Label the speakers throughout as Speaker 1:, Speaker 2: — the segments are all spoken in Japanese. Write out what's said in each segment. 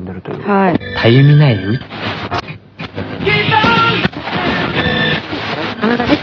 Speaker 1: めるという。
Speaker 2: はい。
Speaker 3: たゆみない歌
Speaker 2: あなたです。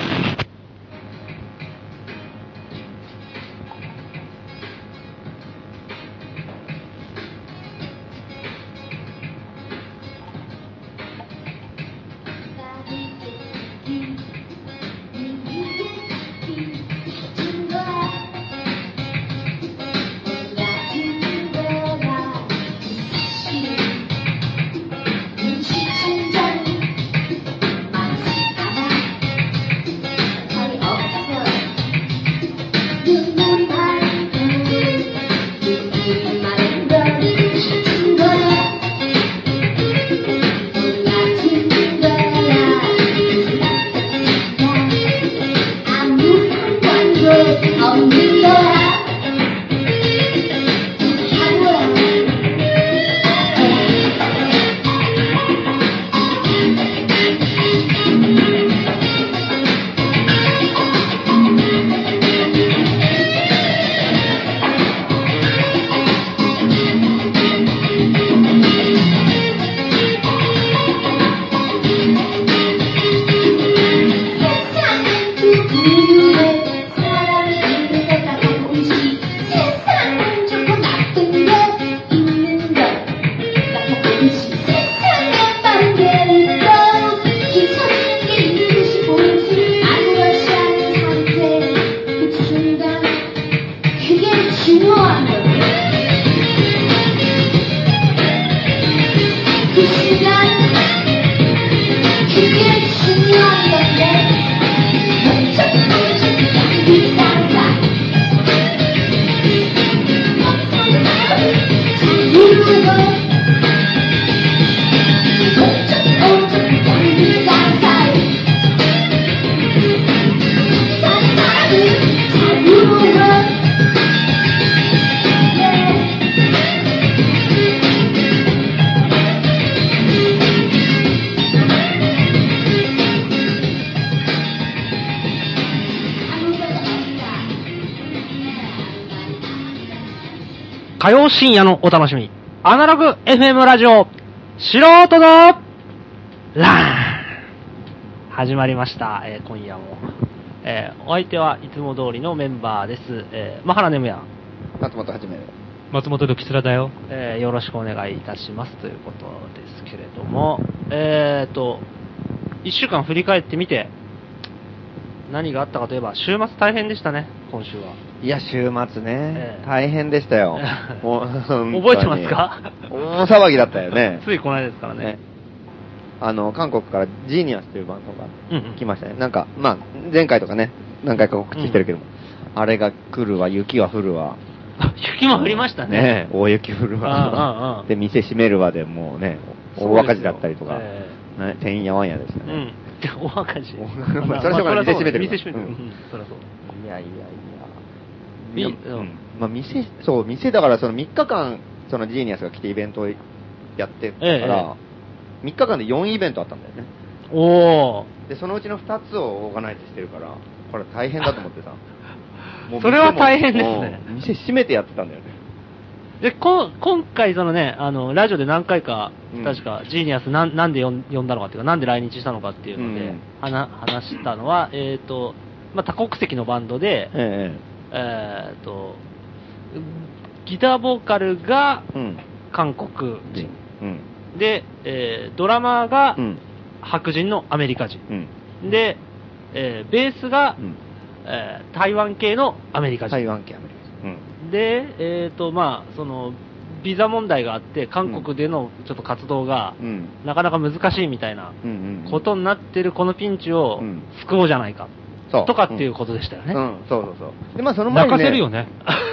Speaker 3: 火曜深夜のお楽しみ。アナログ FM ラジオ、素人のラン始まりました、えー今夜も。えーお相手はいつも通りのメンバーです。えー、マハラネムヤン、
Speaker 4: 松本はじめ。
Speaker 5: 松本とキスラだよ。
Speaker 3: えーよろしくお願いいたしますということですけれども、えーと、一週間振り返ってみて、何があったかといえば、週末大変でしたね、今週は。
Speaker 4: いや、週末ね、
Speaker 3: ええ。
Speaker 4: 大変でしたよ もう本当に
Speaker 3: 覚えてますか。
Speaker 4: 大騒ぎだったよね
Speaker 3: ついこの間ですからね。
Speaker 4: あの、韓国からジーニアスというバンドが
Speaker 3: うんうん
Speaker 4: 来ましたね。なんか、まあ、前回とかね、何回か告知してるけども、あれが来るわ、雪は降るわ。
Speaker 3: あ雪も降りましたね。
Speaker 4: ねえ大雪降る
Speaker 3: ああああ
Speaker 4: わ。で、店閉めるわでもうね、大赤字だったりとか、
Speaker 3: そうですよ
Speaker 4: ね、てんやわんやでした
Speaker 3: う
Speaker 4: ね
Speaker 3: ん。。で大赤字。
Speaker 4: まあそれはしょうがない
Speaker 3: まあそ
Speaker 4: 店閉めてる
Speaker 3: 店閉めてる。う
Speaker 4: うん
Speaker 3: ん、そりゃそう。
Speaker 4: いやいやいや。
Speaker 3: いや
Speaker 4: み
Speaker 3: うん
Speaker 4: まあ、店、そう、店だからその3日間、そのジーニアスが来てイベントをやってたか
Speaker 3: ええ
Speaker 4: ら、3日間で4イベントあったんだよね。
Speaker 3: お
Speaker 4: で、そのうちの2つをオーガナイズしてるから、これ大変だと思 ってさ。
Speaker 3: それは大変ですね
Speaker 4: うん店閉めてやってたんだよね。
Speaker 3: ー。で、こ、今回そのね、あの、ラジオで何回か
Speaker 4: う、ん
Speaker 3: 確か、ジーニアスなん、なんで呼ん呼んだのかっていうか、なんで来日したのかっていうの
Speaker 4: う
Speaker 3: で
Speaker 4: ん、
Speaker 3: はな話したのは、えっと、まあ、多国籍のバンドで、
Speaker 4: え
Speaker 3: えっと、ギターボーカルが
Speaker 4: え。うん。
Speaker 3: 韓国人。
Speaker 4: うん。
Speaker 3: で、えードラマーが
Speaker 4: うん。
Speaker 3: 白人のアメリカ人。
Speaker 4: うん。
Speaker 3: で、えーベースが、
Speaker 4: うん。
Speaker 3: えー台湾系のアメリカ人。
Speaker 4: 台湾系アメリカ人。
Speaker 3: で、えっ、と、まあ、その、ビザ問題があって、韓国でのちょっと活動が、
Speaker 4: うん。うん。
Speaker 3: なかなか難しいみたいな
Speaker 4: うんうんうん。
Speaker 3: ことになってるこのピンチを
Speaker 4: うん
Speaker 3: 救おうじゃないか。
Speaker 4: そう
Speaker 3: とかっていうことでしたよね。
Speaker 4: うん、そうそうそう。で、まあその前
Speaker 5: 泣
Speaker 4: に、ね。
Speaker 5: かせるよね。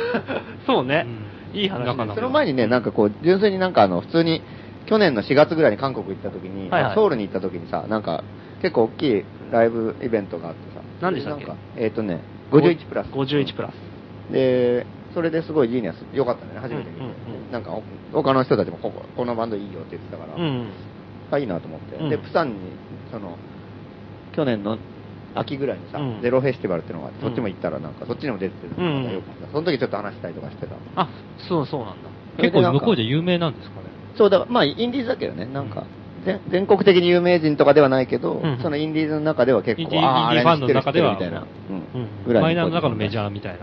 Speaker 3: そうね、いい話です
Speaker 5: なかなか
Speaker 4: その前にね、なんかこう、純粋になんかあの、普通に、去年の4月ぐらいに韓国行った時に、
Speaker 3: はいはい
Speaker 4: ソウルに行った時にさ、なんか、結構大きいライブイベントがあってさ。
Speaker 3: 何でしたっけ
Speaker 4: なんかえっ、とね、51プラス。
Speaker 3: 51プラス。
Speaker 4: で、それですごいジーニアス、良かったね、初めて見て。
Speaker 3: うんうんうん
Speaker 4: なんか、お他の人たちもここ、このバンドいいよって言ってたから、
Speaker 3: うん。
Speaker 4: あいいなと思って。
Speaker 3: うん
Speaker 4: で、プサンに、その、去年の秋ぐらいにさ、
Speaker 3: うん
Speaker 4: ゼロフェスティバルってのがあって、
Speaker 3: うん
Speaker 4: そっちも行ったらなんか、そっちにも出てて、
Speaker 3: うんうん
Speaker 4: なんかよくその時ちょっと話したりとかしてた。
Speaker 3: あ、そうそうなんだ。
Speaker 5: 結構向こうで有名なんですかね。
Speaker 4: そうだ、まあ、インディーズだけどね、なんか、全全国的に有名人とかではないけど、
Speaker 3: うん
Speaker 4: そのインディーズの中では結
Speaker 3: イン
Speaker 4: 構、
Speaker 3: ディー
Speaker 4: ああ、あ
Speaker 3: インデ
Speaker 4: れ
Speaker 3: ィー
Speaker 4: 知ってる
Speaker 3: ファ
Speaker 4: 知
Speaker 3: ンの中
Speaker 4: ってるみた
Speaker 3: で
Speaker 4: い
Speaker 3: は
Speaker 4: な。
Speaker 3: うん
Speaker 4: ぐらい
Speaker 3: マイナーの中のメジャー
Speaker 4: み
Speaker 3: みたいな。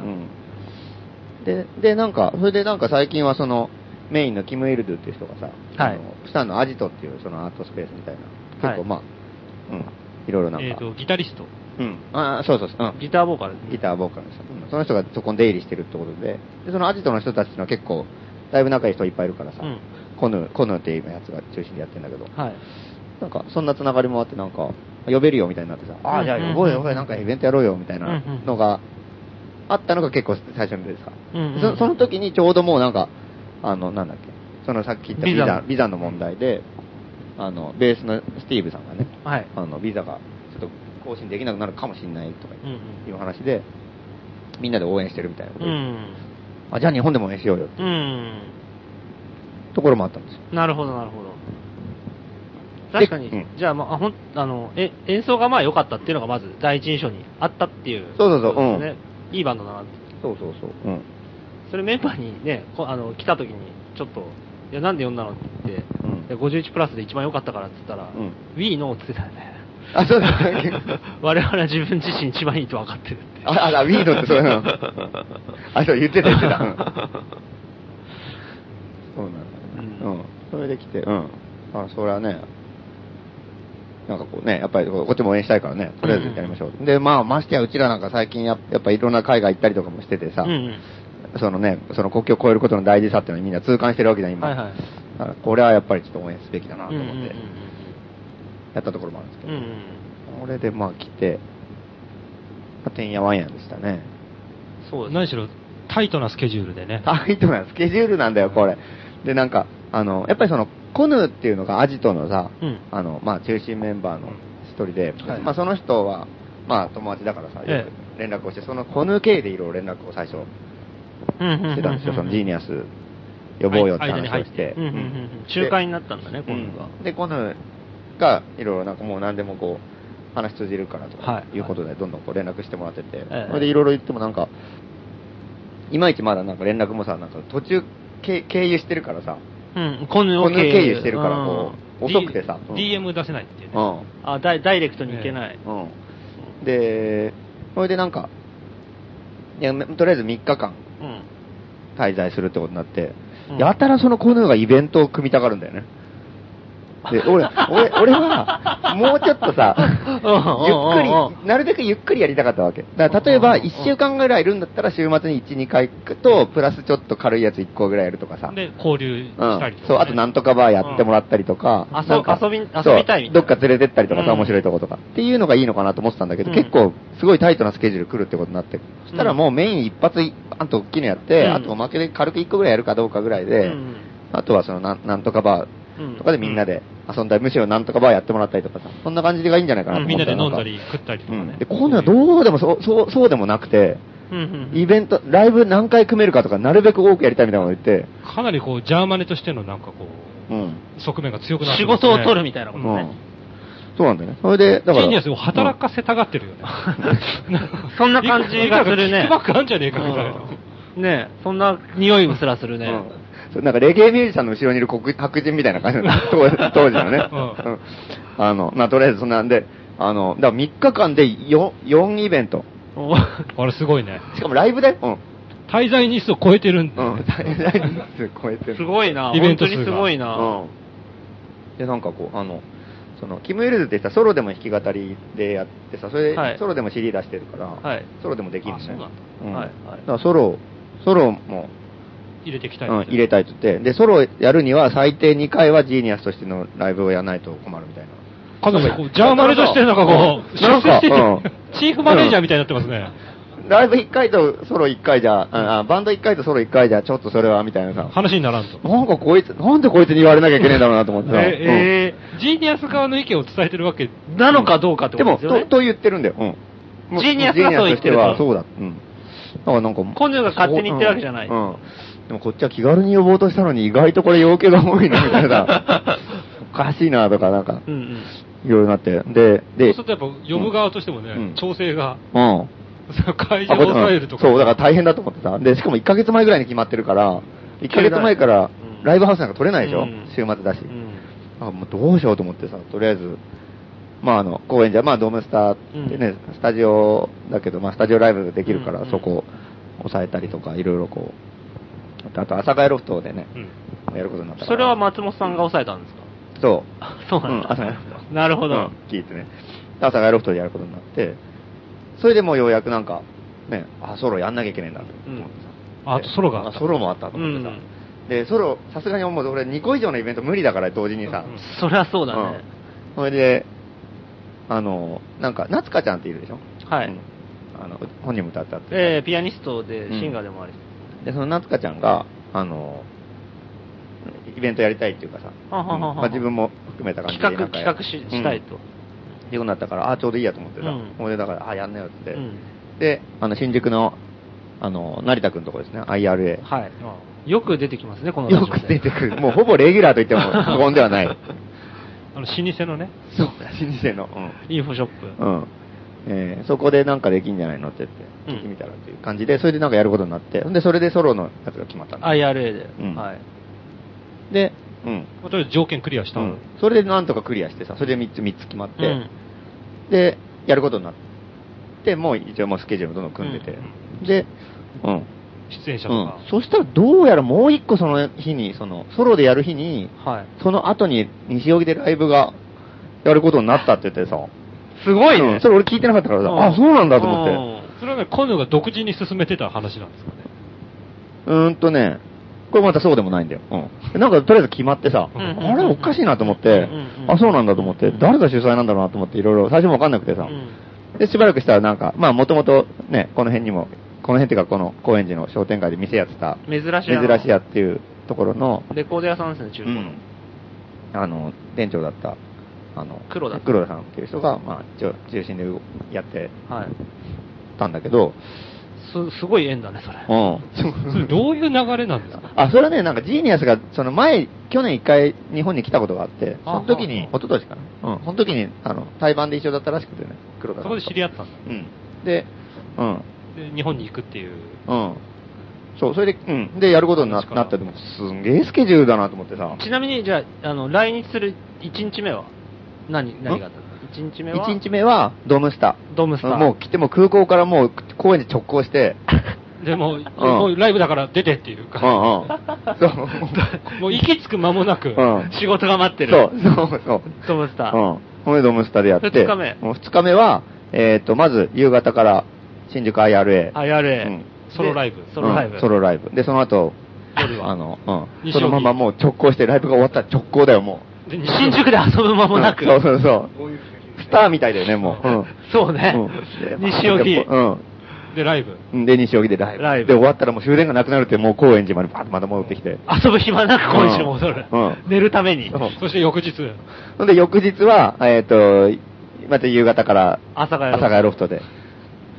Speaker 4: で、で、なんか、それでなんか最近はその、メインのキム・イルドゥっていう人がさ、
Speaker 1: はい
Speaker 4: あのプサンのアジトっていうそのアートスペースみたいな、
Speaker 1: は
Speaker 4: 結
Speaker 1: い
Speaker 4: 構まあ、うん、いろいろなんか、
Speaker 3: えっ、と、ギタリスト。
Speaker 4: うん、ああ、そうそうそう、うん、
Speaker 1: ギターボーカル。
Speaker 4: ギターボーカルの人、うんその人がそこに出入りしてるってことで、でそのアジトの人たちの結構、だいぶ仲いい人いっぱいいるからさ、
Speaker 1: うん
Speaker 4: コヌ、コヌっていうやつが中心でやってんだけど、
Speaker 1: はい。
Speaker 4: なんか、そんなつながりもあって、なんか、呼べるよみたいになってさ、ああ、じゃあ
Speaker 1: うんうんうん
Speaker 4: 呼ぼうよ、呼ぼうよ、なんかイベントやろうよ、みたいなのが、あったのが結構最初のでさ、
Speaker 1: うんうん
Speaker 4: そその時にちょうどもうなんか、あの、なんだっけ、そのさっき言ったビ
Speaker 1: ビザ
Speaker 4: ザ、ビザの問題で、あの、ベースのスティーブさんがね、
Speaker 1: はい。
Speaker 4: あの、ビザが、ちょっと更新できなくなるかもしれないとか
Speaker 1: うんうん
Speaker 4: いう話で、みんなで応援してるみたいなこと
Speaker 1: う
Speaker 4: 言って、
Speaker 1: ん。
Speaker 4: あ、じゃあ日本でも応援しようよって
Speaker 1: うん。
Speaker 4: ところもあったんですよ。
Speaker 1: なるほど、なるほど。
Speaker 4: で
Speaker 1: 確かに、
Speaker 4: うん
Speaker 1: じゃあ、まあ、ほん、あの、え、演奏がまあ良かったっていうのがまず第一印象にあったっていう。
Speaker 4: そうそうそう
Speaker 1: ことですねいいバンドだなって。
Speaker 4: そうそうそう。うん。
Speaker 1: それメンバーにね、こあの、来た時に、ちょっと、いや、なんで呼んだのって言って、
Speaker 4: うん
Speaker 1: で51プラスで一番良かったからって言ったら、
Speaker 4: うん
Speaker 1: Wii のって言ってたよね。
Speaker 4: あ、そうだ、
Speaker 1: 我々は自分自身一番いいと分かってるって。
Speaker 4: あ、あら、ウィードってそ うなの。あ、そう、言ってた、言っ てた。うんそうなんだ、
Speaker 1: う
Speaker 4: うんん。それで来て、うん。あ、それはね、なんかこうね、やっぱりこっちも応援したいからね、とりあえずやりましょう。で、まあ、ましてや、うちらなんか最近ややっぱいろんな海外行ったりとかもしててさ、
Speaker 1: うんうん
Speaker 4: そのね、その国境を越えることの大事さっていうのをみんな痛感してるわけじゃん、今。
Speaker 1: はいはい
Speaker 4: だからこれはやっぱりちょっと応援すべきだなと
Speaker 1: うん
Speaker 4: 思
Speaker 1: う
Speaker 4: っ
Speaker 1: ん
Speaker 4: て、やったところもあるんですけ
Speaker 1: うんう
Speaker 4: ど、
Speaker 1: ん。うんうん。
Speaker 4: これでまあ来て、まあてんやわんやでしたね。
Speaker 1: そうですね。
Speaker 3: 何しろ、タイトなスケジュールで ね。
Speaker 4: タイトなスケジュールなんだよ、これ。で、なんか、あの、やっぱりその、コヌーっていうのがアジトのさ、
Speaker 1: うん
Speaker 4: あの、まあ、中心メンバーの一人で、
Speaker 1: はい
Speaker 4: まあ、その人は、まあ、友達だからさ、
Speaker 3: え
Speaker 4: 連絡をして、そのコヌー経由でいろいろ連絡を最初
Speaker 1: うん
Speaker 4: してたんですよ、そのジーニアス呼ぼうよって話をして。
Speaker 1: うんうんうん。仲介になったんだね、
Speaker 4: う
Speaker 1: 今度は。
Speaker 4: ん、で、コヌーが、いろいろなんかもう何でもこう、話通じるからと
Speaker 1: は
Speaker 4: か
Speaker 1: い
Speaker 4: いうことで、どんどんこう連絡してもらってて、
Speaker 1: ええ
Speaker 4: それでいろいろ言ってもなんか、いまいちまだなんか連絡もさ、なんか途中け経由してるからさ、
Speaker 1: うん、コヌを
Speaker 4: コヌを経由してるからこう
Speaker 3: うん
Speaker 4: 遅くてさ
Speaker 3: D- DM 出せないっていう
Speaker 4: う
Speaker 3: ね。
Speaker 4: ん、
Speaker 1: うんあダイ、ダイレクトに行けない。
Speaker 4: うん。で、それでなんか、いや、めとりあえず3日間
Speaker 1: うん。
Speaker 4: 滞在するってことになって、
Speaker 1: うん
Speaker 4: やたらそのコヌーがイベントを組みたがるんだよね。で、俺、俺、俺は、もうちょっとさ、
Speaker 1: うん
Speaker 4: ゆっくり、なるべくゆっくりやりたかったわけ。だから例えば、
Speaker 1: うん
Speaker 4: 1週間ぐらいいるんだったら、週末に1、2回行くと、プラスちょっと軽いやつ1個ぐらいやるとかさ。
Speaker 3: で、交流し
Speaker 4: う
Speaker 3: たり
Speaker 4: ん
Speaker 3: とかね。
Speaker 4: そう、あとなんとかバーやってもらったりとか、
Speaker 1: うん遊
Speaker 4: なんか
Speaker 1: 遊び遊びたい
Speaker 4: そう
Speaker 1: みたいな
Speaker 4: どっか連れてったりとかさ、
Speaker 1: うん
Speaker 4: 面白いとことか。っていうのがいいのかなと思ってたんだけど、
Speaker 1: うん
Speaker 4: 結構、すごいタイトなスケジュール来るってことになって、そしたらもうメイン一発、あんと大きいのやって、
Speaker 1: うん
Speaker 4: あとおまけで軽く一個ぐらいやるかどうかぐらいで、
Speaker 1: うん
Speaker 4: あとはそのなん、なんとかバ
Speaker 1: うん
Speaker 4: ーとかでみんなで遊んだり、むしろなんとかバーやってもらったりとかさ、そんな感じがいいんじゃないかなと
Speaker 3: うんみん
Speaker 4: 思っ
Speaker 3: な
Speaker 4: た
Speaker 3: で
Speaker 4: ら
Speaker 3: 飲ん
Speaker 4: か
Speaker 3: だり食ったりとか
Speaker 4: う
Speaker 3: ね
Speaker 4: ん。で、こういうのはどうでもそう、そう、そうでもなくて、
Speaker 1: うんうん
Speaker 4: イベント、ライブ何回組めるかとか、なるべく多くやりたいみたいなこと言って、
Speaker 3: かなりこう、ジャーマネとしてのなんかこう、
Speaker 4: うん。
Speaker 3: 側面が強くなって
Speaker 1: 仕事を取るみたいなこ
Speaker 4: う
Speaker 1: と
Speaker 4: ん
Speaker 1: ね。
Speaker 4: そうなんだよね。それで、だから。
Speaker 3: ジーニアスを働かせたがってるよね。
Speaker 1: そんな感じがするね
Speaker 3: いくらかキックバックあんじゃねえかみたいな。
Speaker 1: うんねえそんな匂いもすらする
Speaker 4: うん
Speaker 1: ね。
Speaker 4: そうなんかレゲエミュージシャンの後ろにいる黒白人みたいな感じだった 当 当時のね。
Speaker 3: うん
Speaker 4: うんあの、まあ、とりあえずそんなんで、あの、だから3日間で 4, 4イベント。
Speaker 1: お
Speaker 3: あれすごいね。
Speaker 4: しかもライブだよ。うん。
Speaker 3: 滞在日数を超えてるんだ
Speaker 4: う
Speaker 3: よ
Speaker 4: ん。
Speaker 3: ね
Speaker 4: 大大人数超えてる。
Speaker 1: すごいな、
Speaker 3: イベ
Speaker 1: 本
Speaker 3: ント
Speaker 1: 当
Speaker 3: 数が
Speaker 1: にすごいな。
Speaker 4: うん。で、なんかこう、あの、その、キム・イルズってさ、ソロでも弾き語りでやってさ、それで、
Speaker 1: はい
Speaker 4: ソロでも CD 出してるから、
Speaker 1: はい
Speaker 4: ソロでもできるのね。
Speaker 1: あそうなんだ
Speaker 4: うん
Speaker 1: はいはい
Speaker 4: だからソロ、ソロも、
Speaker 3: 入れてきたい
Speaker 4: うん、入れたいって言って、で、ソロやるには最低2回はジーニアスとしてのライブをやらないと困るみたいな。
Speaker 3: かなりこう、ジャーマネとしてなんかこう、
Speaker 4: なんか
Speaker 3: 出世
Speaker 4: うん
Speaker 3: しててチーフマネージャーみたいになってますね。
Speaker 4: ライブ1回とソロ1回じゃ、ああバンド1回とソロ1回じゃ、ちょっとそれは、みたいなさ。
Speaker 3: 話にならんと。
Speaker 4: なんかこいつ、なんでこいつに言われなきゃいけねえんだろうなと思ってさ。うん
Speaker 3: え、えー、ジーニアス側の意見を伝えてるわけ。
Speaker 1: なのかどうかって
Speaker 4: で
Speaker 1: ことで
Speaker 4: も、
Speaker 1: すよ
Speaker 4: と
Speaker 1: ね。
Speaker 4: と言ってるんだよ。うん。もう
Speaker 1: ジーニアスがそう言ってる
Speaker 4: ジーニア
Speaker 1: と
Speaker 4: スとしては、そうだ。うん。だからなんか、
Speaker 1: コヌーが勝手に言ってるわけじゃない
Speaker 4: うん。うんでもこっちは気軽に呼ぼうとしたのに意外とこれ要求が多いな、みた いな。おかしいな、とか、なんか、
Speaker 1: うんうん。
Speaker 4: いろいろなって。で、
Speaker 3: そう
Speaker 4: で、
Speaker 3: するとやっぱ、呼ぶ側としてもね、
Speaker 4: うん
Speaker 3: 調整が、
Speaker 4: うん。
Speaker 3: その会場
Speaker 4: あ
Speaker 3: を
Speaker 4: これ
Speaker 3: 抑えるとか。
Speaker 4: そう、だから大変だと思ってさ。で、しかも1ヶ月前ぐらいに決まってるから、1ヶ月前から
Speaker 1: うん
Speaker 4: ライブハウスなんか撮れないでし
Speaker 3: う
Speaker 4: ょ、
Speaker 3: ん
Speaker 4: 週末だし。
Speaker 3: うん
Speaker 4: あもうどうしようと思ってさ、とりあえず、まああの、公園じゃ、まあドームスターってね、スタジオだけど、まあスタジオライブできるか
Speaker 3: うん
Speaker 4: ら
Speaker 3: う、ん
Speaker 4: そこを抑えたりとか、いろいろこう、あと、阿佐ヶ谷ロフトでね、
Speaker 3: うん
Speaker 4: やることになったか
Speaker 1: そ
Speaker 4: ら。
Speaker 1: れは松本さんが抑えたんですか
Speaker 4: そう。
Speaker 1: そうなん
Speaker 4: うん
Speaker 1: だ
Speaker 4: 阿佐ヶ谷ロフト。
Speaker 1: なるほど
Speaker 4: うん聞いてね。で阿佐ヶ谷ロフトでやることになって、それでもうようやくなんか、ね、あ、ソロやんなきゃいけないんだと思ってさ。
Speaker 3: ああとソロがあ
Speaker 4: あ
Speaker 3: った
Speaker 4: ソロもあったと思ってさ。で、ソロ、さすがにもう俺2個以上のイベント無理だから、同時にさ。
Speaker 3: うん
Speaker 1: そりゃそうだね。
Speaker 4: うんそれで、あの、なんか、夏香ちゃんっているでしょ
Speaker 1: はい
Speaker 4: うんあの、本人も歌ったって。
Speaker 1: えー、ピアニストでシンガーでもあり。
Speaker 4: で、その夏香ちゃんが、あの、イベントやりたいっていうかさ、
Speaker 1: はははは
Speaker 4: うんまあ自分も含めた感じで
Speaker 1: 企画、
Speaker 4: なんか
Speaker 1: 企
Speaker 4: や
Speaker 1: 画ししたいと。
Speaker 4: うんっていうことになったから、ああ、ちょうどいいやと思ってさ、
Speaker 1: うん
Speaker 4: 俺だから、ああ、やんなよって、
Speaker 1: うん
Speaker 4: で、あの、新宿の、あの、成田くんとこですね、IRA。
Speaker 1: はい。よく出てきますね、このラジ
Speaker 4: よ
Speaker 1: オで
Speaker 4: く出てくる。もうほぼレギュラーと言っても過言では ない。
Speaker 3: あの老舗のね
Speaker 4: そうか、新時代の。うん。
Speaker 1: インフォショップ。
Speaker 4: うん。えーそこでなんかできんじゃないのって言って、聞いてみたらっていう感じで、それでなんかやることになって、で、それでソロのやつが決まったんだ
Speaker 1: IRA で。
Speaker 4: うん
Speaker 1: はい。
Speaker 4: で、うん。
Speaker 3: まあとりあえず条件クリアした
Speaker 4: う
Speaker 3: の
Speaker 4: んそれでなんとかクリアしてさ、それで3つ、3つ決まって、
Speaker 1: うん
Speaker 4: で、やることになって、もう一応もうスケジュールどんどん組んでて、で、うん。
Speaker 3: 出演者と
Speaker 4: う
Speaker 3: か
Speaker 4: ん、そしたらどうやらもう一個その日に、その、ソロでやる日に、
Speaker 1: はい。
Speaker 4: その後に西荻でライブがやることになったって言ってさ、
Speaker 1: すごい
Speaker 4: うん
Speaker 1: ね。
Speaker 4: それ俺聞いてなかったからさ、
Speaker 1: うん
Speaker 4: あ、そうなんだと思って。
Speaker 3: それはねコヌが独自に進めてた話なんですかね
Speaker 4: うーんとね、これまたそうでもないんだよ。うん。なんかとりあえず決まってさ、
Speaker 3: うん
Speaker 4: あれおかしいなと思って
Speaker 1: うんう、ん
Speaker 4: あ、そうなんだと思って、誰が主催なんだろうなと思って、いろいろ最初もわかんなくて
Speaker 1: う
Speaker 4: さ、
Speaker 1: ん
Speaker 4: で、しばらくしたらなんか、まあもともとね、この辺にも、この辺っていうかこの高円寺の商店街で店やってた、
Speaker 1: 珍しいな。
Speaker 4: 珍しいやっていうところの、
Speaker 1: レコード屋さんですね、中
Speaker 4: う
Speaker 1: 古の
Speaker 4: ん。あの、店長だった、あの、
Speaker 1: 黒田
Speaker 4: さんっていう人が、まあ一応中心で動やって
Speaker 1: はい。
Speaker 4: たんだけど、
Speaker 1: す、すごい縁だね、それ。
Speaker 4: うん。
Speaker 3: それどういう流れなんですか
Speaker 4: あ、それはね、なんかジーニアスが、その前、去年一回日本に来たことがあって、そ
Speaker 3: あ
Speaker 4: の時
Speaker 3: は
Speaker 4: に、一
Speaker 3: あ
Speaker 4: 昨年かな。うん。その時に、あの、対バンで一緒だったらしくてね、黒田
Speaker 3: そ
Speaker 4: さん
Speaker 3: ことで知り合ったんだ
Speaker 4: うん。で、うん。
Speaker 3: で日本に行くって いう
Speaker 4: うん。そう、それで、うん。で、やることにな
Speaker 3: 確かに
Speaker 4: なったでも、すんげえスケジュールだなと思ってさ、
Speaker 1: ちなみに、じゃあ、あの、来日する1日目は何、何があったの ?1 日目は
Speaker 4: 1日目はドームスター。
Speaker 1: ドームスター
Speaker 4: うんもう来て、もう空港からもう公園に直行して、
Speaker 3: でもうもうライブだから出てっていう
Speaker 4: うんうん。
Speaker 3: か
Speaker 4: そう。
Speaker 3: もう息つく間もなく
Speaker 4: うん
Speaker 1: 仕事が待ってる。
Speaker 4: そう、そう、そう。
Speaker 1: ドームスター。
Speaker 4: うん。ほいでドームスタでやって。
Speaker 1: 二日目
Speaker 4: もう二日目は、えっ、と、まず夕方から新宿 IRA。
Speaker 1: IRA
Speaker 4: うん
Speaker 3: ソロライブ
Speaker 1: ソロライブ
Speaker 4: うんソロライブ。で、その後、
Speaker 3: 夜は
Speaker 4: あの、うん。
Speaker 3: 西荻
Speaker 4: そのままもう直行して、ライブが終わったら直行だよ、も
Speaker 3: で西
Speaker 1: 新宿で遊ぶ間
Speaker 4: う。
Speaker 1: もなく。
Speaker 4: うんそうそうそう。スターみたいだよね、もう。うん。
Speaker 1: そうね
Speaker 4: う。んで
Speaker 1: 西荻。
Speaker 3: でライブ
Speaker 4: うん。で、西荻でライブ。
Speaker 1: ライブ
Speaker 4: で、終わったらもう終電がなくなるって、もう高円寺までバーッとまた戻ってきて。
Speaker 1: 遊ぶ暇なく今週戻る
Speaker 4: うんうん。
Speaker 1: 寝るために
Speaker 4: そ。う
Speaker 3: そして翌日
Speaker 4: ほんで、翌日は、えっ、と、また夕方から、
Speaker 1: 朝
Speaker 4: 朝
Speaker 1: が
Speaker 4: ヶ谷ロフトで。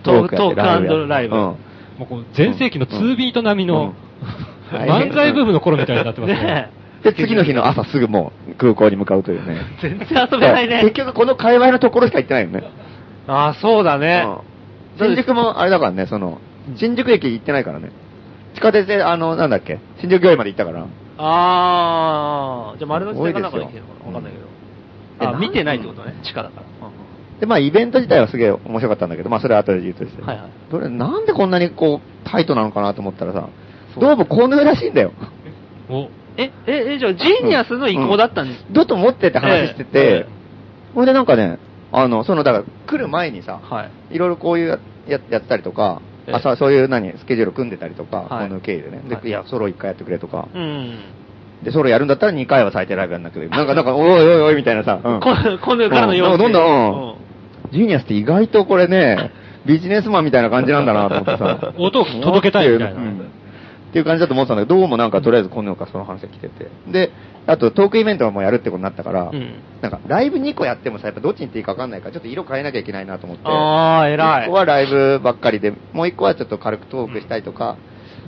Speaker 1: トーク
Speaker 4: やってやって
Speaker 1: トークライブ
Speaker 4: うん。
Speaker 3: もうこう全盛期の2ビート並み
Speaker 4: うん
Speaker 3: の
Speaker 4: うん
Speaker 3: 漫才ブームの頃みたいになってますね
Speaker 1: ね
Speaker 4: で、次の日の朝すぐもう空港に向かうとい うね。
Speaker 1: 全然遊べないね
Speaker 4: 結局この界隈のところしか行ってないよね。
Speaker 1: ああ、そうだね。
Speaker 4: うん新宿もあれだからね、その、新宿駅行ってないからね。地下鉄で、あの、なんだっけ、新宿御苑まで行ったから。
Speaker 1: ああ、じゃあ丸の内線かなんか
Speaker 4: 多
Speaker 1: で
Speaker 4: い
Speaker 1: 来
Speaker 4: です
Speaker 1: て
Speaker 4: よ
Speaker 1: るのかなわかんないけど。
Speaker 4: うん
Speaker 1: あ
Speaker 4: で
Speaker 1: 見てないってことね、地下だから。
Speaker 4: で、まあイベント自体はすげえ面白かったんだけど、まあそれは後で言うとして。
Speaker 1: はいはい
Speaker 4: どれ、なんでこんなにこう、タイトなのかなと思ったらさ、
Speaker 1: そう
Speaker 4: どうもこういうらしいんだよ。
Speaker 3: お。
Speaker 1: え、え、え、じゃあジーニアスの意向だったんです、
Speaker 4: だと思ってって話して
Speaker 1: え
Speaker 4: て
Speaker 1: え、
Speaker 4: ほんでなんかね、あの、その、だから来る前にさ、
Speaker 1: はい。
Speaker 4: いろいろこういうややったりとか、
Speaker 1: ええ
Speaker 4: あそうそういう何、スケジュール組んでたりとか、
Speaker 1: はい
Speaker 4: この経緯でね。で、
Speaker 1: はい
Speaker 4: い、や、ソロ1回やってくれとか、
Speaker 1: うん。
Speaker 4: で、ソロやるんだったら2回は最低ライブやんなきゃいけない。なんか、なんか、おいおいおいみたいなさ、うん
Speaker 1: こ 今度からの要
Speaker 4: う
Speaker 1: 請
Speaker 4: んどんどん、うんジーニアスって意外とこれね、ビジネスマンみたいな感じなんだなと思ってさ
Speaker 3: 音を 届けたいみたいな
Speaker 4: うんっていう感じだと思ってたんだけど、どうもなんかとりあえず今度からその話が来てて。で、あとトークイベントもやるってことになったから、
Speaker 1: うん
Speaker 4: なんかライブ2個やってもさ、やっぱどっちに行っていいかわかんないから、ちょっと色変えなきゃいけないなと思って。
Speaker 1: ああ、偉
Speaker 4: 1
Speaker 1: い
Speaker 4: 個。はライブばっかりで、もう1個はちょっと軽くトークしたりとか、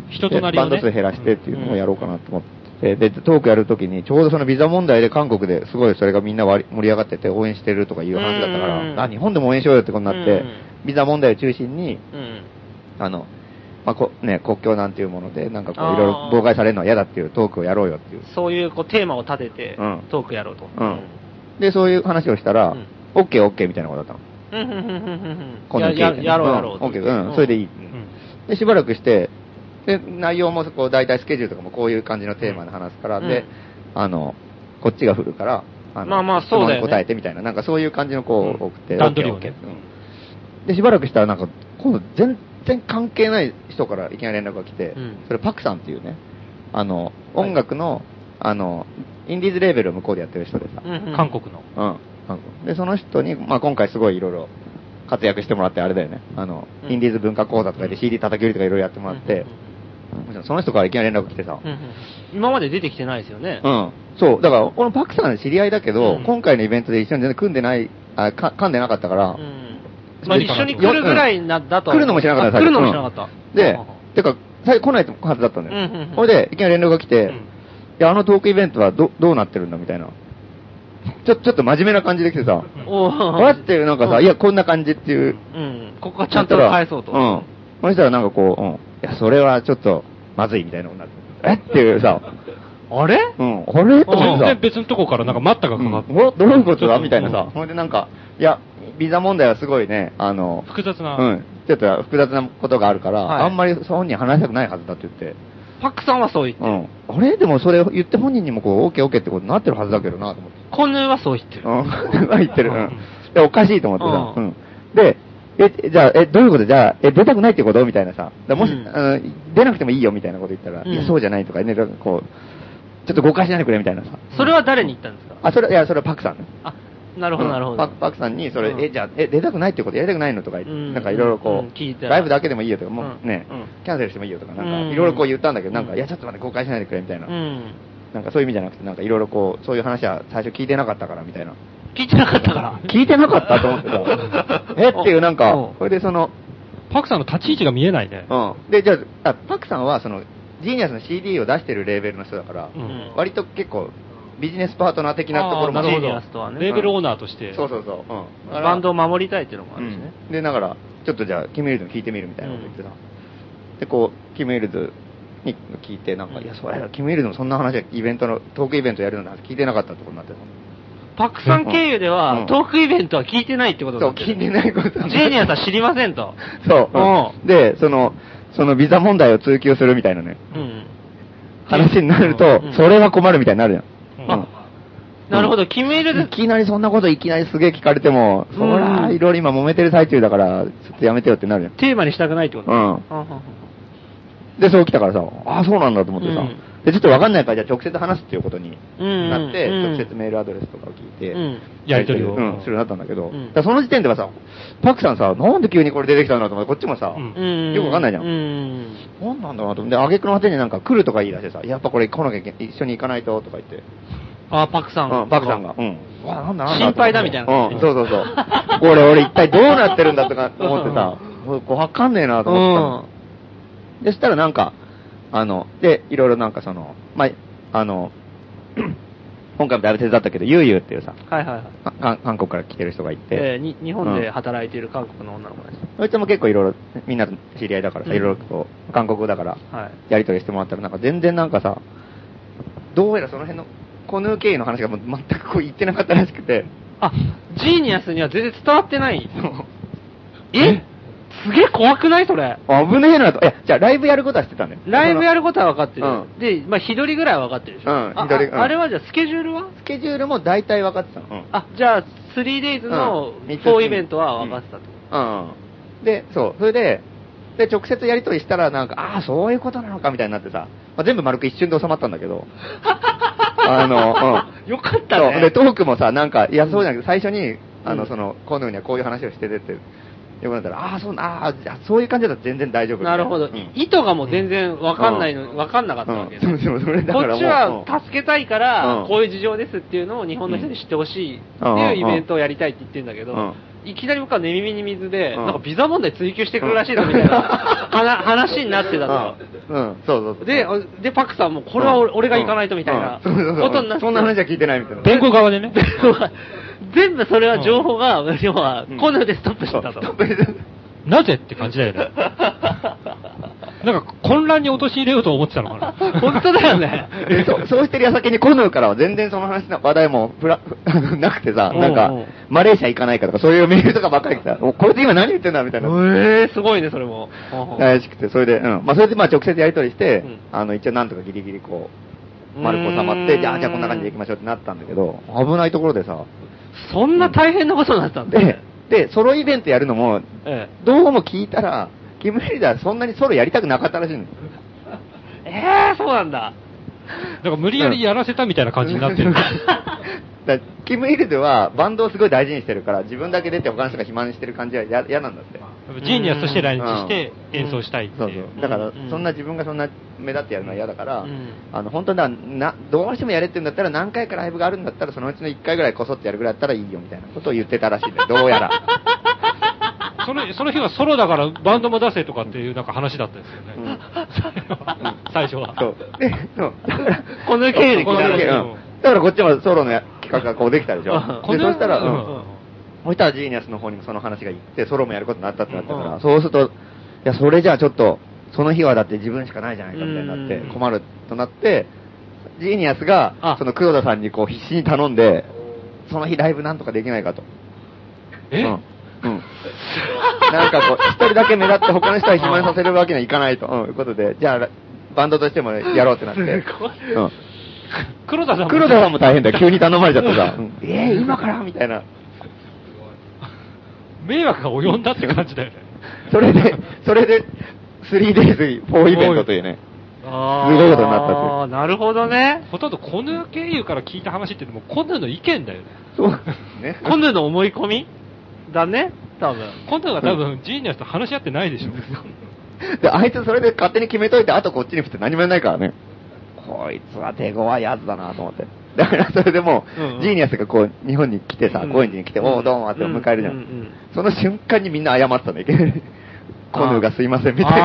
Speaker 3: 人となりを
Speaker 4: バンド
Speaker 3: ね
Speaker 4: 数減らしてっていうのをやろうかなと思って、で、トークやるときに、ちょうどそのビザ問題で韓国ですごいそれがみんな割り盛り上がってて応援してるとかいう話だったか
Speaker 1: うん
Speaker 4: ら、あ、日本でも応援しようよってことになっ
Speaker 1: う
Speaker 4: て
Speaker 1: ん、
Speaker 4: ビザ問題を中心に、
Speaker 1: うん。
Speaker 4: あの、まあこね、国境なんていうもので、なんかこ
Speaker 1: あー
Speaker 4: う、いろいろ妨害されるのは嫌だっていうトークをやろうよっていう。
Speaker 1: そういうこうテーマを立てて
Speaker 4: うん、
Speaker 1: トークやろうと。
Speaker 4: うんで、そういう話をしたら、
Speaker 1: うん
Speaker 4: オッケーオッケーみたいなことだったの。
Speaker 1: うんうんうんうんうん
Speaker 4: 今度
Speaker 1: や
Speaker 4: 聞いて
Speaker 1: ややろうやろう。
Speaker 4: んオッケー、うん、それでいい。
Speaker 3: うん
Speaker 4: で、しばらくして、で、内容もこう、大体スケジュールとかもこういう感じのテーマで話すから、
Speaker 1: うん
Speaker 4: で、あの、こっちが振るから、の
Speaker 1: まあまあそうだよね
Speaker 4: 質問に答えてみたいな、なんかそういう感じのこ
Speaker 3: う
Speaker 4: うん送って、
Speaker 3: 段取りを
Speaker 4: オッケー
Speaker 3: ね
Speaker 4: オッケーうんで、しばらくしたらなんか、今度全然関係ない人からいきなり連絡が来て、
Speaker 1: うん
Speaker 4: それパクさんっていうね、あの、音楽の、あの、インディーズレーベルを向こうでやってる人でさ、
Speaker 1: うんうん
Speaker 3: 韓国の。
Speaker 4: うん。で、その人に、まあ、今回すごいいろいろ活躍してもらって、あれだよね。あの、
Speaker 1: うん
Speaker 4: インディーズ文化講座とかで CD 叩き売りとかいろいろやってもらって、もちろんその人からいきなり連絡来てさ
Speaker 1: う、んうん今まで出てきてないですよね
Speaker 4: う。ん。そう、だから、このパクさん知り合いだけど、
Speaker 1: うん
Speaker 4: 今回のイベントで一緒に全然組んでない、あ、か、噛んでなかったから、
Speaker 1: うんまあ一緒に来るぐらいなだと。
Speaker 4: 来るのもしなかった
Speaker 1: あ
Speaker 4: よ
Speaker 1: 来るのもしなかった。
Speaker 4: で
Speaker 1: あ、
Speaker 4: てか、最後来ないはずだったんだ
Speaker 1: うんうんう
Speaker 4: よ
Speaker 1: ん。
Speaker 4: それで、いきなり連絡が来て、
Speaker 1: うん
Speaker 4: いや、あのトークイベントはど、どうなってるんだみたいな。ちょ、ちょっと真面目な感じで来てさ、
Speaker 1: お
Speaker 4: こ
Speaker 1: ー
Speaker 4: うやってなんかさ、
Speaker 1: うん
Speaker 4: いや、こんな感じっていう
Speaker 1: うん。ここはちゃんと返そうと。
Speaker 4: うん。そしたらなんかこう、うん。いや、それはちょっと、まずいみたいなことになって。えっていうさ、
Speaker 1: あれ
Speaker 4: うん、あれと
Speaker 3: 全
Speaker 4: 思ってさ
Speaker 3: 然、別のとこからなんか待ったがかかって。
Speaker 4: うんおどういうことだみたいな
Speaker 3: う
Speaker 4: さ
Speaker 3: ん、
Speaker 4: ほんでなんか、いや、ビザ問題はすごいね、あの、
Speaker 3: 複雑
Speaker 4: う
Speaker 3: な。
Speaker 4: ん、ちょっと複雑なことがあるから、
Speaker 1: はい
Speaker 4: あんまり本人話したくないはずだって言って、
Speaker 1: パックさんはそう言って
Speaker 4: う
Speaker 1: る。
Speaker 4: ん。あれでもそれ言って本人にもこう、オーケーオーケーってことになってるはずだけどな、と思って。
Speaker 1: コンヌーはそう言ってる。
Speaker 4: うん。 言ってる。う
Speaker 3: うん
Speaker 4: ん。で、おかしいと思って
Speaker 1: う
Speaker 4: さ。うんん。で、え、じゃあ、え、どういうことじゃあ、え、出たくないってことみたいなさ。だもし、
Speaker 1: うん
Speaker 4: あの出なくてもいいよみたいなこと言ったら、
Speaker 1: うん
Speaker 4: いや、そうじゃないとかね、なんかこう、ちょっと誤解しないでくれみたいなさ。
Speaker 1: それは誰に言ったんですか
Speaker 4: あ、それ、いや、それはパクさんね。
Speaker 1: あ、なるほど、なるほ
Speaker 4: うん
Speaker 1: ど
Speaker 4: パ。パクさんに、それ、
Speaker 1: うん
Speaker 4: え、じゃあ、え、出たくないってことやりたくないのとか言って、
Speaker 1: うん
Speaker 4: なんかいろいろこ、
Speaker 1: うん聞いうたら
Speaker 4: ライブだけでもいいよとか、も
Speaker 1: う
Speaker 4: うんね、
Speaker 1: うん
Speaker 4: キャンセルしてもいいよとか、なん
Speaker 1: うん
Speaker 4: か、いろいろこう言ったんだけど、なん
Speaker 1: う
Speaker 4: か、
Speaker 1: ん
Speaker 4: いや、ちょっと待って、誤解しないでくれみたいな。
Speaker 1: うん。
Speaker 4: なんかそういう意味じゃなくて、なんかいろいろこう、そういう話は最初聞いてなかったからみたいな。
Speaker 1: 聞いてなかったから。。
Speaker 4: 聞いてなかったと思ってさ えっていうなん
Speaker 1: うん
Speaker 4: か、それでその、
Speaker 3: パクさんの立ち位置が見えないね。
Speaker 4: うん。で、じゃあ、あパクさんはその、ジーニアスの CD を出してるレーベルの人だから、
Speaker 3: うん
Speaker 4: 割と結構、ビジネスパートナー的なところも
Speaker 3: あーなるほど
Speaker 1: ジーニアスとはね
Speaker 3: レーベルオーナーとして。
Speaker 4: そうそうそう。うん。
Speaker 1: バンドを
Speaker 4: も
Speaker 1: 守りたいっていうのもあるしね。
Speaker 4: で、だから、ちょっとじゃあ、キム・イルズに聞いてみるみたいなこと言ってさ。で、こう、キム・イルズに聞いて、なんか、いや、それキム・イルズもそんな話はイベントの、トークイベントやるのなんて聞いてなかったってことになってる
Speaker 1: パクさん経由では、
Speaker 4: うん
Speaker 1: トークイベントは聞いてないってこと
Speaker 4: そう、
Speaker 1: だ。
Speaker 4: 聞いてないこと
Speaker 1: ジェニアさん知りませんと。
Speaker 4: そう、
Speaker 1: う
Speaker 4: で、その、そのビザ問題を追求するみたいなね、
Speaker 1: うん。
Speaker 4: 話になると、
Speaker 1: うん
Speaker 4: それは困るみたいになるじゃん。
Speaker 1: あなるほど、キム・イル
Speaker 4: うんい
Speaker 1: ズ、
Speaker 4: きなりそんなこといきなりすげえ聞かれても、そら、いろいろ今揉めてる最中だから、ちょっとやめてよってなるじゃん。
Speaker 1: テーマにしたくないってこと
Speaker 4: う
Speaker 1: うん
Speaker 4: ん。で、そう来たからさ、ああ、そうなんだと思ってさ、
Speaker 1: うん
Speaker 4: で、ちょっとわかんないから、じゃあ直接話すっていうことに
Speaker 1: うん
Speaker 4: なって、
Speaker 1: うん
Speaker 4: 直接メールアドレスとかを聞いて、
Speaker 1: うん
Speaker 3: やりとりを
Speaker 4: うん、するようになったんだけど、
Speaker 1: うん
Speaker 4: だからその時点ではさ、パクさんさ、なんで急にこれ出てきたんだと思って、こっちもさ、
Speaker 3: うん
Speaker 1: うん。
Speaker 4: よくわかんないじゃん
Speaker 1: うん。
Speaker 4: なんなんだろうなと思って、挙句の果てになんか来るとか言い出してさ、やっぱこれ来なきゃいけ一緒に行かないととか言って、
Speaker 1: あ、パクさん。
Speaker 4: うん、パクさんが、うん。わなんだなんだ
Speaker 1: 心配だみたいな
Speaker 4: うん、そうそうそう。 これ俺一体どうなってるんだとか思ってさ、これわかんねえなと思ってたので、そしたらなんか、あの、で、いろいろなんかその、まあ、あの、 今回もだいぶ手伝ったけど、ゆうゆうっていうさ、
Speaker 1: はいはいはい。
Speaker 4: か韓韓国から来てる人がいて、
Speaker 1: えーに日本で働いている韓国の女の子です。
Speaker 4: そいつも結構いろいろ、みんな知り合いだから
Speaker 1: う
Speaker 4: さ、
Speaker 1: ん
Speaker 4: いろいろこう、韓国語だから、
Speaker 1: はい。
Speaker 4: やり取りしてもらったら、なんか全然なんかさ、どうやらその辺の、コヌー経由の話がもう全くこう言ってなかったらしくて、
Speaker 1: あ、ジーニアスには全然伝わってない。え
Speaker 4: え
Speaker 1: すげえ怖くないそれ。
Speaker 4: 危ねえなと。いや、 じゃあライブやることはしてたんだよ。
Speaker 1: ライブやることは分かってる。
Speaker 4: うん
Speaker 1: で、まあ、日取りぐらいは分かってるでしょ。
Speaker 4: うん
Speaker 1: あ
Speaker 4: 日取りうん
Speaker 1: ああれはじゃあ、スケジュールは
Speaker 4: スケジュールも大体分かってたの。うん
Speaker 1: あ、じゃあ、3days の
Speaker 4: うん三つ
Speaker 1: 4イベントは分かってたってこ
Speaker 4: うん。で、そう。それで、で、直接やり取りしたら、なんか、ああ、そういうことなのか、みたいになってさ、まあ、全部丸く一瞬で収まったんだ けど、あの、うん。
Speaker 1: よかったね
Speaker 4: そうで、トークもさ、なんか、いや、そうじゃなくて、最初に、あの、その、コヌーにはこういう話をしててって、よくなったら、ああ、そうな、ああ、じゃあそういう感じだったら全然大丈夫
Speaker 1: と。なるほど。
Speaker 4: うん
Speaker 1: い意図がもう全然分かんないの、分かんなかったわけね。
Speaker 4: うんそうそうそれだ
Speaker 1: こ
Speaker 4: からも
Speaker 1: っ
Speaker 4: う
Speaker 1: ちは助けたいから、
Speaker 4: うん
Speaker 1: こういう事情ですっていうのを日本の人に知ってほしいっていうイベントをやりたいって言ってるんだけど、
Speaker 4: うん
Speaker 1: いきなり僕は寝耳に水で、
Speaker 4: うん
Speaker 1: なんかビザ問題追求してくるらしいのみたいな、
Speaker 4: うん
Speaker 1: はな話になってたと。
Speaker 4: うん、うんそうそうそう。
Speaker 1: で、
Speaker 4: うん、
Speaker 1: あで、パクさんも、これは俺,、俺が行かないとみたいな、
Speaker 4: うんうんそうそうそ
Speaker 1: こ
Speaker 4: う
Speaker 1: とになって。
Speaker 4: そんな話は聞いてないみたいな。
Speaker 3: 弁護側でね。
Speaker 1: 全部それは情報が、要は
Speaker 4: う、ん
Speaker 1: こんなのでストップしてた
Speaker 4: そ
Speaker 1: と。
Speaker 4: う ストップしてた
Speaker 3: なぜって感じだよね。なんか混乱に陥れようと思ってたのか な。
Speaker 1: 本当だよね
Speaker 4: でそうそうしてる矢先にコヌーからは全然その話の話題もふ らなくてさ、なんか
Speaker 1: おうおう、
Speaker 4: マレーシア行かないかとかそういうメールとかばっかり来た。おこれで今何言ってんだみたいな。
Speaker 1: ええすごいね、それ も。
Speaker 4: 怪しくて、それで、うん。まあ、それでまあ直接やり取りして、
Speaker 1: うん
Speaker 4: あの、一応なんとかギリギリこ
Speaker 1: う
Speaker 4: う、
Speaker 1: ーん
Speaker 4: 丸く収まって、じゃあ、じゃあこんな感じで行きましょうってなったんだけど、危ないところでさ、
Speaker 1: そんな大変なことになったんだ
Speaker 4: で
Speaker 1: ね。、
Speaker 4: で、ソロイベントやるのも、
Speaker 1: え
Speaker 4: どうも聞いたら、キム・リーダーそんなにソロやりたくなかったらしいの。
Speaker 1: ええー、そうなんだ。
Speaker 3: なんか無理やりやらせたみたいな感じになってる。
Speaker 4: だからキム・イルズはバンドをすごい大事にしてるから、自分だけ出て他の人が暇にしてる感じはや嫌なんだって。
Speaker 3: ジーニアスとして来日して演奏したいって
Speaker 4: そう
Speaker 3: いう。
Speaker 4: そう。だから
Speaker 1: うん、
Speaker 4: そんな自分がそんな目立ってやるのは嫌だから、
Speaker 1: うん
Speaker 4: あの、本当にだな、どうしてもやれって言うんだったら、何回かライブがあるんだったら、そのうちの1回ぐらいこそってやるぐらいだったらいいよみたいなことを言ってたらしいん だよどうやら。
Speaker 3: そのその日はソロだからバンドも出せとかっていうなんか話だったんですよね。
Speaker 4: うん
Speaker 3: 最初は。
Speaker 4: そう。で、そう。だから
Speaker 1: この経緯で
Speaker 4: こ
Speaker 1: 来
Speaker 4: の
Speaker 1: た
Speaker 4: 経
Speaker 1: ら
Speaker 4: 緯
Speaker 3: ね
Speaker 4: うんだからこっちもソロのや企画がこうできたでしょ。
Speaker 1: うん
Speaker 4: で、そしたら、
Speaker 3: う
Speaker 4: うんん。そしたらジーニアスの方にもその話が行って、ソロもやることになったってなったから、
Speaker 1: うん
Speaker 4: そうすると、いや、それじゃあちょっと、その日はだって自分しかないじゃないかみたいになって
Speaker 1: うん、
Speaker 4: 困るとなって、ジーニアスが
Speaker 1: あ、
Speaker 4: その黒田さんにこう必死に頼んで、その日ライブなんとかできないかと。
Speaker 3: え
Speaker 4: うん。うん。なんかこう、一人だけ目立って他の人は暇にさせるわけにはいかないと、うん、いうことで、じゃあ、バンドとしてもやろう ってなって。うん。
Speaker 3: 黒田さんも
Speaker 4: 黒田さんも大変だよ。急に頼まれちゃってさ。うんえー、今からみたいな。
Speaker 3: 迷惑が及んだって感じだよね。
Speaker 4: それで、それで、3days、4イベントというね。
Speaker 1: あ
Speaker 4: すごいことになった
Speaker 1: あー、なるほどね。
Speaker 3: ほとんどコヌー経由から聞いた話っていうのもコヌーの意見だよね。
Speaker 4: そうね。
Speaker 1: 今度の思い込みだね、多分。
Speaker 3: コヌーが多分ジーニアスと話し合ってないでしょ。
Speaker 4: で、あいつそれで勝手に決めといて、あとこっちに振って何もやんないからね。こいつは手強いやつだなと思って。だからそれでもう、
Speaker 1: うんうん
Speaker 4: ジーニアスがこう、日本に来てさ、
Speaker 1: うん
Speaker 4: 高円寺に来て、
Speaker 1: うん
Speaker 4: おお、どうもって迎えるじゃん。
Speaker 1: うんうんうん
Speaker 4: その瞬間にみんな謝ってたんだよ、いきなり。コヌーがすいません、みたい
Speaker 1: あ
Speaker 4: な。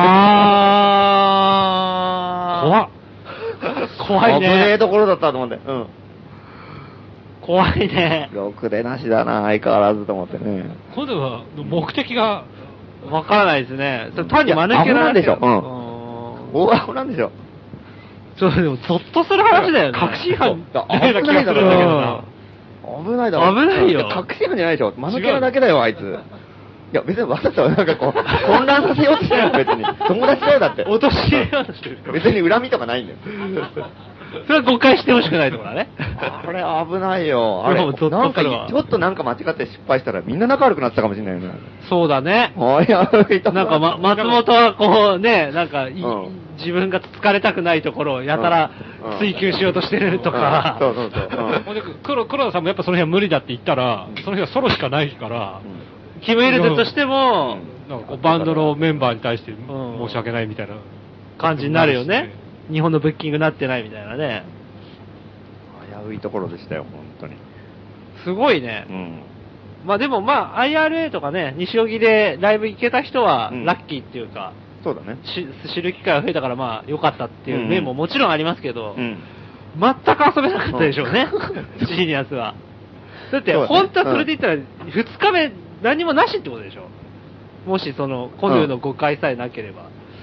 Speaker 1: ー。
Speaker 3: 怖っ。
Speaker 1: 怖いね
Speaker 4: 危ねえところだったと思って。うん。
Speaker 1: 怖いね。
Speaker 4: ろくでなしだな、相変わらずと思ってね。
Speaker 3: コヌーは目的が、
Speaker 1: わからないですね。それ単に間抜け
Speaker 4: いやアホなんでしょ
Speaker 1: う。
Speaker 4: うん大アホなんでしょ。
Speaker 1: ちょっとでも、ゾッとする話だよね。
Speaker 3: 確信犯
Speaker 4: だ
Speaker 3: のような気がするんだけどな。
Speaker 4: 危ないだろ。
Speaker 1: 危ないよ
Speaker 4: や隠し犯じゃないでしょ。間抜けなだけだよ、あいつ。いや、別にわざとなんかこう、混乱させようとしてないよ、別に。友達だよ、だって。
Speaker 1: 落とし入れようとしてる。
Speaker 4: 別に恨みとかないんだよ。
Speaker 1: それは誤解してほしくないところだ ね。
Speaker 4: あれ危ないよ。あ
Speaker 1: いやも
Speaker 4: れ
Speaker 1: う、ゾッ
Speaker 4: な
Speaker 1: と
Speaker 4: んか
Speaker 1: す
Speaker 4: ち
Speaker 1: るわ
Speaker 4: ょっとなんか間違って失敗したらみんな仲悪くなってたかもしれ ないよね。
Speaker 1: そうだね。
Speaker 4: おい、危いとこ
Speaker 1: なんか、ま、松本はこうね、なんかい、
Speaker 4: うん
Speaker 1: 自分が疲れたくないところをやたら
Speaker 4: うん
Speaker 1: 追求しようとしてるとか、
Speaker 4: うんそうそうそう。うん
Speaker 3: ほんで黒黒田さんもやっぱその辺は無理だって言ったら、その日はソロしかないから、
Speaker 1: 決め入れてとしても、
Speaker 3: なんかこうバンドのメンバーに対して
Speaker 1: ん
Speaker 3: 申し訳ないみたいな。
Speaker 1: 感じになるよね。日本のブッキングなってないみたいなね。
Speaker 4: 危ういところでしたよ、本当に。
Speaker 1: すごいね。
Speaker 4: うん。
Speaker 1: まあでもまあ IRA とかね、西荻でライブ行けた人は
Speaker 4: うん
Speaker 1: ラッキーっていうか、
Speaker 4: そうだね。
Speaker 1: し知る機会が増えたからまあ良かったっていう面ももちろんありますけど、
Speaker 4: うん。
Speaker 1: 全く遊べなかったでしょうね、 ジーニアスは。だって、
Speaker 4: そうだね
Speaker 1: 本当はそれで言ったら、2日目何もなしってことでしょもしその、コヌーの誤解さえなければ。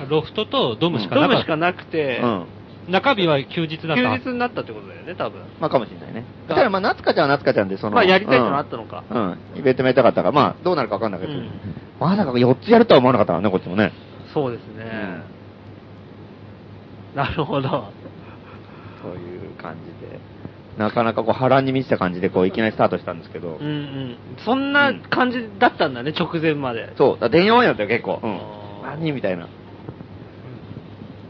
Speaker 3: ロフトとドムしか
Speaker 1: ド
Speaker 3: な
Speaker 1: ム
Speaker 3: かっ
Speaker 1: したか。なくて、
Speaker 4: うん。
Speaker 3: 中日は休日だったは
Speaker 1: 休
Speaker 3: ず。
Speaker 1: 日になったってことだよね、多分。
Speaker 4: まあかもしれないね。だからまあ、夏香ちゃんは夏香ちゃんで、その。
Speaker 1: まあやりたいってのあったのか
Speaker 4: うん。うんイベントもやりたかったから、まあ、どうなるかわかんないけど、
Speaker 1: うん
Speaker 4: まさか4つやるとは思わなかったからね、こっちもね。
Speaker 1: そうですね。なるほど。
Speaker 4: そういう感じで。なかなかこう、波乱に満ちた感じで、こう、いきなりスタートしたんですけ
Speaker 1: うん
Speaker 4: ど。
Speaker 1: うん。そんな感じだったんだね、直前まで。
Speaker 4: そう、だ電4やったよ、結構。うん
Speaker 1: あ。ー
Speaker 4: 何みたいな。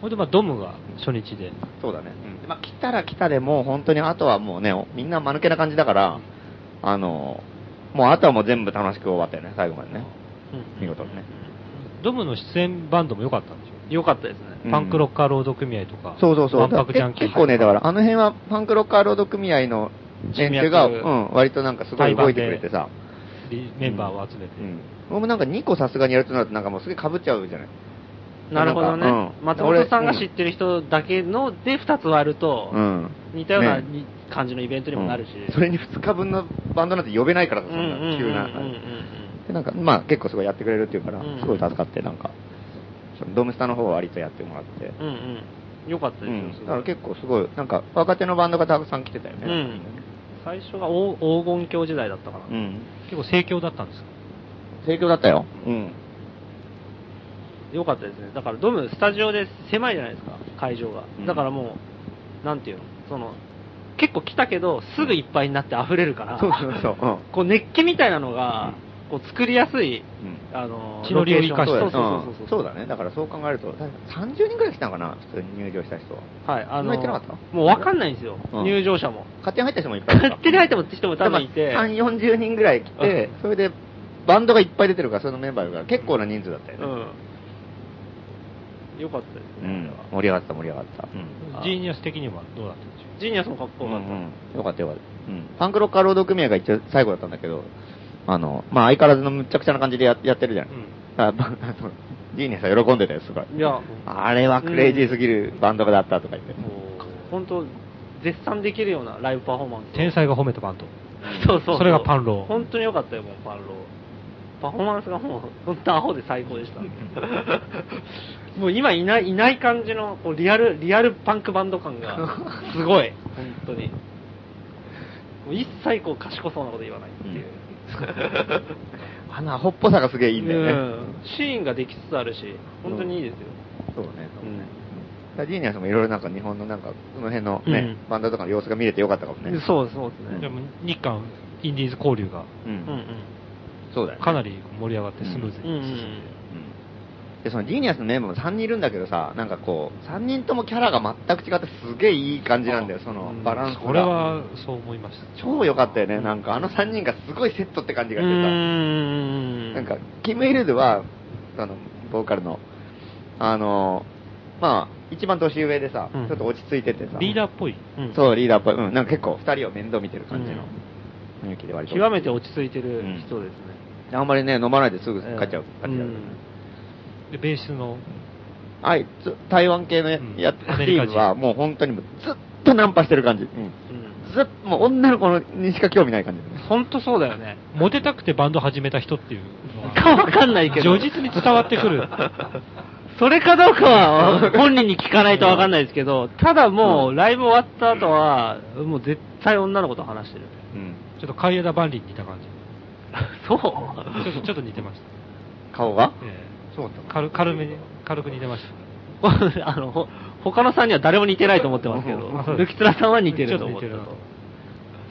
Speaker 3: ほんでまあドムが初日で。
Speaker 4: そうだね。うんまあ、来たら来たでもう、本当に、あとはもうね、みんな間抜けな感じだから、あの、もうあとはもう全部楽しく終わったよね、最後までね。見事にね。
Speaker 3: ドムの出演バンドも良かったんでしょ
Speaker 1: よかったですね。
Speaker 4: うん
Speaker 3: パンクロッカー労働組合とか、
Speaker 4: そうそうそう。
Speaker 3: 万博ジャンキー
Speaker 4: 結構ね、だから、あの辺はパンクロッカー労働組合の連中が、う
Speaker 1: 人脈
Speaker 4: ん、割となんかすごい動いてくれてさ、
Speaker 3: リメンバーを集めて、
Speaker 4: うん。俺もなんか2個さすがにやるとなると、なんかもうすげえ被っちゃうじゃない。
Speaker 1: なるほどね。
Speaker 4: なんかうん
Speaker 1: 松本さんが知ってる人だけので2つ割ると、
Speaker 4: うん。
Speaker 1: 似たような
Speaker 4: ね
Speaker 1: に感じのイベントにもなるし。
Speaker 4: うんそれに2日分のバンドなんて呼べないからさ、そんな急な。で、なんか、まあ結構すごいやってくれるっていうから
Speaker 1: うん、
Speaker 4: すごい助かって、なんか、そのドームスタの方は割とやってもらって。
Speaker 1: うんうん。よかったで
Speaker 4: う
Speaker 1: すよ
Speaker 4: ん、
Speaker 1: すごい、
Speaker 4: だから結構すごい、なんか若手のバンドがたくさん来てたよね。
Speaker 1: うん最初が黄黄金鏡時代だったかな。
Speaker 4: うん。
Speaker 3: 結構盛況だったんですか
Speaker 4: 盛況だったよ。うん。
Speaker 1: よかったですね。だからドーム、スタジオで狭いじゃないですか、会場が
Speaker 4: う。ん
Speaker 1: だからもう、なんていうの、その、結構来たけど、すぐいっぱいになって溢れるから、
Speaker 4: そうそうそううん
Speaker 1: こう熱気みたいなのが、こう作りやすい、
Speaker 4: う
Speaker 1: あの、
Speaker 3: 地の利を生かして
Speaker 1: ロケ
Speaker 4: そう
Speaker 1: ーションそうそうそううそうん
Speaker 4: そうだね。だからそう考えると、確か30人くらい来たのかな、普通に入場した人は。
Speaker 1: はい、あ
Speaker 4: そん
Speaker 1: の、
Speaker 4: な言ってなかった
Speaker 1: もうわかんないんですよ、
Speaker 4: うん
Speaker 1: 入場者も。
Speaker 4: 勝手に入った人もいっぱいいた
Speaker 1: 勝手に入っても人も多分いて、
Speaker 4: 3、40人ぐらい来て、それで、バンドがいっぱい出てるから、そのメンバーが結構な人数だったよ
Speaker 1: う
Speaker 4: ね。
Speaker 1: ん。よかったです
Speaker 4: う
Speaker 1: ね、
Speaker 4: ん
Speaker 1: あれは。
Speaker 4: 盛り上がった、盛り上がった。うん
Speaker 3: ジーニアス的にはどうだったんでしょ
Speaker 1: ジーニアスもかっこよかった。
Speaker 4: うんうんよかったよかった。うん。パンクロッカー労働組合が一応最後だったんだけど、あの、まあ相変わらずのむちゃくちゃな感じでややってるじゃない。だからあのジーニアさん喜んでたよ、すごい。
Speaker 1: いや、
Speaker 4: あれはクレイジーすぎるバンドだったとか言って。
Speaker 1: 本当絶賛できるようなライブパフォーマン
Speaker 3: う
Speaker 1: ス。
Speaker 3: 天才が褒めたバンド。
Speaker 1: そうそうそう
Speaker 3: それがパンロー
Speaker 1: 本当に良かったよ、もうパンロー。パフォーマンスがもう、本当アホで最高で した。もう今いない、いない感じの、こう、リアル、リアルパンクバンド感が、 すごい、本当に。もう一切こう、賢そうなこと言わないっていう。
Speaker 4: あのアホっぽさがすげ えいいんだよね。
Speaker 1: うんシーンができつつあるし、本当にいいですよ。
Speaker 4: そうね。うん。ジーニアさんもいろいろなんか日本のなんか、その辺のね、
Speaker 1: うん
Speaker 4: バンドとかの様子が見れてよかったかもね。
Speaker 1: そうです、そうです
Speaker 4: うん
Speaker 3: で
Speaker 1: ね。
Speaker 3: も日韓インディーズ交流が
Speaker 4: う。
Speaker 1: うんうんん。
Speaker 4: そうだよね。
Speaker 3: かなり盛り上がってスムーズに
Speaker 1: うんうん
Speaker 3: 進ん
Speaker 4: うんで、そのジーニアスのメンバーも3人いるんだけどさ、なんかこう、3人ともキャラが全く違ってすげえいい感じなんだよ、その
Speaker 3: で。
Speaker 4: バランスが。
Speaker 3: それはそう思いました。
Speaker 4: 超良かったよね、なんかあの3人がすごいセットって感じが
Speaker 1: う
Speaker 4: してた。
Speaker 1: ん
Speaker 4: なんか、キム・イルズは、あの、ボーカルの、あの、まあ、一番年上でさ、
Speaker 1: うん
Speaker 4: ちょっと落ち着いててさ、
Speaker 3: リーダーっぽい。
Speaker 1: うん
Speaker 4: そう、リーダーっぽい。うん、なんか結構2人を面倒見てる感じの雰囲気で割と。
Speaker 1: 極めて落ち着いてる人ですね。
Speaker 4: あんまりね、飲まないですぐ帰っちゃう
Speaker 1: ええ
Speaker 4: 感じだよ
Speaker 1: う
Speaker 4: ね
Speaker 1: ん
Speaker 3: で、ベースの、
Speaker 4: あいつ、台湾系のや
Speaker 3: うん
Speaker 4: や
Speaker 3: アメ
Speaker 4: チ
Speaker 3: リカ
Speaker 4: ー
Speaker 3: 人
Speaker 4: ムはもう本当にもうずっとナンパしてる感じ。ずっと、もう女の子にしか興味ない感じ。
Speaker 1: 本当そうだよね。
Speaker 3: モテたくてバンド始めた人っていうのは
Speaker 1: かわかんないけど。
Speaker 3: 如実に伝わってくる。
Speaker 1: それかどうかは本人に聞かないとわかんないですけど、ただもうライブ終わった後は、もう絶対女の子と話してる。
Speaker 4: うん。
Speaker 3: ちょっと海江田万里に似た 感じ。
Speaker 1: そう
Speaker 3: ちょっとちょっと似てました。
Speaker 4: 顔が
Speaker 3: え
Speaker 4: そうだっ
Speaker 3: え軽軽めに、軽く似てました。
Speaker 1: あの、ほ他のさんには誰も似てないと思ってますけど
Speaker 3: あそう、
Speaker 1: ル
Speaker 3: です
Speaker 1: キツラさんは似てると思って
Speaker 3: ちょ
Speaker 1: る
Speaker 3: っと似てる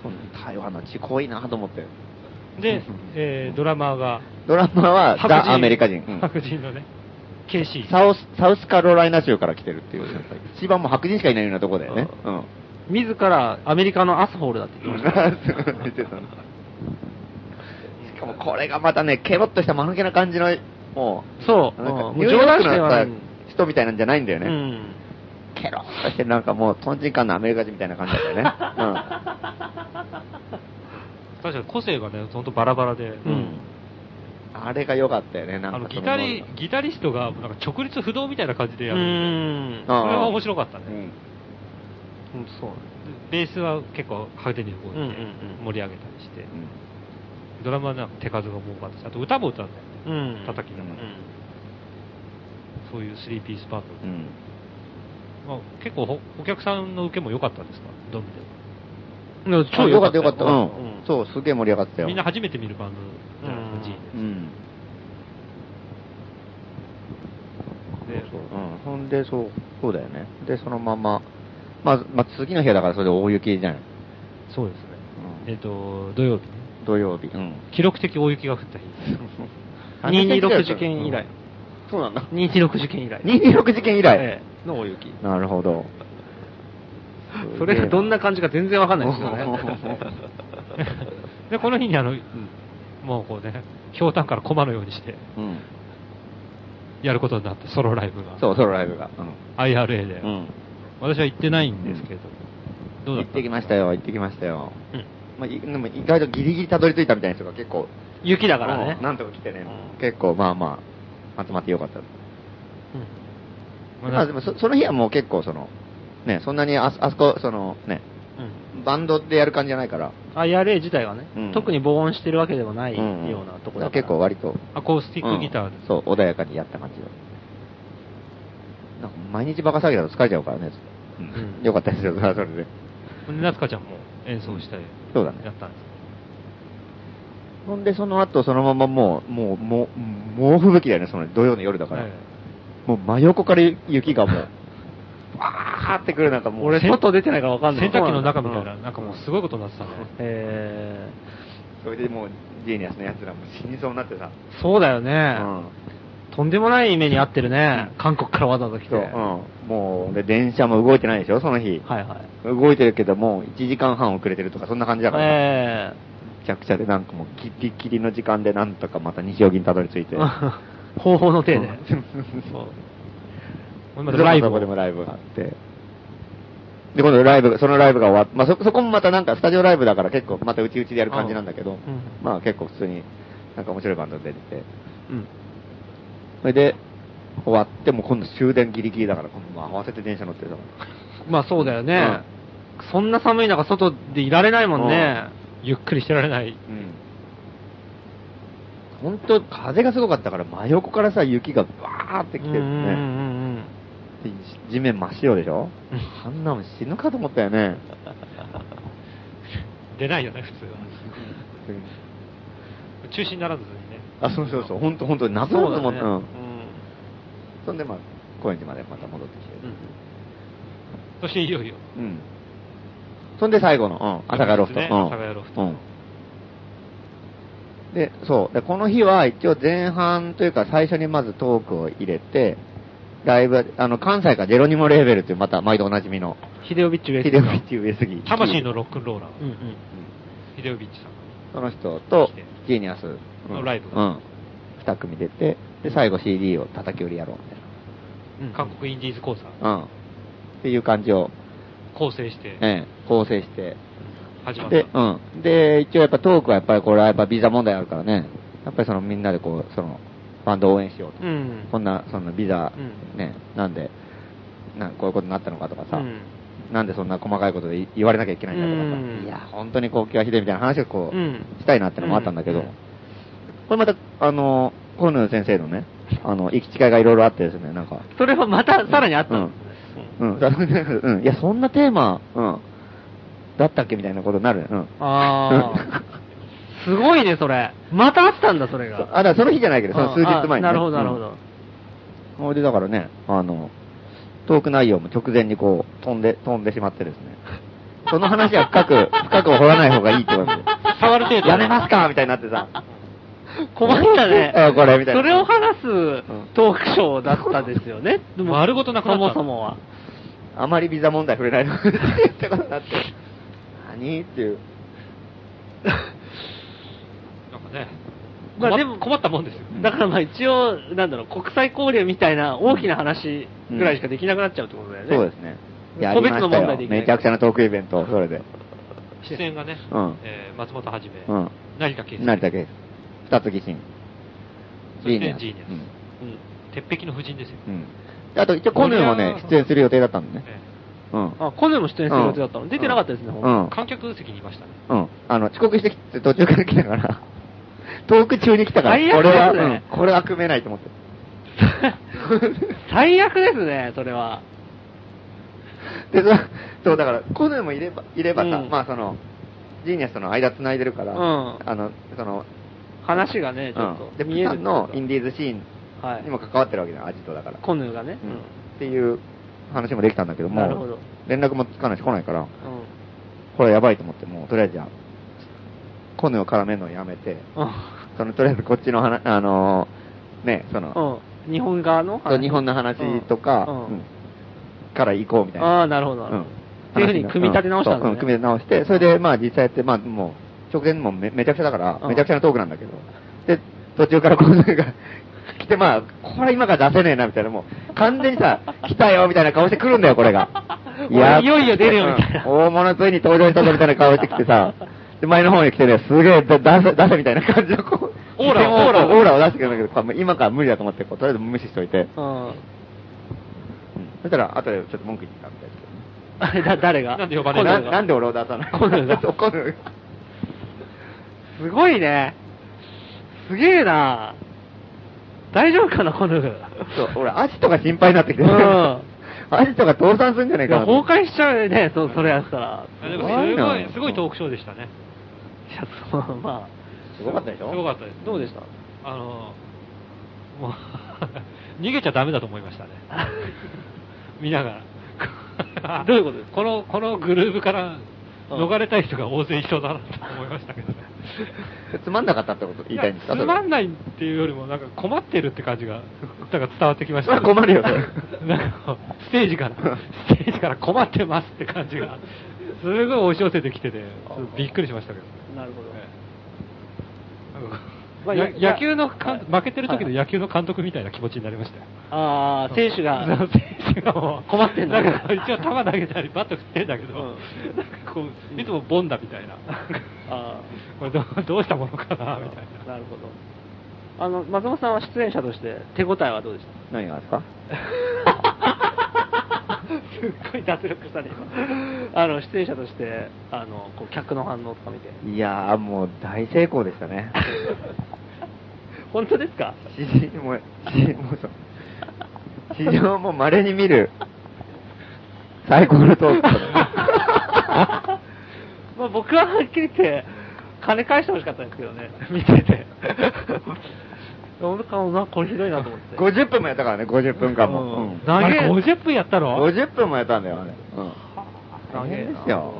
Speaker 4: そう台湾の地濃いなと思って。
Speaker 3: で、えードラマーが、
Speaker 4: ドラマは
Speaker 3: 白人
Speaker 4: ザ・アメリカ人。うん
Speaker 3: 白人のね、KC。
Speaker 4: サウス、サウスカロライナ州から来てるっていう、やっぱり一番もう白人しかいないようなとこだよね。うん。
Speaker 1: 自らアメリカのアスホールだ って言ってました。
Speaker 4: 出てたのしかもこれがまたね、ケロッとした間抜けな感じの、も、
Speaker 1: そうう、
Speaker 4: なんか
Speaker 1: も
Speaker 4: ニ
Speaker 1: う
Speaker 4: ューヨ
Speaker 1: 冗
Speaker 4: ー
Speaker 1: 談
Speaker 4: ク
Speaker 1: して言
Speaker 4: の
Speaker 1: わな
Speaker 4: さ
Speaker 1: い。
Speaker 4: 人みたいなんじゃないんだよ
Speaker 1: う
Speaker 4: ね。
Speaker 1: ん。
Speaker 4: ケロッとしてなんかもう、トンチンカンのアメリカ人みたいな感じだったよね。
Speaker 3: 確かに個性がね、ほんとバラバラで、
Speaker 4: うん。うん。あれが良かったよね、な
Speaker 3: あ
Speaker 4: ん
Speaker 3: の
Speaker 4: かそ
Speaker 3: ギ
Speaker 4: の。
Speaker 3: タリ、ギタリストがなんか直立不動みたいな感じで
Speaker 1: う
Speaker 3: やる。
Speaker 1: ん。
Speaker 3: それは面白かったね
Speaker 4: う。ん
Speaker 1: うんそう
Speaker 3: でベースは結構派手に動いて
Speaker 1: うんうんうん
Speaker 3: 盛り上げたりして、ドラマはなんか手数が多かったし、あと歌も歌うんだよね。
Speaker 1: うん。
Speaker 3: 叩きながらそういう3ピースパート、
Speaker 4: うん。
Speaker 3: まあ、結構ほお客さんの受けも良かったですかドームで
Speaker 1: うん。うん
Speaker 4: 超良かったよかった。う
Speaker 1: うん
Speaker 4: ん。そう、すげえ盛り上がったよ。
Speaker 3: みんな初めて見るバンドじゃないですか、
Speaker 1: うん
Speaker 3: G
Speaker 4: うん。
Speaker 3: で
Speaker 4: そううん、ほんで、そう、そうだよね。で、そのまま、まあ、まあ、次の日はだからそれで大雪じゃない。
Speaker 3: そうですね。
Speaker 4: うん
Speaker 3: えっ、と、土曜日ね。
Speaker 4: 土曜日。うん。
Speaker 3: 記録的大雪が降った日。
Speaker 1: 226事件以来。
Speaker 4: そうなんだ。
Speaker 1: 226事件以来。
Speaker 4: 226事件以来
Speaker 1: ええの大雪。
Speaker 4: なるほど。
Speaker 1: それがどんな感じか全然わかんないですよ
Speaker 3: で、この日にあの、もうこうね、ひょうたんから駒のようにして、
Speaker 4: うん。
Speaker 3: やることになって、ソロライブが。
Speaker 4: そう、ソロライブが。
Speaker 3: IRA で、
Speaker 4: うん。うん。
Speaker 3: 私は行ってないんですけど、どうだ
Speaker 4: 行
Speaker 3: っ
Speaker 4: ったてきましたよ、行ってきましたよ。
Speaker 1: ね。
Speaker 4: まあ、いでも意外とギリギリたどり着いたみたいな人が結構、
Speaker 1: 雪だからね
Speaker 4: うん。なんとか来てね
Speaker 1: う、ん
Speaker 4: 結構まあまあ、集まってよかった。
Speaker 1: うん
Speaker 3: まあ
Speaker 4: まあでもそ、その日はもう結構その、ね、そんなにあそあそこ、そのね、
Speaker 1: うん
Speaker 4: バンドでやる感じじゃないから、
Speaker 1: IRA 自体はね
Speaker 4: うん、
Speaker 1: 特に防音してるわけでもない
Speaker 4: うん
Speaker 1: ようなところ
Speaker 4: 結構割と、
Speaker 3: アコースティックギター
Speaker 4: うん
Speaker 3: です。
Speaker 4: そう、穏やかにやった感じだ。なんか毎日バカ騒ぎだと疲れちゃうからね。うん
Speaker 3: うん
Speaker 4: よかったですよ、それはそれで。
Speaker 3: 夏香ちゃんも演奏したり、
Speaker 4: そうだね
Speaker 3: やったんです
Speaker 4: ほんで、その後、そのままもう、もう、もう、猛吹雪だよね、その土曜の夜だから。
Speaker 3: はい
Speaker 4: もう真横から雪がもう、バーってくる中、もう、
Speaker 3: 俺
Speaker 4: 外出てないからわかんない。
Speaker 3: 洗濯機の中みたいな、
Speaker 4: うん
Speaker 3: なんかもうすごいことになってたね。
Speaker 1: え
Speaker 4: それでもう、ジーニアスのやつらも死にそうになってさ。
Speaker 1: ー、そうだよ
Speaker 4: う
Speaker 1: ね、
Speaker 4: ん。
Speaker 1: とんでもない目に遭ってるね。韓国からわざわざ来て。
Speaker 4: そう、うん。もう、で、電車も動いてないでしょ、その日。
Speaker 1: はいはい。
Speaker 4: 動いてるけども、1時間半遅れてるとか、そんな感じだからさ。
Speaker 1: え
Speaker 4: めちゃくちゃで、なんかもう、ギリギリの時間で、なんとかまた西荻にたどり着いて。
Speaker 1: ー、 方法の手で。
Speaker 4: そう。
Speaker 3: 今ライブ
Speaker 4: そこでもライブがあって。で、今度ライブが、そのライブが終わって、まあそ、そこもまたなんかスタジオライブだから結構またうちうちでやる感じなんだけど、
Speaker 1: うん
Speaker 4: まあ結構普通になんか面白いバンド出てて、
Speaker 1: うん。
Speaker 4: それで終わって、もう今度終電ギリギリだから、今度もう合わせて電車乗ってさ、
Speaker 1: まあそうだよね、そんな寒い中外でいられないもんね。
Speaker 3: ゆっくりしてられない。
Speaker 4: うん。本当風がすごかったから真横からさ、雪がバーって来てる
Speaker 1: うんうん
Speaker 4: ね。
Speaker 1: うん
Speaker 4: で地面真っ白でしょ
Speaker 1: うん
Speaker 4: あんなもん死ぬかと思ったよね。
Speaker 3: 出ないよね、普通は。
Speaker 4: うん
Speaker 3: 中止にならずにね。
Speaker 4: あ、そうそうそう、本当本当
Speaker 1: うん
Speaker 4: 謎だ
Speaker 1: そ
Speaker 4: と
Speaker 1: うだ
Speaker 4: 思った。
Speaker 1: ね
Speaker 4: うんそんで、まあ、高円寺までまた戻ってきて。
Speaker 3: そしていよいよ。
Speaker 4: うん。そんで、最後の、うん、阿佐ヶ谷ロフト。
Speaker 3: そうですね
Speaker 4: うん。
Speaker 3: 阿佐ヶ谷ロフト
Speaker 4: うん。で、そう。で、この日は、一応前半というか、最初にまずトークを入れて、ライブ、あの、関西からジェロニモレーベルっていう、また、毎度おなじみの、
Speaker 1: ヒデオビッチ上
Speaker 4: ヒデオビッチ上杉。
Speaker 3: 魂のロックンローラ
Speaker 1: う
Speaker 3: ー、
Speaker 1: んうん。
Speaker 3: ヒデオビッチさん。
Speaker 4: その人と、ジーニアス
Speaker 3: のライブ
Speaker 4: うんうん。二組出て、で、最後 CD を叩き売りやろう、みたい
Speaker 1: うん
Speaker 3: 韓国インディーズコーサー
Speaker 4: な。うん。っていう感じを、
Speaker 3: 構成して
Speaker 4: ええ、構成して。
Speaker 3: 始まった。
Speaker 4: で、うん。で、一応やっぱトークはやっぱりこれはやっぱビザ問題あるからね。やっぱりそのみんなでこう、その、バンドを応援しようと。
Speaker 1: うん。
Speaker 4: こんな、そのビザ、
Speaker 1: う
Speaker 4: ね、なんで、なこういうことになったのかとかさ、
Speaker 1: うん
Speaker 4: なんでそんな細かいことで言われなきゃいけないんだとかさ、
Speaker 1: うん
Speaker 4: いや、本当に高級はひでえみたいな話をこう、
Speaker 1: うん
Speaker 4: したいなってのもあったんだけど、
Speaker 1: うん
Speaker 4: これまた、あの、河野先生のね、あの、行き違いがいろいろあってですね、なんか、
Speaker 1: それはまたさらにあったんですね
Speaker 4: うん、だ うん、いや、そんなテーマ、うん、だったっけみたいなことになる、うん。
Speaker 1: ああ。すごいね、それ。またあったんだ、それ
Speaker 4: そう
Speaker 1: が。
Speaker 4: あ、だからその日じゃないけど、その数日前に、ね。
Speaker 1: あなるほど、なるほど。
Speaker 4: うん。ほいで、だからね、あの、トーク内容も直前にこう、飛んで、飛んでしまってですね。 その話は深く、深く掘らない方がいいってことで。
Speaker 3: 触る程度。
Speaker 4: やめますかみたいになってさ。。
Speaker 1: 困ったね
Speaker 4: あこれみたいな
Speaker 1: それを話す
Speaker 4: ん
Speaker 1: トークショーだったですよね。でも
Speaker 3: 丸ごとなくなった
Speaker 1: そもそもは。
Speaker 4: あまりビザ問題触れないのってことになって。何っていう。
Speaker 3: なんかね。
Speaker 1: まあ
Speaker 3: 困っ
Speaker 1: でも
Speaker 3: 困ったもんですよ。
Speaker 1: だからまあ一応、なんだろう、国際交流みたいな大きな話ぐらいしかできなくなっちゃうってことだよね。
Speaker 4: そうですね。や
Speaker 1: 個
Speaker 4: り
Speaker 1: 別
Speaker 4: ま
Speaker 1: の
Speaker 4: した
Speaker 1: 問
Speaker 4: よ
Speaker 1: 題でいけない
Speaker 4: めちゃくちゃなトークイベント、それで。
Speaker 3: 出演がね、
Speaker 4: うん
Speaker 3: えー松本はじめ、
Speaker 4: うん
Speaker 3: 成田圭介
Speaker 4: 成田圭介。二つ疑心。
Speaker 3: そして
Speaker 4: ジ
Speaker 3: ジ
Speaker 4: ー
Speaker 3: ー
Speaker 4: ニ
Speaker 3: ニ
Speaker 4: ア
Speaker 3: アス
Speaker 4: スうん
Speaker 1: うん
Speaker 3: 鉄壁の夫人ですよ。
Speaker 4: うん。であと、一応、コヌーもね、出演する予定だったんでね。
Speaker 3: え
Speaker 4: うん。
Speaker 1: あ、コネも出演する予定だったの、
Speaker 4: うん
Speaker 1: 出てなかったですね、ほんと
Speaker 4: うん
Speaker 3: ー観客席にいましたね。
Speaker 4: うん。あの、遅刻してきて、途中から来た から、トーク中に来たから、
Speaker 1: 最悪
Speaker 4: これは、
Speaker 1: ですね
Speaker 4: うんこれは組めないと思って。
Speaker 1: 最悪ですね、それは。
Speaker 4: で、そそう、だから、コヌーもいれば、いればさ、
Speaker 1: うん
Speaker 4: まあその、ジーニアスとの間繋いでるから、
Speaker 1: うん
Speaker 4: あの、その、
Speaker 1: 話がね、ちょっ
Speaker 4: うん
Speaker 1: と
Speaker 4: で、
Speaker 1: 見える
Speaker 4: プサンのインディーズシーン
Speaker 1: はい
Speaker 4: にも関わってるわけじゃん、アジトだから。
Speaker 1: コヌがね。
Speaker 4: うんっていう話もできたんだけども、
Speaker 1: なるほど
Speaker 4: 連絡もつかないし来ないから、
Speaker 1: うん。うん。
Speaker 4: これやばいと思って、もうとりあえずじゃあ、コヌーを絡めるのをやめて、
Speaker 1: う
Speaker 4: そのとりあえずこっちの話、あのーね、その、
Speaker 1: ん。うん日本側の
Speaker 4: そう日本の話とか、
Speaker 1: うん
Speaker 4: うんから行こうみたいな。
Speaker 1: ああ、なるほど、なる
Speaker 4: うん
Speaker 1: ほど。っていうふうに組み立て直したんだ
Speaker 4: そう
Speaker 1: ね。
Speaker 4: うん組み立て直して、それでまあ実際やって、まあもう、直前もめめちゃくちゃだから、
Speaker 1: うん。
Speaker 4: めちゃくちゃなトークなんだけど、で、途中からこういうのが 来て、まあ、これ今から出せねえなみたいな、もう完全にさ、来たよみたいな顔して来るんだよ、これが
Speaker 1: いよいよ出るよみたいな
Speaker 4: うん大物ついに登場したぞみたいな顔してきてさ、で、前の方に来てね、すげえ、だ出せ、出せみたいな感じのこう、
Speaker 3: オーラを
Speaker 4: でも
Speaker 3: オーラを
Speaker 4: オーラを出してくるんだけどこれもう、今から無理だと思って、こうとりあえず無視しといて、
Speaker 1: うん。
Speaker 4: そしたら、後でちょっと文句言ってたみたいですけどね。
Speaker 1: あれだ、 誰が
Speaker 3: なんで呼ばれ
Speaker 1: コヌ
Speaker 3: る
Speaker 4: な
Speaker 3: の
Speaker 1: が
Speaker 4: なんで俺を出さない
Speaker 1: コヌが
Speaker 4: そうコヌ
Speaker 1: すごいね。すげえな大丈夫かな、この。
Speaker 4: そう、俺、アジトが心配に なってきてる。
Speaker 1: うん
Speaker 4: アジトが倒産するんじゃないい
Speaker 1: や
Speaker 4: かなと
Speaker 1: 崩
Speaker 4: 思っ
Speaker 1: 壊
Speaker 4: て。
Speaker 1: しちゃうよね、そそれやったら。
Speaker 3: あでも
Speaker 4: すごい
Speaker 3: すご、
Speaker 4: ない
Speaker 3: すごいトークショーでしたね。
Speaker 1: いや、そう、ます
Speaker 4: ごかったでし
Speaker 3: す
Speaker 4: ょ
Speaker 3: ごかったです。
Speaker 1: どうでした
Speaker 3: あの、もう、 逃げちゃダメだと思いました ね。見なが ら。
Speaker 1: どういうことですか
Speaker 3: この、このグルーブから逃れたい人が大勢いそうだなと思いましたけどね。
Speaker 4: つまんなかったって こと言いたいんですか
Speaker 3: やつまん
Speaker 4: ない。
Speaker 3: ないっていうよりも、なんか困ってるって感じが、なんか伝わってきました、
Speaker 4: 困るよね
Speaker 3: なんか、ステージ から、ステージから困ってますって感じが、すごい押し寄せてきてて、びっくりしましたけどね。
Speaker 1: あ、なるほど。
Speaker 3: なんか
Speaker 1: まあ
Speaker 3: や
Speaker 1: や
Speaker 3: 野球の監
Speaker 1: はい
Speaker 3: 負けてる時の
Speaker 1: はい
Speaker 3: 野球の監督みたいな気持ちになりましたよ。
Speaker 1: ああ、選手が。
Speaker 3: そう選手がもう
Speaker 1: 困って んだ
Speaker 3: なんか一応球投げたりバット振ってんだけど、
Speaker 1: うん
Speaker 3: なんかこういつもボンだみたいな。
Speaker 1: あ
Speaker 3: これどうどうしたものかなみたい
Speaker 1: あ、
Speaker 3: な。
Speaker 1: なるほど。あの、松本さんは出演者として手応えはどうでした
Speaker 4: 何がですか
Speaker 1: すっごい脱力したね、今。あの、出演者として、あの、こう、客の反応とか見て。
Speaker 4: いやー、もう大成功でしたね。
Speaker 1: 本当ですか
Speaker 4: 史上もう、史もうそう史上も稀に見る、最高のトークだね。
Speaker 1: まあ僕ははっきり言って、金返してほしかったんですけどね、見てて。俺かな、これひどいなと思 って。
Speaker 4: 50分もやったからね、50分間も。うん
Speaker 1: 長
Speaker 3: あ
Speaker 1: え
Speaker 3: れ50分やったろ
Speaker 4: 50分もやったんだよ、あれ。うん
Speaker 1: 長えな
Speaker 4: 大変ですよ。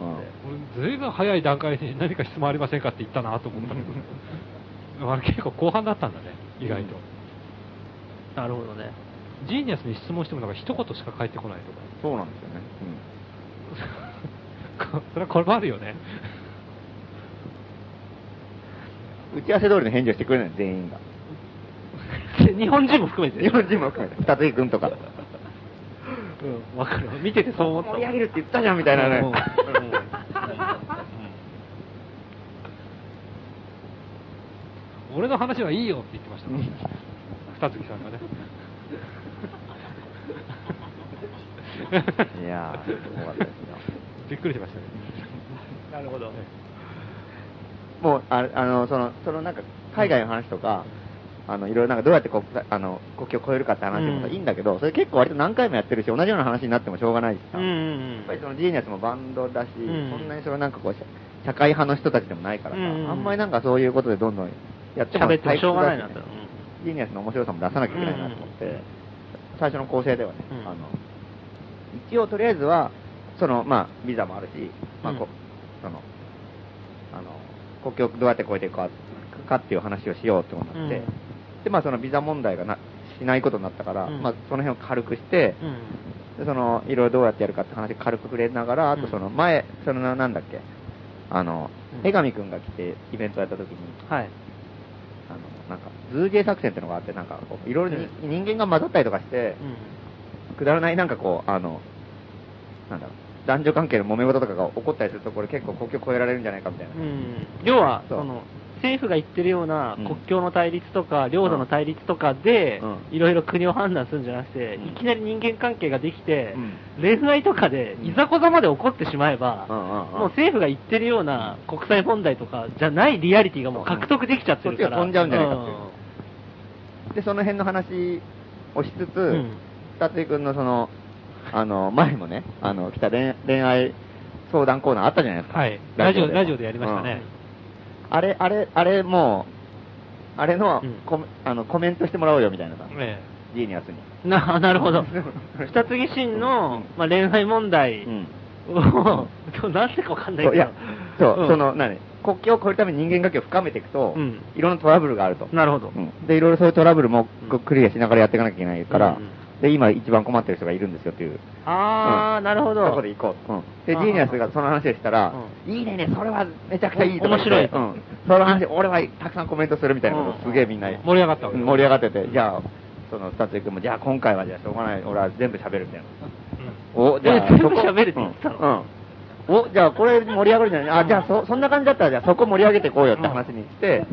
Speaker 4: うん
Speaker 3: 俺ずいぶん早い段階で何か質問ありませんかって言ったなと思 ったけど。あれ結構後半だったんだね、意外と。
Speaker 1: なるほどね。
Speaker 3: ジーニアスに質問してもなんか一言しか返ってこないとか。
Speaker 4: そうなんですよね。
Speaker 3: こ それは困るよね。
Speaker 4: うん打ち合わせ通りの返事をしてくれない、全員が。
Speaker 1: 日本人も含めて。
Speaker 4: 日本人も含めて、二つ井君とか。
Speaker 1: うん、わかるわ。見ててそう思った。
Speaker 4: 盛り上げるって言ったじゃんみたいなね
Speaker 1: うんうん
Speaker 3: 俺の話はいいよって言ってましたもんね。二月さんがね。
Speaker 4: いやー、すごかったですよ。
Speaker 3: びっくりしましたね。
Speaker 1: なるほど。
Speaker 4: もう、ああの、その、そのなんか、海外の話とか、あの、いろいろなんかどうやって国際あの、国境を越えるかって話もさ
Speaker 1: うん
Speaker 4: いいんだけど、それ結構割と何回もやってるし、同じような話になってもしょうがないし
Speaker 1: う
Speaker 4: さ、
Speaker 1: んう
Speaker 4: や
Speaker 1: ん
Speaker 4: っぱりそのジーニアスもバンドだし、
Speaker 1: うん
Speaker 4: そんなにそれなんかこう、社社会派の人たちでもないからさ、
Speaker 1: うん
Speaker 4: あんまりなんかそういうことでどんどんやっても
Speaker 1: 喋ってもしょうがないな
Speaker 4: 退
Speaker 1: と
Speaker 4: 屈だねジーニアスの面白さも出さなきゃいけないなと思って、
Speaker 1: うん
Speaker 4: 最初の構成ではね、
Speaker 1: うん
Speaker 4: あの、一応とりあえずは、その、まあ、ビザもあるし、まあ、
Speaker 1: う
Speaker 4: こ
Speaker 1: ん
Speaker 4: その、あの、国境をどうやって越えていくかかっていう話をしようってことになって、
Speaker 1: うん
Speaker 4: で、まあ、そのビザ問題がなしないことになったから、
Speaker 1: うん
Speaker 4: まあ、その辺を軽くして、
Speaker 1: うん。
Speaker 4: でその、いろいろどうやってやるかって話軽く触れながら、あ
Speaker 1: う
Speaker 4: と
Speaker 1: ん
Speaker 4: その前、そのな、なんだっけ、あの
Speaker 1: う、ん
Speaker 4: 江上くんが来てイベントやった時に、
Speaker 1: はい。
Speaker 4: あの、なんか、ズーゲー作戦ってのがあって、なんかこう、いろいろに人間が混ざったりとかして、くだらないなんかこう、あの、なんだろう、男女関係の揉め事とかが起こったりすると、これ結構国境越えられるんじゃないかみたいな。
Speaker 1: うん。うん。要は、
Speaker 4: そう
Speaker 1: その、政府が言ってるような
Speaker 4: うん
Speaker 1: 国境の対立とか、領土の対立とかで
Speaker 4: うん、
Speaker 1: いろいろ国を判断するんじゃなくて、
Speaker 4: うん
Speaker 1: いきなり人間関係ができて
Speaker 4: うん、
Speaker 1: 恋愛とかで、いざこざまで起こってしまえば、
Speaker 4: うんうんうん
Speaker 1: もう政府が言ってるような国際問題とかじゃないリアリティがもう獲得できちゃってるから。
Speaker 4: そっちが飛んじゃうんじゃないかっていうで、その辺の話をしつつ、
Speaker 1: ん
Speaker 4: 二つ井くんのその、あの、前もね、あの、来た恋恋愛相談コーナーあったじゃないですか。
Speaker 3: はい。ラジオ、ラジオでやりましたね。
Speaker 4: うんあれ、あれ、あれもう、あれの
Speaker 1: うん
Speaker 4: コメ、あの、コメントしてもらおうよみたいなさ、
Speaker 3: え
Speaker 4: ジーニアスに。
Speaker 1: うんな、 なるほど。二つ義神の、まあ、恋愛問題
Speaker 4: うん
Speaker 1: を、 なんでかわかんない
Speaker 4: そう
Speaker 1: けど。
Speaker 4: いや、そう、
Speaker 1: ん
Speaker 4: その、何国境を越えるために人間関係を深めていくと、
Speaker 1: うん
Speaker 4: いろんなトラブルがあると。
Speaker 1: なるほど。
Speaker 4: うんで、いろいろそういうトラブルもこうクリアしながらやっていかなきゃいけないから、
Speaker 1: うん
Speaker 4: で、今一番困ってる人がいるんですよっていう。
Speaker 1: あー、なるほど。
Speaker 4: そこで行こうと。うんで、
Speaker 1: あ
Speaker 4: ジ
Speaker 1: ー
Speaker 4: ーニアスがその話をしたら、
Speaker 1: う
Speaker 4: いいねね、それはめちゃくちゃいいとか言
Speaker 1: 面
Speaker 4: って
Speaker 1: 白いと
Speaker 4: うん。その話、俺はたくさんコメントするみたいなこと
Speaker 1: うん
Speaker 4: すげえみんな、
Speaker 3: 盛り上がったわけ
Speaker 4: うん盛り上がってて、じゃあ、その二つ君も、じゃあ今回はじゃあしょうがない、俺は全部喋るみたいな。
Speaker 3: えうん
Speaker 4: お、じゃあ、
Speaker 1: 俺全
Speaker 4: そこ
Speaker 1: 部喋るって言ってたの
Speaker 4: うん。うんお、じゃあこれ盛り上がるんじゃないあ、じゃあそ、そんな感じだったら、じゃあそこ盛り上げていこうよって話にして、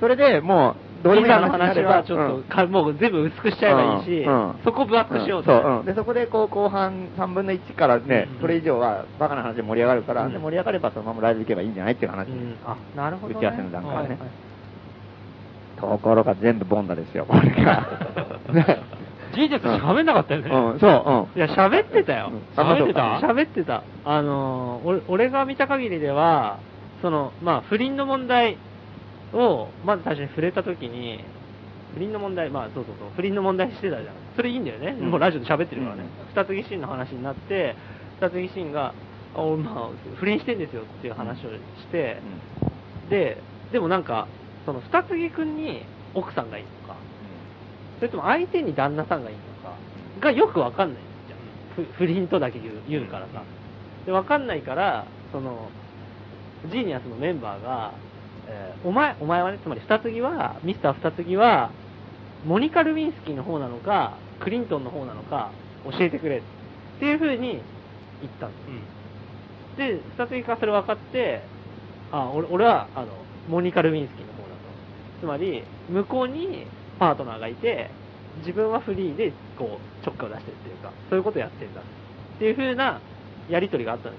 Speaker 4: それでもう、どうでもいい
Speaker 1: 今の
Speaker 4: 話にな
Speaker 1: 話
Speaker 4: れば
Speaker 1: はちょっと、
Speaker 4: うん
Speaker 1: かもう全部薄くしちゃえばいいし、
Speaker 4: うんうん
Speaker 1: そこ分厚くしようと。
Speaker 4: んそう、うんで、そこでこう、後半3分の1からね、それ以上はバカな話で盛り上がるから、
Speaker 1: うん
Speaker 4: で盛り上がればそのままライブ行けばいいんじゃないっていう話、
Speaker 1: うんあ、なるほど、ね。
Speaker 4: 打ち合わせの段階ね
Speaker 1: はいはい
Speaker 4: ところが全部ボンダです よ、これが。
Speaker 3: ジージェク喋んなかったよね。
Speaker 4: うん、そう、うん。
Speaker 1: いや、喋ってたよ。
Speaker 4: あ
Speaker 3: 喋ってた
Speaker 1: 喋ってた。あのー、俺俺が見た限りでは、その、まあ、不倫の問題を、まず最初に触れたときに、不倫の問題、まあ、そうそうそう、不倫の問題してたじゃん。それいいんだよね。
Speaker 4: うん
Speaker 1: もうラジオで喋ってるからね。
Speaker 4: う
Speaker 1: 二つぎシーンの話になって、二つぎシーンが、あ俺、まあ、不倫してんですよっていう話をして、で、でもなんか、その二つぎくんに奥さんがいるのか、それとも相手に旦那さんがいるのか、がよくわかんないじゃん。ふ不倫とだけ言う言うからさ。で、わかんないから、その、ジーニアスのメンバーが、えーお前、お前はね、つまり二つぎは、ミスター二つぎは、モニカ・ルウィンスキーの方なのか、クリントンの方なのか、教えてくれ。っていう風に言ったんです。で、二つぎかそれ分かって、あ、俺俺は、あの、モニカ・ルウィンスキーの方だと。つまり、向こうにパートナーがいて、自分はフリーで、こう、ちょっかいを出してるっていうか、そういうことやってんだ。っていう風な、やりとりがあったん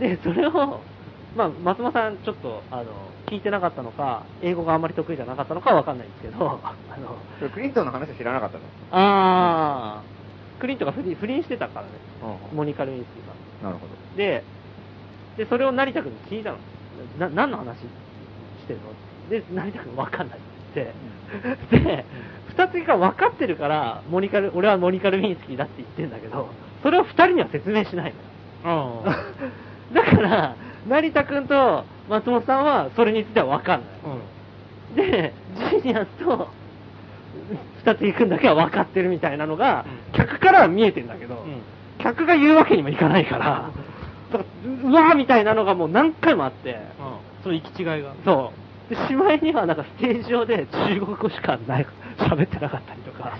Speaker 1: ですよ。で、それを、まあ、松本さん、ちょっと、あの、聞いてなかったのか、英語があんまり得意じゃなかったのかは分かんないんですけど、あの、
Speaker 4: それクリントンの話は知らなかったの
Speaker 1: あー、クリントが不倫不倫してたからね、
Speaker 4: うん
Speaker 1: モニカ・ルウィンスキーが。
Speaker 4: なるほど。、
Speaker 1: で、で、それを成田君に聞いたの。な、何の話してるので、成田君わかんないって言って、で、二つが分かってるから、モニカル、俺はモニカル・ウィンスキーだって言ってんだけど、それを二人には説明しない の。だから、成田君と松本さんはそれについては分かんない。で、ジーニアスと、二つ行くんだけは分かってるみたいなのが、客からは見えてんだけど、
Speaker 3: うん
Speaker 1: 客が言うわけにもいかないから、だからうわーみたいなのがもう何回もあって、
Speaker 3: その行き違いが。
Speaker 1: そう。で、しまいにはなんかステージ上で中国語しかない、喋ってなかったりとか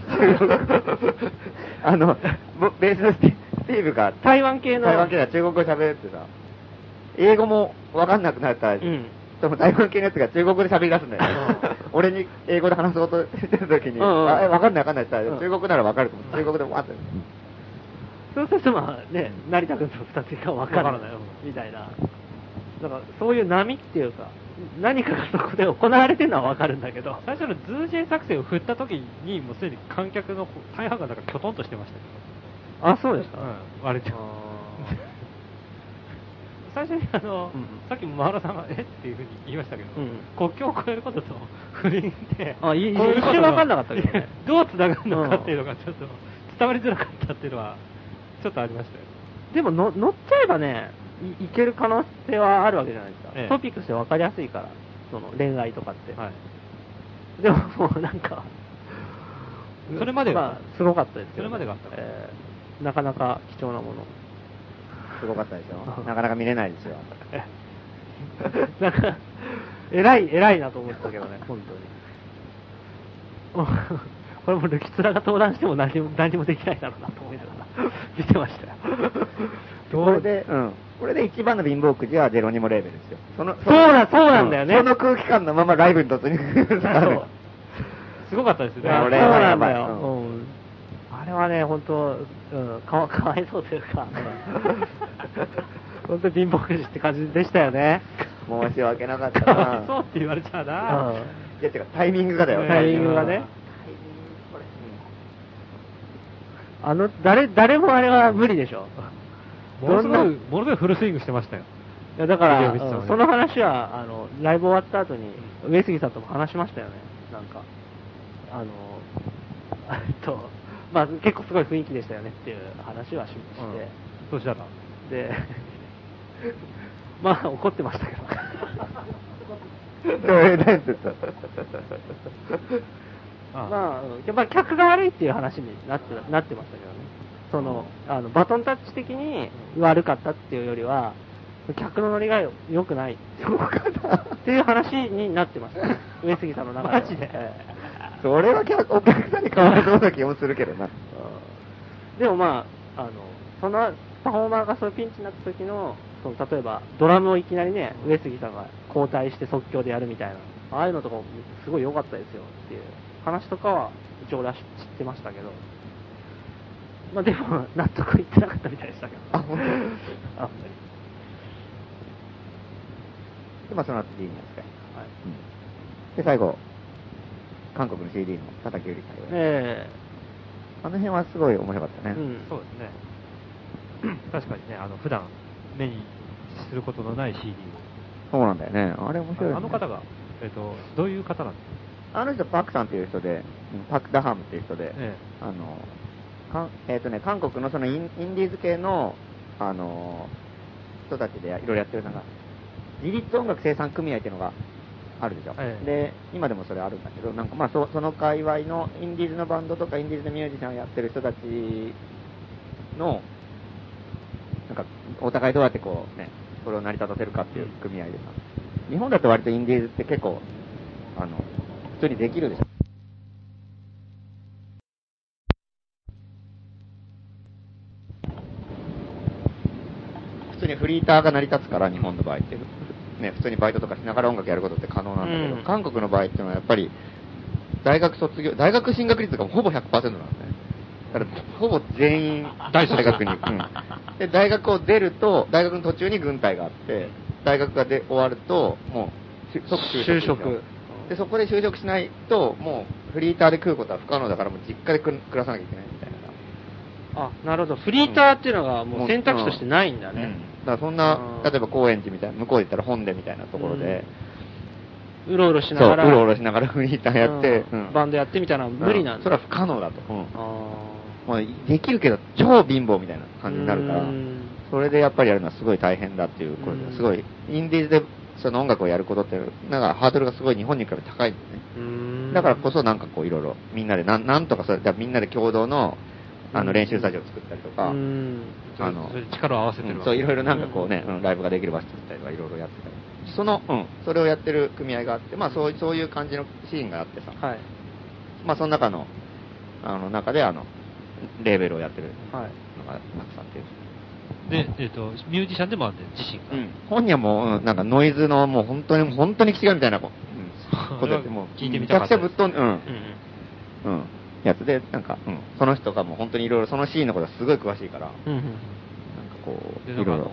Speaker 4: あの、ぼベースのスティスティーブが、
Speaker 1: 台湾系の、
Speaker 4: 台湾系では中国語喋ってさ、英語もわかんなくなったらしい、
Speaker 1: うん
Speaker 4: でも台湾系のやつが中国語で喋り出すんだよね。 俺に英語で話そうとしてる時に、
Speaker 1: うんうん
Speaker 4: あえわかんないわかんないって言っ
Speaker 1: う
Speaker 4: たら、
Speaker 1: ん
Speaker 4: 中国ならわかると思って、中国でわーって。
Speaker 1: そうするとまあね、成田君と二つが分から
Speaker 3: わから
Speaker 1: ない
Speaker 3: ない
Speaker 1: みたいな。だからそういう波っていうか、何かがそこで行われてるのは分かるんだけど。
Speaker 3: 最初のズージェイ作戦を振った時に、もうすでに観客の大半がなんかきょとんとしてましたけ
Speaker 1: あ、そうでした
Speaker 3: ど。うん、割と。 最初にあの、
Speaker 1: うん
Speaker 3: さっきもマーラさんが、えっていうふうに言いましたけど、
Speaker 1: うん
Speaker 3: 国境を越えることと不倫で、
Speaker 1: あい
Speaker 3: こういうことが
Speaker 1: 一瞬わかんなかったけどね
Speaker 3: どう繋がるのかっていうのが、ちょっと伝わりづらかったっていうのは、ちょっとありましたよ。
Speaker 1: でもの乗っちゃえばねい、いける可能性はあるわけじゃないですか。
Speaker 3: ええ
Speaker 1: トピックスで分かりやすいから、その恋愛とかって。
Speaker 3: はい。
Speaker 1: でももうなんか、
Speaker 3: それまでが
Speaker 1: まあ、すごかったですよね
Speaker 3: それまでがあった
Speaker 1: ええなかなか貴重なもの。
Speaker 4: すごかったでしょ。なかなか見れないですよ。
Speaker 1: なんか、偉い、偉いなと思ったけどね、本当に。もう これもルキツラが登壇しても何も何もできないだろうなと思いながら見てましたよ。
Speaker 4: これで、うん。これで一番の貧乏くじはジェロニモレーベルですよ。その、
Speaker 1: そうだそうなんだよね
Speaker 4: その空気感のままライブに突入するからね
Speaker 1: そう
Speaker 3: すごかったですよ
Speaker 1: い
Speaker 3: ね。
Speaker 1: や
Speaker 4: こ
Speaker 1: そう
Speaker 4: れは
Speaker 1: な
Speaker 4: や
Speaker 1: ん
Speaker 4: ば
Speaker 1: だ
Speaker 4: い
Speaker 1: よ。
Speaker 4: う
Speaker 1: うんあれはね、本当、うん、かわ かわいそうというか、本当に貧乏くじって感じでしたよね。
Speaker 4: 申し訳なかった
Speaker 3: かわいそう
Speaker 4: な
Speaker 3: っ。て言われちゃう
Speaker 1: う
Speaker 3: な。
Speaker 1: ん
Speaker 4: いや、てかタイミングがだよ。
Speaker 1: タイミングがね。あの、誰、誰もあれは無理でしょ。
Speaker 3: ものすご
Speaker 1: ど
Speaker 3: い
Speaker 1: んな、
Speaker 3: ものすごいフルスイングしてましたよ。
Speaker 1: いやだから、
Speaker 3: ビデオ見てた
Speaker 1: う
Speaker 3: もんね
Speaker 1: んその話は、あの、ライブ終わった後に、上杉さんとも話しましたよね。なんか、あの、えっと、まあ、結構すごい雰囲気でしたよねっていう話はしして、
Speaker 3: どうしたら。
Speaker 1: で、 まあ、怒ってましたけど。
Speaker 4: 俺、なんて言った
Speaker 1: まあ、うんやっぱり客が悪いっていう話になってなってましたけどね。その、あの、バトンタッチ的に悪かったっていうよりは、客のノリが良くない。 っていう話になってました。上杉さんの中では。
Speaker 3: マジで
Speaker 1: ええ
Speaker 4: それは客お客さんに変わりそうな気もするけどな。
Speaker 1: でもまあ、あの、そんなパフォーマーがそういうピンチになった時の、その例えばドラムをいきなりね、上杉さんが交代して即興でやるみたいな、ああいうのとかもすごい良かったですよっていう話とかは一応俺は知ってましたけど、まあでも納得いってなかったみたいでしたけど。
Speaker 4: あ本当
Speaker 1: あはい
Speaker 4: で、まあ、その後でいいんですか。で、最後、韓国の CD の叩き売り会は、
Speaker 1: え
Speaker 4: あの辺はすごい面白かった
Speaker 1: え
Speaker 4: ね。
Speaker 1: うん。
Speaker 3: そうですね。 確かにね、あの、普段目にすることのない CD
Speaker 4: そうなんだよね。あれ面白
Speaker 3: を。
Speaker 4: い、ね。
Speaker 3: あの方が、えっ、と、どういう方なんですか
Speaker 4: あの人、パクさんっていう人で、うんパク・ダハムっていう人で、
Speaker 3: ええ
Speaker 4: あの、かんえっ、とね、韓国のそのインインディーズ系の、あの、人たちでいろいろやってるのが、自立音楽生産組合っていうのがあるでしょ。
Speaker 3: ええ
Speaker 4: で、今でもそれあるんだけど、なんかまあそ、その界隈のインディーズのバンドとか、インディーズのミュージシャンをやってる人たちの、なんか、お互いどうやってこう、ね、それを成り立たせるかっていう組合でさ、日本だと割とインディーズって結構、あの、普通にできるでしょ。普通にフリーターが成り立つから、日本の場合って。ね、普通にバイトとかしながら音楽やることって可能なんだけど、
Speaker 1: うん
Speaker 4: 韓国の場合っていうのはやっぱり、大学卒業、大学進学率がほぼ100%なんですね。だから、ほぼ全員、大学に行く。うんで、大学を出ると、大学の途中に軍隊があって、大学がで終わると、もう、し即
Speaker 1: 就
Speaker 4: 就職ですよ。
Speaker 1: 職
Speaker 4: で、そこで就職しないと、もう、フリーターで食うことは不可能だから、もう実家でく暮らさなきゃいけないみたいな。
Speaker 1: あ、なるほど。フリーターっていうのがもう選択肢としてないんだ
Speaker 4: う
Speaker 1: ね。
Speaker 4: だからそんな
Speaker 1: う、ん
Speaker 4: 例えば高円寺みたいな、向こうで言ったら本でみたいなところで、
Speaker 1: うろうろし
Speaker 4: そう、う
Speaker 1: ながら。
Speaker 4: ろうろしながら フリーターやって、
Speaker 1: うん
Speaker 4: うん
Speaker 1: バンドやってみたいなのは無理なんだ。
Speaker 4: うそれは不可能だと。うん
Speaker 1: あ
Speaker 4: まあ、できるけど、超貧乏みたいな
Speaker 1: ー
Speaker 4: 感じになるから
Speaker 1: う、ん
Speaker 4: それでやっぱりやるのはすごい大変だっていうこと
Speaker 1: う
Speaker 4: で、
Speaker 1: ん
Speaker 4: すごい、インディーズでその音楽をやることって、なんかハードルがすごい日本に比べて高いんですね。
Speaker 1: うーん
Speaker 4: だからこそなんかこういろいろみんなでなんなんとかそれだからみんなで共同のあの練習スタジオを作ったりとか、
Speaker 1: うん
Speaker 4: あの
Speaker 3: それ力を合わせてる
Speaker 4: うん
Speaker 3: わ
Speaker 4: そ
Speaker 3: け
Speaker 4: ういろいろなんかこうね、うんライブができる場所作ったりとかいろいろやってたりその、うん、それをやってる組合があって、まあ、そうそういう感じのシーンがあってさ、
Speaker 1: はい。
Speaker 4: まあ、その中のあの中であのレーベルをやってる
Speaker 1: はい。
Speaker 4: のがたくさんっていう。
Speaker 3: で、えっ、と、ミュージシャンでもあるんで、自身が。
Speaker 4: 本人はもう、うんなんかノイズの、もう本当に、本当に気違いみたいなこ、うん、ことやって、もう、
Speaker 3: 聞いてみたかった
Speaker 4: め
Speaker 3: で
Speaker 4: ち
Speaker 3: す
Speaker 4: ゃくちゃぶっ飛んで、うん、うん、やつで、なんか、うん、その人がもう本当にいろいろ、そのシーンのことがすごい詳しいから、なんか
Speaker 1: うんうん
Speaker 4: こ
Speaker 3: で、
Speaker 4: う、い
Speaker 3: なんか
Speaker 4: ろい
Speaker 3: あの
Speaker 4: ろ、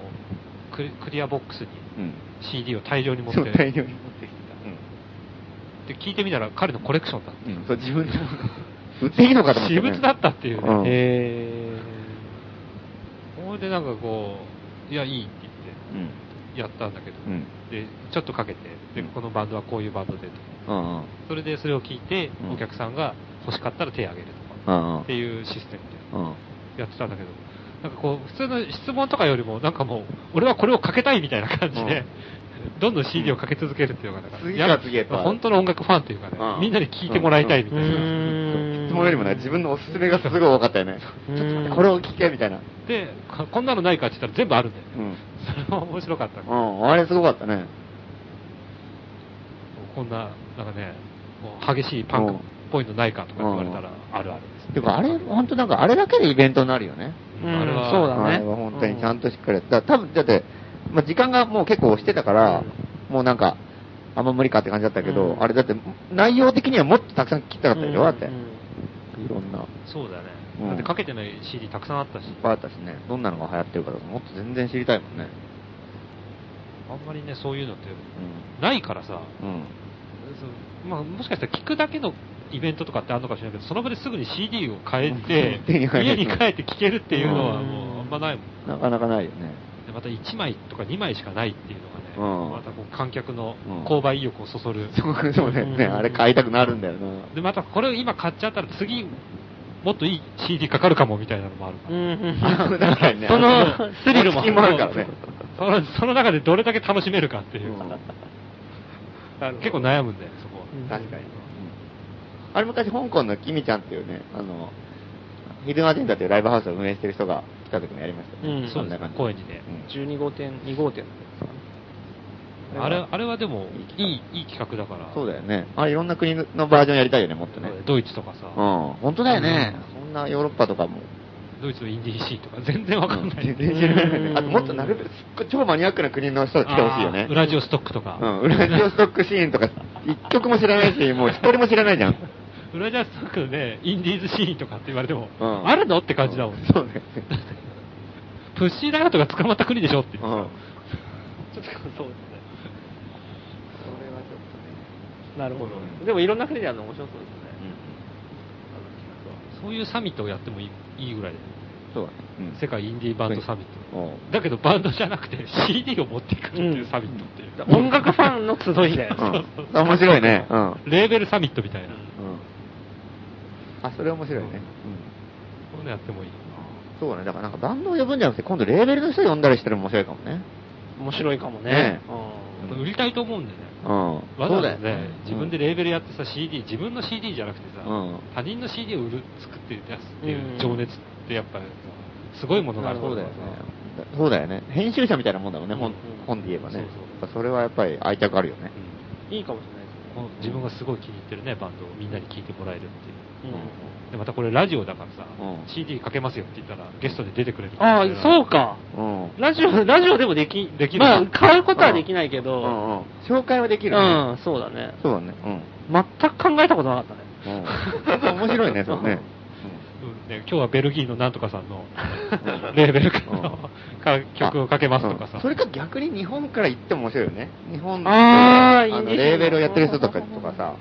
Speaker 3: クリクリアボックスに
Speaker 4: うん
Speaker 3: CD を大量に持っ
Speaker 4: そ
Speaker 3: て、
Speaker 4: う大量に持ってき
Speaker 3: で聞いてみたら彼のコレクションだった
Speaker 4: た。うん、うん、そう、自 分で、売っていいのかと思って、
Speaker 3: 私物だったっていうね
Speaker 4: うん
Speaker 1: え
Speaker 3: ほいでなんかこう、いや、いいって言っ
Speaker 4: うん、
Speaker 3: て、やったんだけど、
Speaker 4: うん
Speaker 3: で、ちょっとかけて、で、このバンドはこういうバンドでとか、
Speaker 4: うん、うん、
Speaker 3: それでそれを聞いて
Speaker 4: う、ん
Speaker 3: お客さんが欲しかったら手を挙げると
Speaker 4: う
Speaker 3: か、
Speaker 4: ん
Speaker 3: っていうシステム
Speaker 4: うん、
Speaker 3: でやってたんだけど、なんかこう、普通の質問とかよりも、なんかもう、俺はこれをかけたいみたいな感じで、どんどん CD をかけ続けるっていうのが、なんか、
Speaker 4: 次から次へと
Speaker 3: やっぱ本当の音楽ファンというかね
Speaker 4: うん、
Speaker 3: みんなに聞いてもらいたいみ
Speaker 1: ー。う
Speaker 3: たいな。
Speaker 1: ーん
Speaker 4: 質問よりもね、自分のおすすめがすごい多かったよね。ち
Speaker 1: う
Speaker 4: ょ
Speaker 1: ん
Speaker 4: っと待って、これを聞け、みたいな。
Speaker 3: で、ここんなのないかって言ったら全部あるんだよ
Speaker 4: う
Speaker 3: ね。
Speaker 4: ん。
Speaker 3: それも面白かった。
Speaker 4: うん、あれすごかったね。
Speaker 3: こんな、なんかね、もう激しいパンクっぽいのないかとか言われたら
Speaker 4: うん、
Speaker 3: あるあるです、
Speaker 4: てか、あれ、本当なんか、あれだけでイベントになるよね。
Speaker 1: うん
Speaker 3: あれは
Speaker 1: そうだね。
Speaker 4: あれは本当にちゃんとしっかりやった。多分、だって、まあ、時間がもう結構押してたから、もうなんか、あんま無理かって感じだったけど、
Speaker 1: うん
Speaker 4: あれだって、内容的にはもっとたくさん聞きたかったでしょ、
Speaker 1: うん
Speaker 4: だって。い
Speaker 1: うん
Speaker 4: ろんな。いっ
Speaker 3: そうだね
Speaker 4: うん
Speaker 3: だってかけてない CD たくさんあったし、
Speaker 4: ぱいあったしね、どんなのが流行ってるかとか、もっと全然知りたいもんね。
Speaker 3: あんまりね、そういうのってないからさ、
Speaker 4: うん。うん。
Speaker 3: そうまあ、もしかしたら聞くだけのイベントとかってあるのかもしれないけど、その場ですぐに CD を変え
Speaker 4: 手
Speaker 3: て、
Speaker 4: に入る
Speaker 3: 家に帰って聞けるっていうのはもうあんまないもん。
Speaker 4: なかなかないよね。
Speaker 3: でまた1枚とか2枚しかないっていうのがね、
Speaker 4: うん
Speaker 3: またこう観客の
Speaker 4: うん
Speaker 3: 購買意欲をそそる。
Speaker 4: そうそうだよね、
Speaker 1: うん
Speaker 4: あれ買いたくなるんだよな。
Speaker 3: で、またこれを今買っちゃったら次、もっといい CD かかるかもみたいなのもあるから。
Speaker 1: うんうん
Speaker 4: だからね
Speaker 1: そのスリルも
Speaker 4: 隙間あるからね。
Speaker 3: そのその中でどれだけ楽しめるかっていう。
Speaker 4: うん
Speaker 3: 結構悩むんだよ、そこは。
Speaker 1: うん
Speaker 4: 確かに。あれ昔香港のキミちゃんっていうね、あの、ヒルマジェンダっていうライブハウスを運営してる人が来た時もやりましたよね。
Speaker 1: うん
Speaker 3: そう
Speaker 4: こん
Speaker 3: で
Speaker 4: な
Speaker 3: すね
Speaker 4: 感、じ
Speaker 3: 高円寺で。
Speaker 4: うん
Speaker 1: 12号店、2号店。
Speaker 3: あれ、あれはでも、いい、いい企画だから。
Speaker 4: そうだよね。あれいろんな国のバージョンやりたいよね、もっとね。うん。
Speaker 3: ドイツとかさ、
Speaker 4: 本当だよね。そんなヨーロッパとかも。
Speaker 3: ドイツのインディーシーとか、 全然わかんない。
Speaker 4: 全然知らないよ
Speaker 1: う
Speaker 4: ね。
Speaker 1: ん
Speaker 4: あともっとなるべく、すっごい超マニアックな国の人が来てほしいよね
Speaker 3: あー。ウラジオストックとか。
Speaker 4: うん。ウラジ オストックシーンとか、一曲も知らないし、もう一人も知らないじゃん。
Speaker 3: ウラジオストックで、インディーズシーンとかって言われても、
Speaker 4: うん
Speaker 3: あるのって感じだもん。
Speaker 4: そうね。
Speaker 3: プッシーラガートが捕まった国でしょって
Speaker 4: うん。
Speaker 3: 言
Speaker 4: そ
Speaker 3: って
Speaker 4: れは
Speaker 3: た。ちょっとそうですね。
Speaker 4: ちょっとね。
Speaker 1: なるほど。
Speaker 6: でもいろんな国でやるの面白そうですよね。
Speaker 3: そういうサミットをやってもいいいいぐらいだよね
Speaker 4: そうだね。うん
Speaker 3: 世界インディーバンドサミット。
Speaker 4: うん
Speaker 3: だけどバンドじゃなくて CD を持っていくっていうサミットっていう。
Speaker 1: 音楽ファンの集いだよ。
Speaker 4: うん面白いね。うん。うん
Speaker 3: レーベルサミットみたいな。
Speaker 4: あ、それ面白いね。うん
Speaker 3: そういうのやってもいい。
Speaker 4: そうだね。だからなんかバンドを呼ぶんじゃなくて、今度レーベルの人呼んだりしたら面白いかもね。
Speaker 1: 面白いかもね
Speaker 4: ね。
Speaker 1: うん
Speaker 3: 売りたいと思うんだよね。
Speaker 4: うん。
Speaker 3: わざ
Speaker 4: そ
Speaker 3: わ
Speaker 4: うだ
Speaker 3: ざ
Speaker 4: よ
Speaker 3: ね、自分でレーベルやってさ、CD、自分の CD じゃなくてさ、
Speaker 4: うん
Speaker 3: 他人の CD を売る、作って出すってい
Speaker 1: うん
Speaker 3: う情熱ってやっぱ、すごいものがある
Speaker 4: そうだよ
Speaker 3: ね
Speaker 4: ね。。そうだよね。編集者みたいなもんだもんね、本
Speaker 1: うん
Speaker 4: 本で言えばね。
Speaker 3: そ
Speaker 4: や
Speaker 3: う
Speaker 4: っ
Speaker 3: そう
Speaker 4: ぱそれはやっぱり愛着あるよね。
Speaker 1: いいかもしれないですね
Speaker 3: うんこの自分がすごい気に入ってるね、バンドをみんなに聴いてもらえるっていう。
Speaker 1: うん
Speaker 3: で、またこれラジオだからさ、
Speaker 4: うん
Speaker 3: CD かけますよって言ったら、ゲストで出てくれる。
Speaker 1: ああ、そう。か。
Speaker 4: うん。うん
Speaker 1: ラジオ、ラジオでもでき、
Speaker 3: できる
Speaker 1: まあ、買うことはできないけ
Speaker 4: う
Speaker 1: ど、
Speaker 4: ん。紹介はでき
Speaker 1: う
Speaker 4: るね。
Speaker 1: ん、そうだね。
Speaker 4: そうだね。うん。
Speaker 1: 全く考えたことなかったね。
Speaker 4: うん 面白いね、そうね。
Speaker 3: うんね、今日はベルギーのなんとかさんの、レーベルからのか曲をかけますとか
Speaker 4: う
Speaker 3: さ
Speaker 4: ん。それか逆に日本から行っても面白いよね。日本で
Speaker 1: あーいいね
Speaker 4: あのレーベルをやってる人とかとかさ、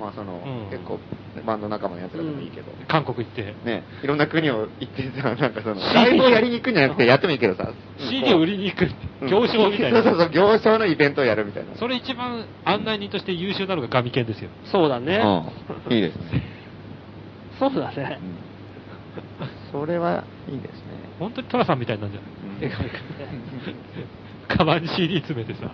Speaker 4: まあその、
Speaker 3: うん
Speaker 4: 結構バンド仲間のやつらでもいいけど、
Speaker 3: 韓国行って、
Speaker 4: ね、いろんな国を行ってさ、なんかその、ライブをやりに行くんじゃなくてやってもいいけどさ、
Speaker 3: CD を売りに行くって、行商みたい
Speaker 4: うんそうそうそ
Speaker 3: な
Speaker 4: う、。行商のイベントをやるみたいな。
Speaker 3: それ一番案内人として優秀なのがガミケンですよ。
Speaker 1: そうだね。
Speaker 4: うん、いいですね。
Speaker 1: そうだ
Speaker 4: う
Speaker 1: ね。
Speaker 4: んそれはいいですね。
Speaker 3: 本当にトラさんみたいになる んじゃ
Speaker 4: う
Speaker 3: な
Speaker 4: ん
Speaker 3: い、カバンに CD 詰めてさ。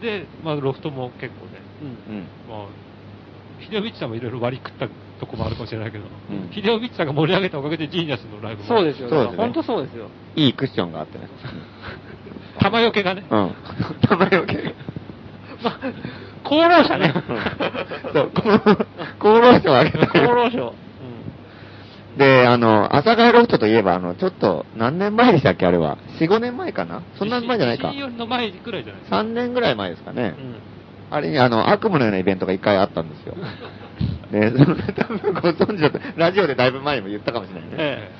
Speaker 3: で、まあ、ロフトも結構ね、
Speaker 1: うん
Speaker 4: うん
Speaker 3: まあ、秀夫ビッチさんもいろいろ割り食ったとこもあるかもしれないけど、
Speaker 4: うん
Speaker 3: 秀夫ビッチさんが盛り上げたおかげでジーニアスのライブも、
Speaker 1: そうですよ。
Speaker 4: そう
Speaker 1: だ
Speaker 4: で
Speaker 1: か
Speaker 4: すね
Speaker 1: ら本当そうですよ。
Speaker 4: いいクッションがあってね。
Speaker 3: 玉よけがね、
Speaker 4: うん。玉よけ。
Speaker 1: 功労者ね。
Speaker 4: そう、この、厚労省をあげたい
Speaker 1: 功労賞。
Speaker 4: で、あの、阿佐ヶ谷ロフトといえば、あの、ちょっと、何年前でしたっけ、あれは。4、5年前かなそんな前じゃないか
Speaker 3: 地。震よりの前くらいじゃないですか。
Speaker 4: 3年ぐらい前ですかね
Speaker 1: う。ん。
Speaker 4: あれに、あの、悪夢のようなイベントが1回あったんですよ。で、その 多分ご存知だと、ラジオでだいぶ前にも言ったかもしれないね。
Speaker 1: え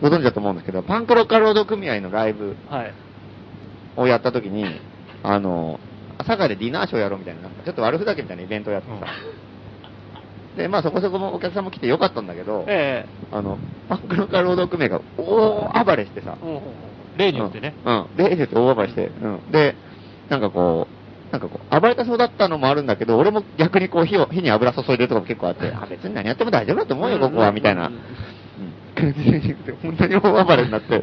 Speaker 4: ご存知だと思うんですけど、パンクロッカー労働組合のライブ
Speaker 1: え。はい。
Speaker 4: をやった時に、あの、阿佐ヶ谷でディナーショーやろうみたいな、なんかちょっと悪ふざけみたいなイベントをやってさ。で、まあそこそこもお客さんも来てよかったんだけど、
Speaker 1: え
Speaker 4: あの、パンクロッカー労働組合が大暴れしてさ
Speaker 1: え。、うん。
Speaker 3: 例によってね、
Speaker 4: うん。うん。で、エイジって大暴れして、うん。で、なんかこう、なんかこう、暴れたそうだったのもあるんだけど、俺も逆にこう火を、火に油注いでるとかも結構あって、あ、別に何やっても大丈夫だと思うよ、ここは、みたいな。
Speaker 1: う
Speaker 4: うんん。感じで言って本当に大暴れになって、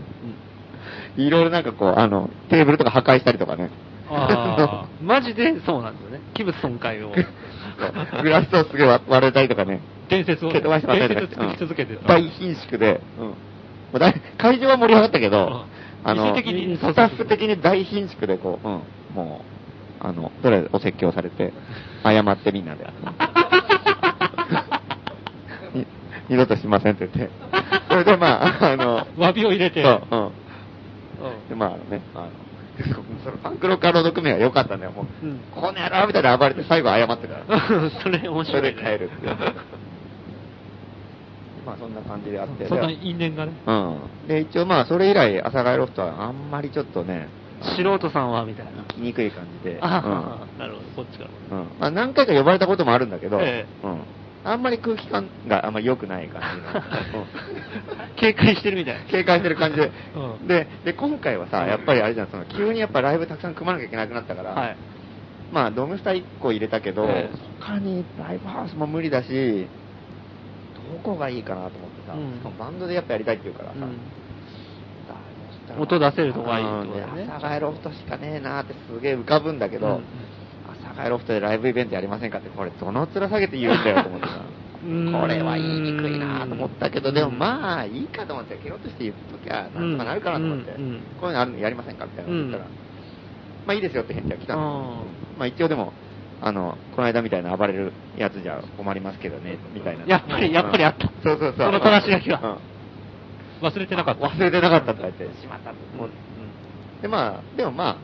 Speaker 4: いろいろなんかこう、あの、テーブルとか破壊したりとかね。
Speaker 3: あ
Speaker 1: マジでそうなんですよね。器物損壊 を。
Speaker 4: グラスをすげえ割れたりとかね。
Speaker 3: 伝説を、
Speaker 4: 蹴飛ばして渡
Speaker 3: 伝
Speaker 4: りと
Speaker 3: 説
Speaker 4: か
Speaker 3: を
Speaker 4: して
Speaker 3: 作り続けて
Speaker 4: うん
Speaker 3: た。
Speaker 4: 大貧縮で、うんまあだい会場は盛り上がったけど、
Speaker 3: うん
Speaker 4: あの、
Speaker 3: 一時的に
Speaker 4: スタッフ的に大貧縮でこう、うんもう、あの、とりあえずお説教されて、謝ってみんなで。 に二度としませんって言って。それでまあ、あの、
Speaker 3: 詫びを入れて、
Speaker 4: そう、うん。で、まあね、あの、 そのパンクロッカーの毒名は良かったんだよ、もう。
Speaker 1: うん
Speaker 4: この野郎みたいな暴れて最後謝ってから。
Speaker 1: それ面
Speaker 4: そ
Speaker 1: 白い、
Speaker 4: れ
Speaker 1: ね。
Speaker 4: で帰るっていう。まあそんな感じであって。
Speaker 3: そんな因縁がね、
Speaker 4: うん。で、一応まあ、それ以来、阿佐ヶ谷ロフトはあんまりちょっとね、
Speaker 1: 素人さんはみたいな。
Speaker 4: 行きにくい感じで、
Speaker 1: ああ、なるほど、こっちから。
Speaker 4: うん。うんまあ、何回か呼ばれたこともあるんだけど、
Speaker 1: え
Speaker 4: うん。あんまり空気感があんまり良くない感
Speaker 1: 警戒してるみたい
Speaker 4: じの。警戒してる感じで
Speaker 3: う。ん
Speaker 4: で、で、今回はさ、やっぱりあれじゃん、その、急にやっぱライブたくさん組まなきゃいけなくなったから、
Speaker 1: な。はい。
Speaker 4: まあ、ドームスター1個入れたけど、
Speaker 1: ええ
Speaker 4: 他にライブハウスも無理だし、どこがいいかなと思ってさ、
Speaker 1: うん
Speaker 4: しかもバンドでやっぱやりたいって言うからさ、
Speaker 1: 音出せるとこはいいってことだよね
Speaker 4: ね。朝帰ロフトしかねえなーってすげえ浮かぶんだけ
Speaker 1: うんう
Speaker 4: ど
Speaker 1: ん、
Speaker 4: 朝帰ロフトでライブイベントやりませんかって、これどの面下げて言うんだよと思っ てさ。
Speaker 1: うん
Speaker 4: これは言いにくいなと思ったけど、でもまあいいかと思って、ケロッとして言っときゃなんとかなるかなと思って、
Speaker 1: うんうん
Speaker 4: こういうのあるのやりませんかみたいなこと言ったら、
Speaker 1: うん
Speaker 4: まあいいですよって返事が来たの
Speaker 1: う。
Speaker 4: まあ一応でも、あの、この間みたいな暴れるやつじゃ困りますけどね、みたいな。
Speaker 1: やっぱりやっぱりあった
Speaker 4: うんそうそうそう。
Speaker 1: そのたらし書きが
Speaker 4: うん
Speaker 3: 忘れてなかった。
Speaker 4: 忘れてなかったとか言って、しまったと
Speaker 1: うん
Speaker 4: 思って。で、まあ、でもま
Speaker 1: うん
Speaker 4: あ、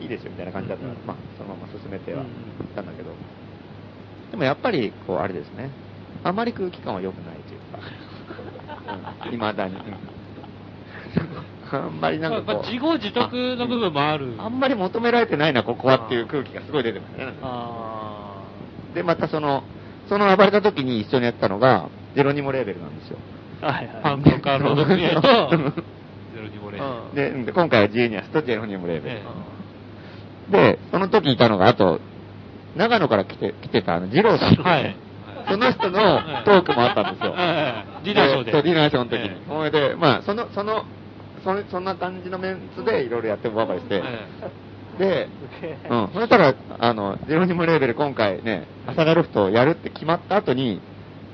Speaker 4: いいですよみたいな感じだったから、
Speaker 1: うん
Speaker 4: まあ、そのまま進めて
Speaker 1: う
Speaker 4: は
Speaker 1: ん
Speaker 4: 行ったんだけど、でもやっぱり、こう、あれですね、あま り空気感は良くないというか、い、ま、だに。うんあんまりなんかこう
Speaker 3: まあ、まあ自業自得の部分もある。
Speaker 4: あんまり求められてないな、ここはっていう空気がすごい出てましたね。
Speaker 3: あ
Speaker 4: で、またその、その暴れた時に一緒にやったのが、ジェロニモレーベルなんですよ。
Speaker 1: はい
Speaker 3: ー。
Speaker 1: は
Speaker 3: ファンとか、ロードクリエイト、
Speaker 4: うん
Speaker 3: ゼロにもれ。
Speaker 6: うん
Speaker 4: で、で今回はジーニアスとジェロニモレーベル
Speaker 3: え。
Speaker 4: で、その時いたのが、あと、長野から来て、来てた、あの、ジローさん
Speaker 3: え。。はい。
Speaker 4: その人のトークもあったんですよ。
Speaker 3: ええディナーショーで
Speaker 4: そうディナーショーの時に
Speaker 3: え。え
Speaker 4: ほいで、まあ、その、その、そそんな感じのメンツでいろいろやってばかりして、
Speaker 3: え
Speaker 4: で、うん、そしたら、あの、ジェロニムレーベル今回ね、朝田ロフトをやるって決まった後に、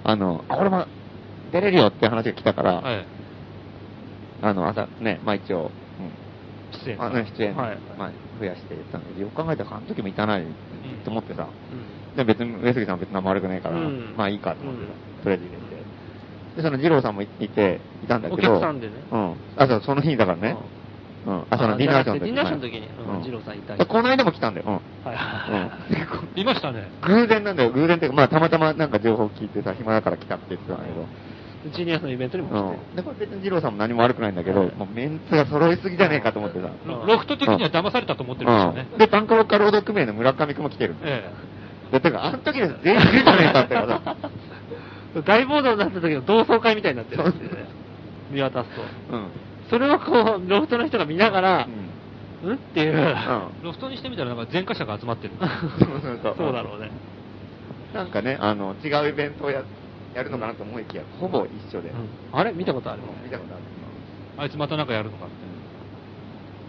Speaker 4: あの、あ、俺も出れるよって話が来たから、
Speaker 3: えはい。
Speaker 4: あの、朝、ね、まあ一応、
Speaker 3: 出
Speaker 4: う
Speaker 3: 演
Speaker 4: ん、
Speaker 3: 者
Speaker 4: あの出演、
Speaker 1: はい
Speaker 4: まあ増やして言ったんだけど、よく考えたらあの時もいたないと思ってさ、
Speaker 6: うん
Speaker 4: で別に上杉さんは別に何も悪くないから、
Speaker 6: うん
Speaker 4: まあいいかと思って、
Speaker 6: うん
Speaker 4: とりあえず入れて。で、その二郎さんもいて、いたんだけ
Speaker 6: お
Speaker 4: ど、
Speaker 6: 客さんでね
Speaker 4: うん。あ、そうその日だからね。うん。あ、そのディナーショーの時
Speaker 6: ディナーショーの時にうん二郎さんいたり
Speaker 4: この間も来たんだよ。うん。
Speaker 1: は い
Speaker 4: うんでこ
Speaker 3: いましたね。
Speaker 4: 偶然なんだよ、偶然っていうか、まあ、たまたまなんか情報聞いてさ、暇だから来たって言ってたんだけど。
Speaker 6: ジュニアさんのイベントにも来てる
Speaker 4: うん。で、これ別に二郎さんも何も悪くないんだけど、もうメンツが揃いすぎじゃねえかと思ってさ。
Speaker 6: うん
Speaker 3: ロフト的には騙されたと思ってるんですよね
Speaker 4: うん。で、パンクロッカー労働組合の村上くんも来てるんだよ。
Speaker 3: え
Speaker 4: で、てか、あの時です全員来るじゃねえかってさ。
Speaker 6: 大暴動になった時の同窓会みたいになってるんですよね。見渡すと。
Speaker 4: うん。
Speaker 6: それをこう、ロフトの人が見ながら、うんっていう。
Speaker 4: うん
Speaker 3: えロフトにしてみたらなんか前科者が集まってる。
Speaker 4: そうそうそう
Speaker 6: そうだろうね。
Speaker 4: なんかね、あの、違うイベントをややるのかなと思いきや、ほぼ一緒で。
Speaker 6: あれ見たことあるもん。
Speaker 4: 見たことある。
Speaker 3: あいつまたなんかやるのかって。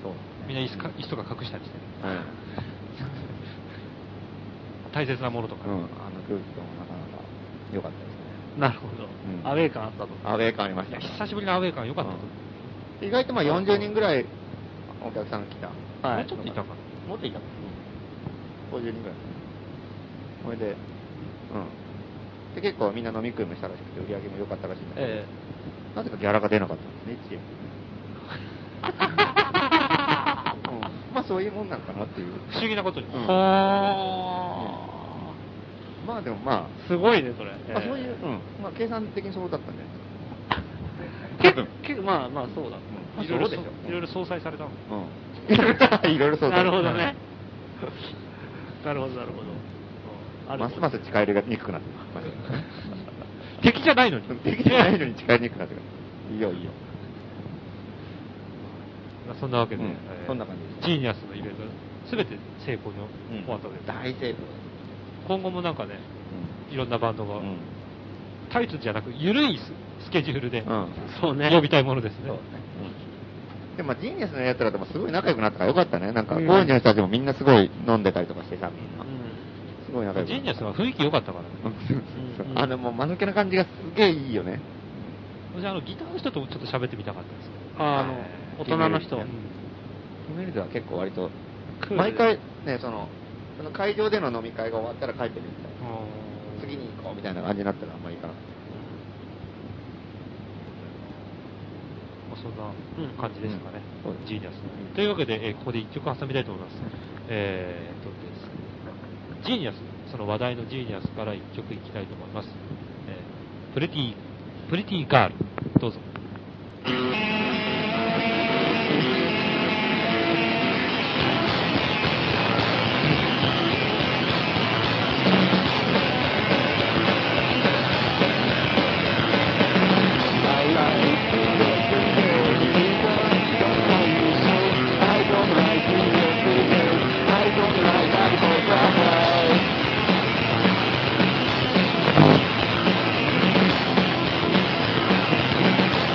Speaker 4: そう。
Speaker 3: みんな椅子か椅子とか隠したりして。
Speaker 4: う
Speaker 3: 大切なものとか。
Speaker 4: ん。うん。あの空気ともなかなか良かったですね。
Speaker 6: なるほど。
Speaker 4: うん
Speaker 6: アウェー感あったと。
Speaker 4: アウェー感ありまし
Speaker 3: い
Speaker 4: た
Speaker 3: や、
Speaker 4: ね。
Speaker 3: 久しぶりのアウェー感良かったと思う。
Speaker 4: 意外とまあ40人ぐらいお客さん来た。
Speaker 6: はい
Speaker 3: もうちょっといたかな。
Speaker 4: もっといたかな ?50 人ぐらい。これで、うん。で、結構みんな飲み食いもしたらしくて、売り上げも良かったらしいんだけど、
Speaker 6: え
Speaker 4: なぜかギャラが出なかったんですね、チーム。うん、まあそういうもんなんかなっていう。
Speaker 3: 不思議なことに。
Speaker 4: うん
Speaker 6: は
Speaker 4: まあでもま
Speaker 6: ーすごいね、それ。
Speaker 4: あ、まあそういう、うん。まあ計算的にそうだったんじゃない
Speaker 6: 結構、結構まあまあそうだ。
Speaker 4: うん
Speaker 3: いろいろ
Speaker 4: そうでしょ
Speaker 3: いろいろ相殺されたの。
Speaker 4: ですか。 うん。いろいろそうだ
Speaker 6: なるほどね。なるほど、なるほど。ある
Speaker 4: ますます近寄りが憎くなってます。
Speaker 3: 敵じゃないのに。
Speaker 4: 敵じゃないのに近寄りにくくなってくる。いいよ、いいよ。
Speaker 3: まあそんなわけで、
Speaker 4: うん
Speaker 3: えー
Speaker 4: そんな感じです
Speaker 3: ジーニアスのイベント、すべて成功の終わったわけです、
Speaker 4: 大成功
Speaker 3: 今後もなんかね、いろんなバンドが、
Speaker 4: うん。
Speaker 3: タイトじゃなく、ゆるいススケジュールで、
Speaker 4: うん
Speaker 6: そうね。
Speaker 3: 呼びたいものですね。
Speaker 4: でも、ジーニアスのやつらともすごい仲良くなったからよかったね。なんか、ゴーニャの人たちもみんなすごい飲んでたりとかしてさ、みんな。すごい仲良く
Speaker 3: ジ
Speaker 4: な
Speaker 3: ー
Speaker 4: っ
Speaker 3: ニア
Speaker 4: た
Speaker 3: スは雰囲気良かったからね。
Speaker 4: うんそうそう
Speaker 6: う
Speaker 4: そ
Speaker 6: ん
Speaker 4: うあの、もう、間抜けな感じがすげえいいよね。
Speaker 3: 私、あの、ギターの人ともちょっと喋ってみたかったんですけど。
Speaker 6: ああの、大人の人。
Speaker 4: うんキメルズは結構割と
Speaker 6: クール、で
Speaker 4: 毎回ね、その、その会場での飲み会が終わったら帰ってくるみたいな。
Speaker 3: うん
Speaker 4: 次に行こうみたいな感じになったらあんまり行かなかった。
Speaker 3: まあそんな感じですかね、
Speaker 4: うんそうです
Speaker 3: ジーニアスの
Speaker 4: うん
Speaker 3: というわけで、えーここで1曲挟みたいと思います。えーっとですねジーニアス、その話題のジーニアスから1曲いきたいと思います。えープレティ、プレティガール、どうぞ。
Speaker 7: I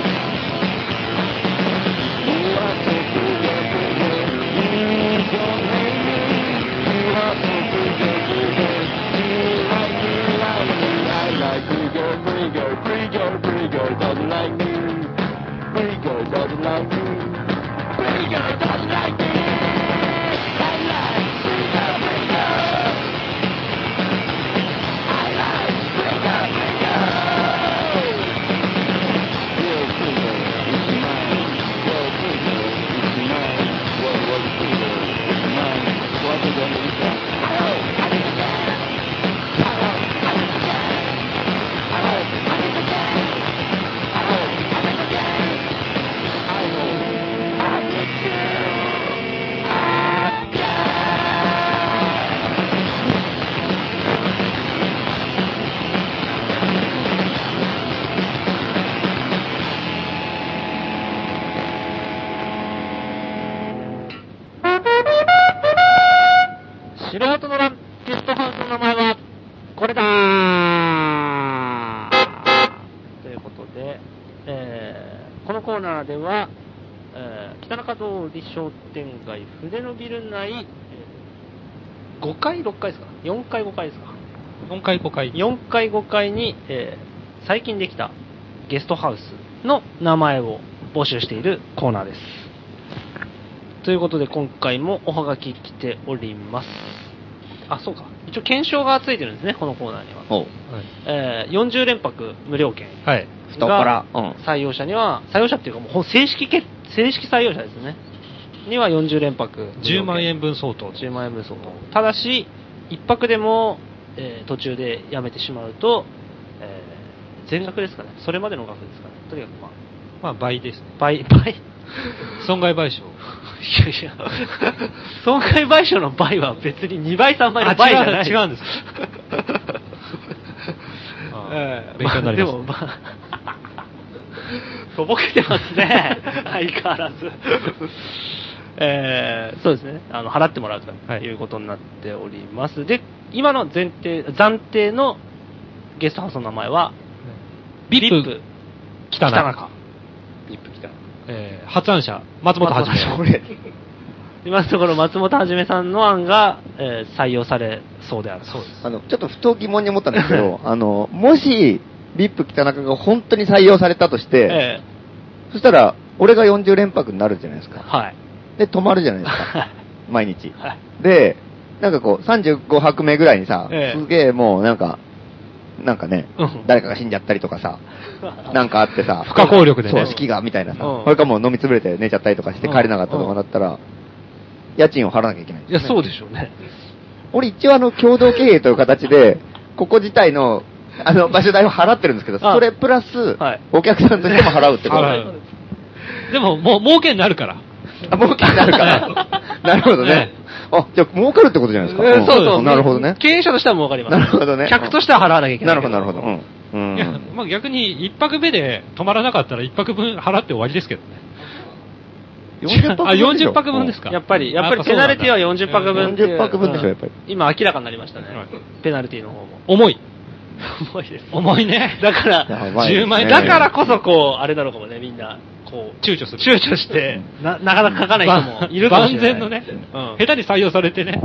Speaker 1: 白鳩のランゲストハウスの名前は、これだーということで、えーこのコーナーでは、えー北中通り商店街筆のビル内、え5階、6階ですか ?4 階、5階ですか
Speaker 3: 4回5回。
Speaker 1: 4階5階に、えー最近できたゲストハウスの名前を募集しているコーナーです。ということで今回もおはがき来ております。あ、そうか。一応検証がついてるんですね、このコーナーには。
Speaker 4: おう。
Speaker 1: えー40連泊無料券
Speaker 3: はい。
Speaker 4: 太っ
Speaker 1: が
Speaker 4: 腹うん
Speaker 1: 採用者には、採用者っていうかもうほん正式け正式採用者ですね。には40連泊無料券。
Speaker 3: 10万円分相当。
Speaker 1: 10万円分相当。ただし、一泊でも、えー途中でやめてしまうと、えー全額ですかね。それまでの額ですかね。とにかくまあ、
Speaker 3: まあ倍ですね。
Speaker 1: 倍、倍。
Speaker 3: 損害賠償。
Speaker 1: いや いや、損害賠償の倍は別に2倍、3倍の倍じゃない。
Speaker 3: あ違う違うんですあ
Speaker 1: ええ
Speaker 3: 勉強になります
Speaker 1: あでも、まあ、 とぼけてます ね。相変わらず。えーそうですね。あの、払ってもらうと
Speaker 3: はい
Speaker 1: いうことになっております。で、今の前提、暫定のゲストハウスの名前は、
Speaker 3: ビップ、
Speaker 1: 北
Speaker 3: 北
Speaker 1: 中。
Speaker 3: 中。
Speaker 1: ビップ北中。
Speaker 3: えー発案者、松本はじめ。
Speaker 1: 松本はじ今のところ松本はじめさんの案が、えー採用されそうであるそうです。
Speaker 4: あの、ちょっと不当疑問に思った んですけど、あの、もし、ビップ北中が本当に採用されたとして、
Speaker 1: え
Speaker 4: そしたら、俺が40連泊になるじゃないです
Speaker 1: え
Speaker 4: か。
Speaker 1: はい。
Speaker 4: で、泊まるじゃないです
Speaker 1: は
Speaker 4: か
Speaker 1: い。
Speaker 4: 毎日。
Speaker 1: はい。
Speaker 4: で、なんかこう、35泊目ぐらいにさ、
Speaker 1: ええ
Speaker 4: すげえもうなんか、なんかね
Speaker 1: うん、
Speaker 4: 誰かが死んじゃったりとか さ、なんかあってさ、
Speaker 3: 不可抗力でね
Speaker 4: そう、式がみたいなさ、
Speaker 1: うん
Speaker 4: これかもう飲み潰れて寝ちゃったりとかして帰れなかったとかなったら、家賃を払わなきゃいけないんです
Speaker 1: い
Speaker 4: ね。
Speaker 1: や、そうでしょうね。
Speaker 4: 俺一応あの、共同経営という形で、ここ自体の、あの、場所代を払ってるんですけど、
Speaker 1: あ
Speaker 4: それプラス
Speaker 1: はい、
Speaker 4: お客さんとしても払うってこと
Speaker 3: 払うでも、もう、儲けになるから。
Speaker 4: あ、儲けになる から。なるほどね
Speaker 3: ね。
Speaker 4: あ、じゃあ儲かるってことじゃないですか。
Speaker 1: え
Speaker 4: ん
Speaker 1: ーそうそう。
Speaker 4: なるほどね。
Speaker 1: 経営者としてはもうわかります。
Speaker 4: なるほどね
Speaker 1: 客としては払わなきゃいけな。
Speaker 4: ないるほど、なるほど。うん。う
Speaker 3: いや、
Speaker 4: ん。
Speaker 3: まあ逆に、一泊目で泊まらなかったら、一泊分払って終わりですけどね。
Speaker 4: 40泊分
Speaker 3: あ、
Speaker 4: でしょ
Speaker 3: 40泊分ですか。
Speaker 1: やっぱり、やっぱり
Speaker 3: そ
Speaker 1: ペ
Speaker 3: うな
Speaker 1: ナ
Speaker 3: んだ
Speaker 1: ルティは40泊分っていう。
Speaker 4: 40泊分でしょやっぱり
Speaker 1: うん今明らかになりましたね
Speaker 3: はい。
Speaker 1: ペナルティの方も。
Speaker 3: 重い。
Speaker 1: 重いです。
Speaker 3: 重いね。
Speaker 1: だか
Speaker 4: や
Speaker 1: ら、
Speaker 4: ばいですね
Speaker 3: 10万円
Speaker 1: だからこそこう、あれなのかもね、みんな、こう、
Speaker 3: 躊躇する。
Speaker 1: 躊躇して、な、なかなか書かない人もいるかもしれない。
Speaker 3: 万全のね、
Speaker 1: うん
Speaker 3: 下手に採用されて ね。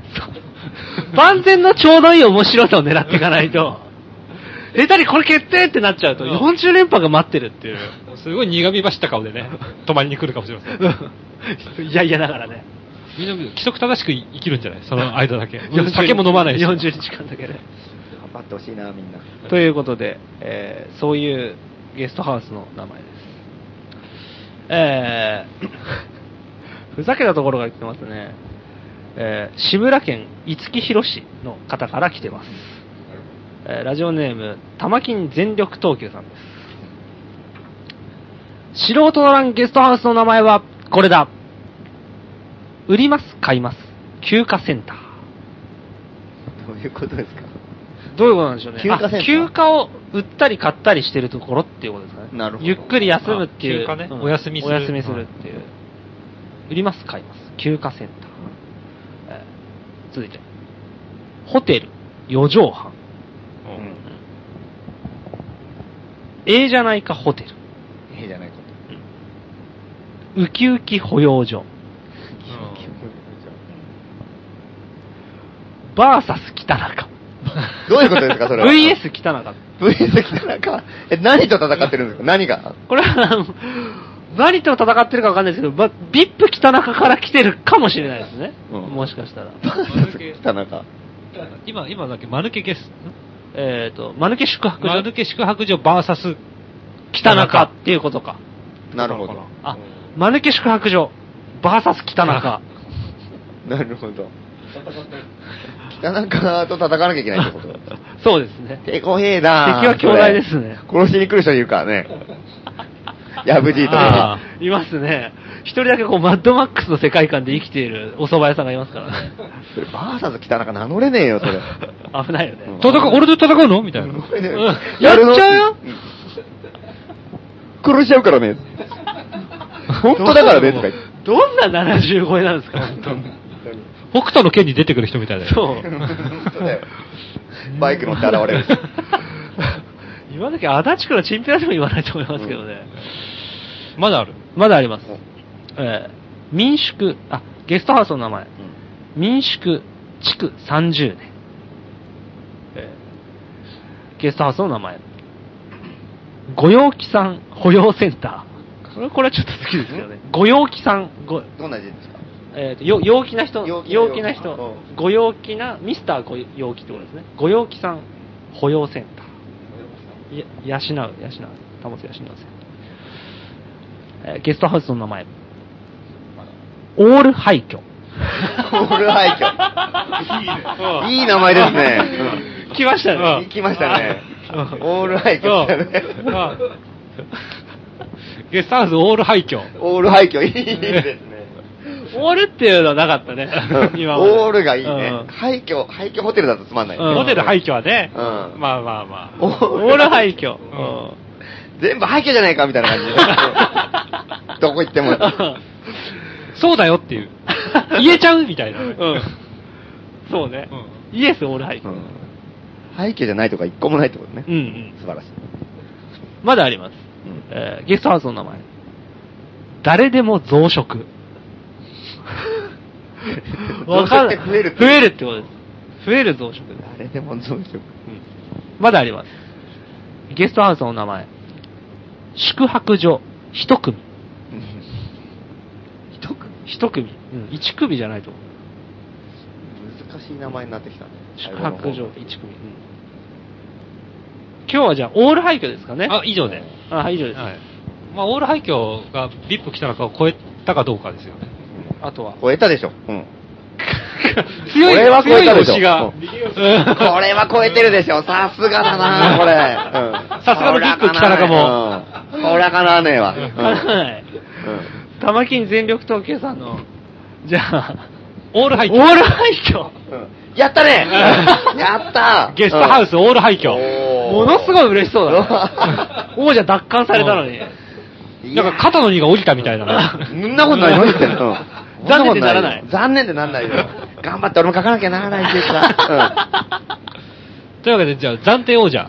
Speaker 1: 万全のちょうどいい面白さを狙っていかないと、下手にこれ決定ってなっちゃうと、
Speaker 3: うん
Speaker 1: 40連覇が待ってる っていう。
Speaker 3: すごい苦み走った顔で ね、泊まりに来るかもしれません。
Speaker 1: いやいやだからね。
Speaker 3: みんな規則正しく生きるんじゃないその間だ け。酒も飲まないし。
Speaker 1: 40日間だけで。
Speaker 4: 頑張ってほしいな、みんな。
Speaker 1: ということで、えーそういうゲストハウスの名前です。えー ふざけたところが来てますね。えー志村県五木ひろしの方から来てます。えーラジオネーム、玉金全力投球さんです。素人の欄ゲストハウスの名前はこれだ。売ります、買います。休暇センター。
Speaker 4: どういうことですか
Speaker 1: どういうことなんでしょうね。
Speaker 4: 休暇センター
Speaker 1: あ休暇を売ったり買ったりしてるところっていうことですかね。
Speaker 4: なるほど
Speaker 1: ゆっくり休むっていう。
Speaker 3: あ休暇ね
Speaker 1: うん
Speaker 3: お休みする
Speaker 1: お休みするっていう。売ります、買います。休暇センター。えー続いて。ホテル、四畳半。
Speaker 3: うん
Speaker 1: ええじゃないかホテ
Speaker 4: ええじゃないこと。
Speaker 1: ル。ウキウキ保養所。バーサス北中。
Speaker 4: どういうことですか、それは。
Speaker 1: VS 北中。
Speaker 4: VS 北中。え、何と戦ってるんですか何が
Speaker 1: これは、あの何と戦ってるかわかんないですけど、ま、ビップ北中から来てるかもしれないですね。
Speaker 4: うん
Speaker 1: もしかしたら。
Speaker 4: 北中。
Speaker 3: 今、今だっけ、マヌケゲス、
Speaker 1: えっ、と、間抜け宿泊
Speaker 3: マ
Speaker 1: 所
Speaker 3: ヌケ宿泊所バーサス、
Speaker 1: 北中っていうことか。
Speaker 4: なるほど。
Speaker 1: あ、間抜け宿泊所、バーサス北中。
Speaker 4: なるほど。北中と戦わなきゃいけないってこと。
Speaker 1: そうですね。
Speaker 4: 手強兵だ。
Speaker 1: 敵は強大ですね
Speaker 4: これ殺しに来る人いるからね。やぶじいと
Speaker 1: あ
Speaker 4: か。
Speaker 1: ーいますね。一人だけこう、マッドマックスの世界観で生きているお蕎麦屋さんがいますからね。
Speaker 4: それバーサス北中名乗れねえよ、それ。
Speaker 1: 危ないよね。
Speaker 3: 戦う、俺と戦うのみたいな。
Speaker 1: やっちゃうよ
Speaker 4: ん殺しちゃうからね。本当だからね、とか言って。
Speaker 1: どんな70超えなんですか、本当に。
Speaker 3: 北斗の剣に出てくる人みたいだよね。
Speaker 1: そう
Speaker 4: 本当だよ。バイク乗って現れる。
Speaker 1: 言わなきゃ、足立区のチンピラでも言わないと思いますけどね。
Speaker 3: まだある。
Speaker 1: まだあります
Speaker 4: うん。
Speaker 1: えー民宿、あ、ゲストハウスの名前。民宿、築30年。えーゲストハウスの名前。御用機さん保養センター。これこれはちょっと好きですよね。御用機さん、ご、
Speaker 4: どんな字ですか
Speaker 1: えーと、よ陽気な人、
Speaker 4: 陽
Speaker 1: 陽
Speaker 4: 気
Speaker 1: 気
Speaker 4: な
Speaker 1: な
Speaker 4: 陽気な
Speaker 1: 人、ご陽気な、ミスターご陽気ってことですね。ご陽気さん、保養センター。や、養う、養う。保つ養うセンター。えーゲストハウスの名前。オール廃墟。
Speaker 4: オール廃 墟。いい名前ですね。
Speaker 1: 来ましたね。
Speaker 4: 行きましたね。オール廃墟だね。
Speaker 3: ゲストハウスオール廃墟。
Speaker 4: オール廃墟、いいですね。
Speaker 1: オールっていうのはなかったね
Speaker 4: う。ん
Speaker 1: 今まで
Speaker 4: オールがいいね
Speaker 1: う。ん
Speaker 4: 廃墟、廃墟ホテルだとつまんない。
Speaker 1: うん
Speaker 3: ホテル廃墟はね。
Speaker 4: うん
Speaker 3: まあまあま
Speaker 4: オ
Speaker 1: オール廃
Speaker 4: 墟。
Speaker 1: 墟。うん
Speaker 4: 全部廃墟じゃないかみたいな 感じで。 どこ行っても。
Speaker 3: あ。そうだよって いう。言えちゃうみたいな。う
Speaker 1: うん。そうね。イエスオール廃
Speaker 4: う
Speaker 1: 墟。
Speaker 4: ん廃墟じゃないとか一個もないってことね
Speaker 1: う。んうん。
Speaker 4: 素晴らしい。
Speaker 1: まだあります。
Speaker 4: うん
Speaker 1: えーゲストハウスの名前。誰でも増 殖。わかんない
Speaker 4: 増殖って増えるって
Speaker 1: 増えるってことです。増える増殖です。
Speaker 4: 誰でも増殖。
Speaker 1: まだあります。ゲストハウスの名前。宿泊所、一組。一組一組。うん。一組じゃないと思う。
Speaker 4: 難しい名前になってきたね。
Speaker 1: 宿泊所、一組。うん今日はじゃあ、オール廃墟ですかね。
Speaker 3: あ、以上で。
Speaker 1: あ、以上です。
Speaker 3: はい。まあ、オール廃墟が VIP 来たのかを超えたかどうかですよね。
Speaker 1: あとは。
Speaker 4: 超えたでしょ。うん。
Speaker 3: 強い、
Speaker 4: これは超
Speaker 3: 強
Speaker 4: え
Speaker 3: い
Speaker 4: たでしょ
Speaker 3: 推しが。
Speaker 4: う んこれは超えてるでしょ。さすがだな、これ。うん
Speaker 3: さすがのビッグ北中も。
Speaker 4: うんこれはかなわねえわ。
Speaker 1: はい。玉金全力統計さんの、じゃあ、
Speaker 3: オール
Speaker 1: オ
Speaker 3: 廃
Speaker 1: ー
Speaker 3: 墟。
Speaker 1: ル廃墟。
Speaker 4: うんうんやったねやった
Speaker 3: ゲストハウ
Speaker 4: ス。
Speaker 3: スオール廃墟。
Speaker 1: ものすごい嬉しそうだ ね。王者奪還されたのに。
Speaker 4: い
Speaker 3: なんか肩の荷が降りたみたいなね。
Speaker 4: そんなことない何言ってんのうん
Speaker 1: 残念でならない
Speaker 4: 残念でならないよ。頑張って俺も書かなきゃならないって言った。
Speaker 3: というわけで、じゃあ暫定王者。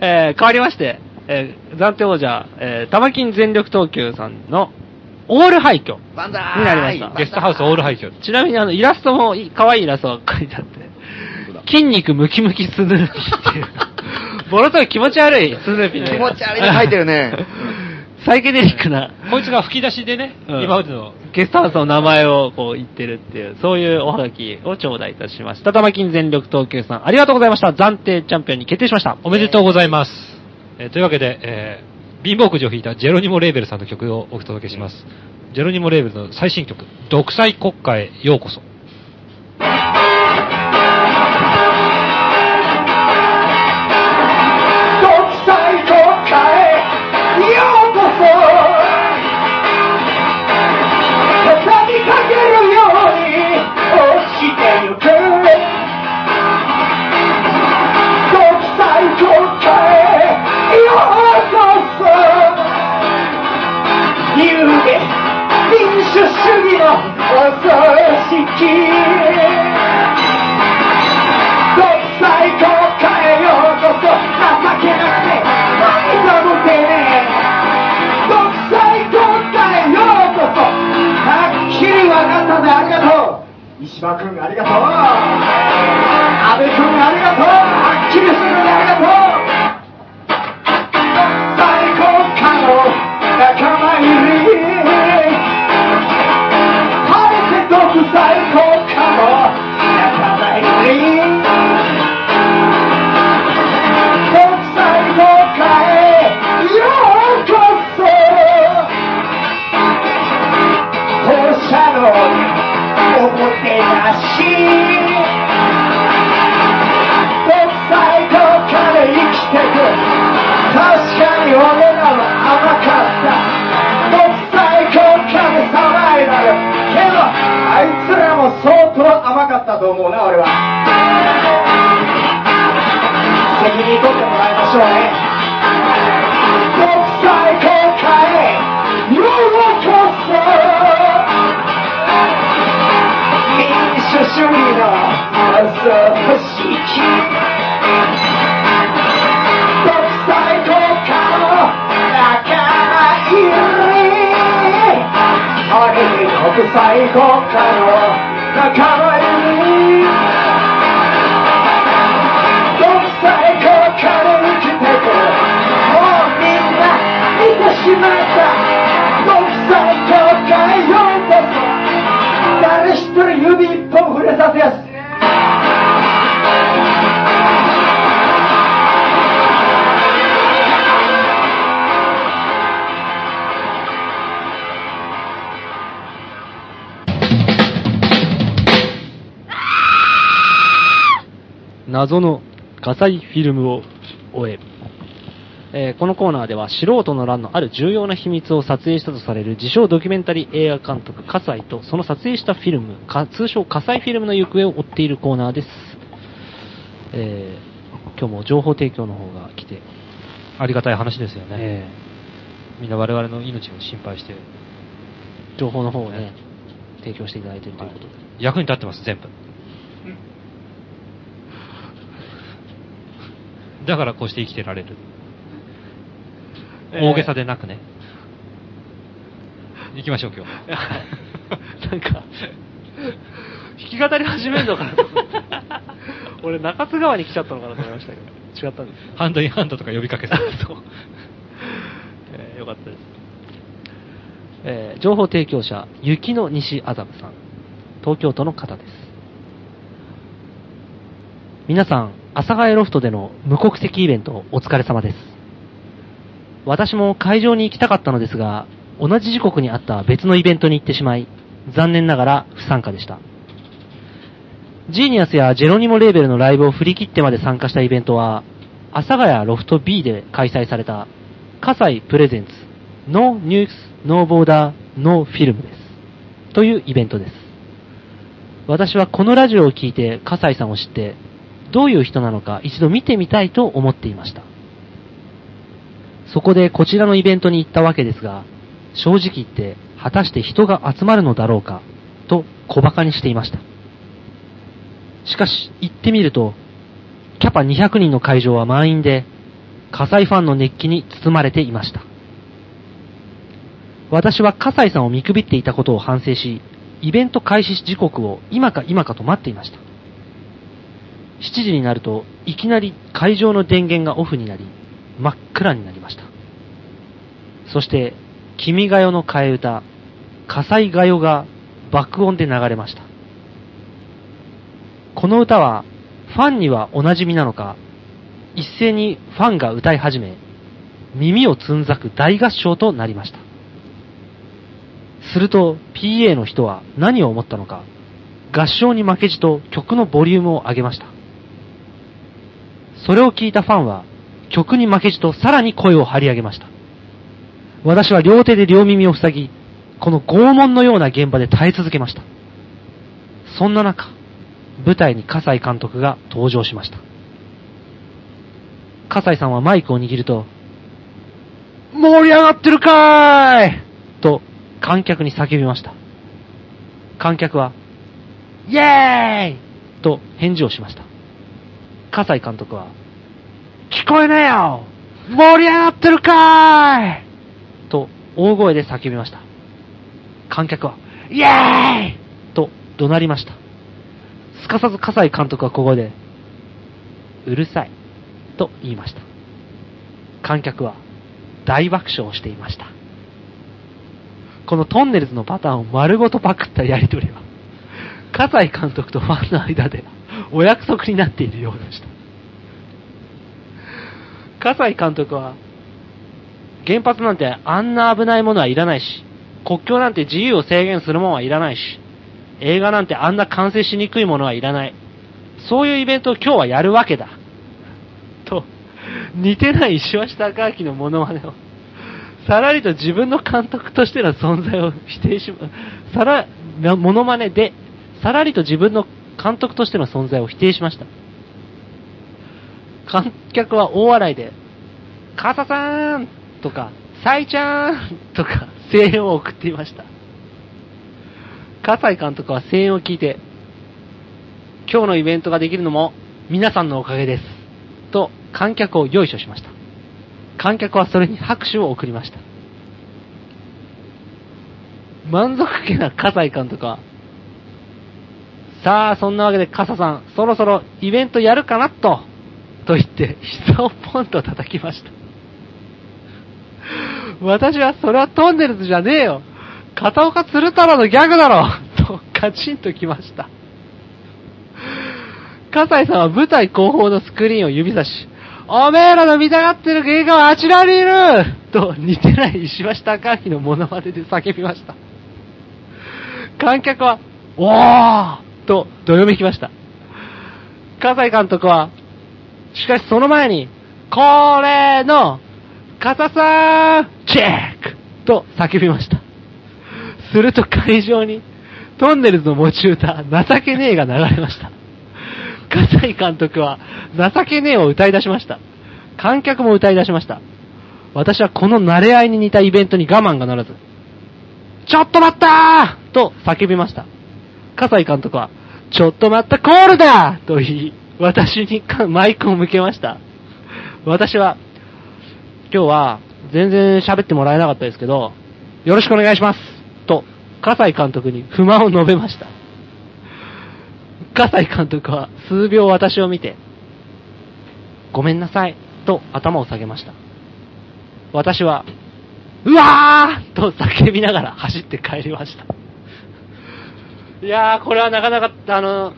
Speaker 1: えー、変わりまして、えー、暫定王者、えー、玉金全力投球さんの、オール廃墟。
Speaker 4: うん。バンザーイ
Speaker 1: になりました
Speaker 4: 万歳
Speaker 3: ゲストハウスオール廃墟。
Speaker 1: ちなみにあの、イラストもいい、可愛いイラストが書いてあって、筋肉ムキムキスヌーピーっていう、 ボロとが気持ち悪いスヌーピー
Speaker 4: 気持ち悪いの書いてるね。
Speaker 1: サイケデリックな、
Speaker 3: こいつが吹き出しでね、
Speaker 1: うん
Speaker 3: 今までの。
Speaker 1: ゲストハウスの名前をこう言ってるっていう、そういうおはがきを頂戴いたしました。玉金全力投球さん、ありがとうございました。暫定チャンピオンに決定しました。
Speaker 3: おめでとうございます。えーというわけで、えー、貧乏くじを弾いたジェロニモ・レーベルさんの曲をお届けします。ジェロニモ・レーベルの最新曲、独裁国家へようこそ。
Speaker 7: 民主主義の恐ろしき処理が朝しき国際国家の中入りあり国際国家の中入り国際国家の生きてくもうみんな見てしまった国際国家へようこそ誰一人指一本触れさせやす
Speaker 1: 謎の火災フィルムを終え、えーこのコーナーでは素人の乱のある重要な秘密を撮影したとされる自称ドキュメンタリー映画監督火災とその撮影したフィルムか通称火災フィルムの行方を追っているコーナーです、えー今日も情報提供の方が来て、
Speaker 3: ありがたい話ですよね。
Speaker 1: え
Speaker 3: みんな我々の命を心配して、
Speaker 1: ー情報の方をね提供していただいているということで、
Speaker 3: 役に立ってます、全部。だからこうして生きてられる。大げさでなくね。行きましょう、今 日。
Speaker 1: なんか、弾き語り始めるのかなと思って俺、中津川に来ちゃったのかなと思いましたけど、違ったんです。
Speaker 3: ハンドインハンドとか呼びかけされると。
Speaker 1: えーよかったです。えー情報提供者、雪の西麻布さん。東京都の方です。皆さん、阿佐ヶ谷ロフトでの無国籍イベントお疲れ様です。私も会場に行きたかったのですが、同じ時刻にあった別のイベントに行ってしまい、残念ながら不参加でした。ジーニアスやジェロニモレーベルのライブを振り切ってまで参加したイベントは、阿佐ヶ谷ロフト B で開催された、葛西プレゼンツ、ノーニュース、ノーボーダー、ノーフィルムです。というイベントです。私はこのラジオを聞いて葛西さんを知って、どういう人なのか一度見てみたいと思っていました。そこでこちらのイベントに行ったわけですが、正直言って果たして人が集まるのだろうか、と小馬鹿にしていました。しかし、行ってみると、キャパ200人の会場は満員で、火災ファンの熱気に包まれていました。私は葛西さんを見くびっていたことを反省し、イベント開始時刻を今か今かと待っていました。7時になるといきなり会場の電源がオフになり、真っ暗になりました。そして、君が代の替え歌、火災が代が爆音で流れました。この歌は、ファンにはお馴染みなのか、一斉にファンが歌い始め、耳をつんざく大合唱となりました。すると、PA の人は何を思ったのか、合唱に負けじと曲のボリュームを上げました。それを聞いたファンは、曲に負けじとさらに声を張り上げました。私は両手で両耳を塞ぎ、この拷問のような現場で耐え続けました。そんな中、舞台に葛西監督が登場しました。葛西さんはマイクを握ると、盛り上がってるかーいと観客に叫びました。観客は、イエーイと返事をしました。葛西監督は、聞こえなよ盛り上がってるかーいと大声で叫びました。観客は、イエーイと怒鳴りました。すかさず葛西監督はここで、うるさい、と言いました。観客は大爆笑をしていました。このトンネルズのパターンを丸ごとパクったやりとりは、葛西監督とファンの間でお約束になっているようでした。葛西監督は、原発なんてあんな危ないものはいらないし、国境なんて自由を制限するものはいらないし、映画なんてあんな完成しにくいものはいらない。そういうイベントを今日はやるわけだ。と、似てない石橋貴明のモノマネを、さらりと自分の監督としての存在を否定し、さら、なモノマネで、さらりと自分の監督としての存在を否定しました。観客は大笑いで、カサさんとか、サイちゃんとか声援を送っていました。葛西監督は声援を聞いて、今日のイベントができるのも皆さんのおかげです。と、観客をよいしょしました。観客はそれに拍手を送りました。満足げな葛西監督は、さあ、そんなわけで笠さん、そろそろイベントやるかなと、と言って、膝をポンと叩きました。私は、それはトンネルズじゃねえよ片岡鶴太郎のギャグだろと、カチンときました。笠井さんは舞台後方のスクリーンを指さし、おめえらの見たがってる映画はあちらにいると似てない石橋貴明のモノマネで叫びました。観客は、おーと、どよめきました。笠井監督は、しかしその前に、これの、笠さんチェックと叫びました。すると会場に、トンネルズの持ち歌、情けねえが流れました。笠井監督は、情けねえを歌い出しました。観客も歌い出しました。私はこの慣れ合いに似たイベントに我慢がならず、ちょっと待ったーと叫びました。笠井監督は、ちょっと待ったコールだと言い、私にかマイクを向けました。私は、今日は全然喋ってもらえなかったですけど、よろしくお願いしますと、笠井監督に不満を述べました。笠井監督は数秒私を見て、ごめんなさいと頭を下げました。私は、うわーと叫びながら走って帰りました。いやー、これはなかなか、あの、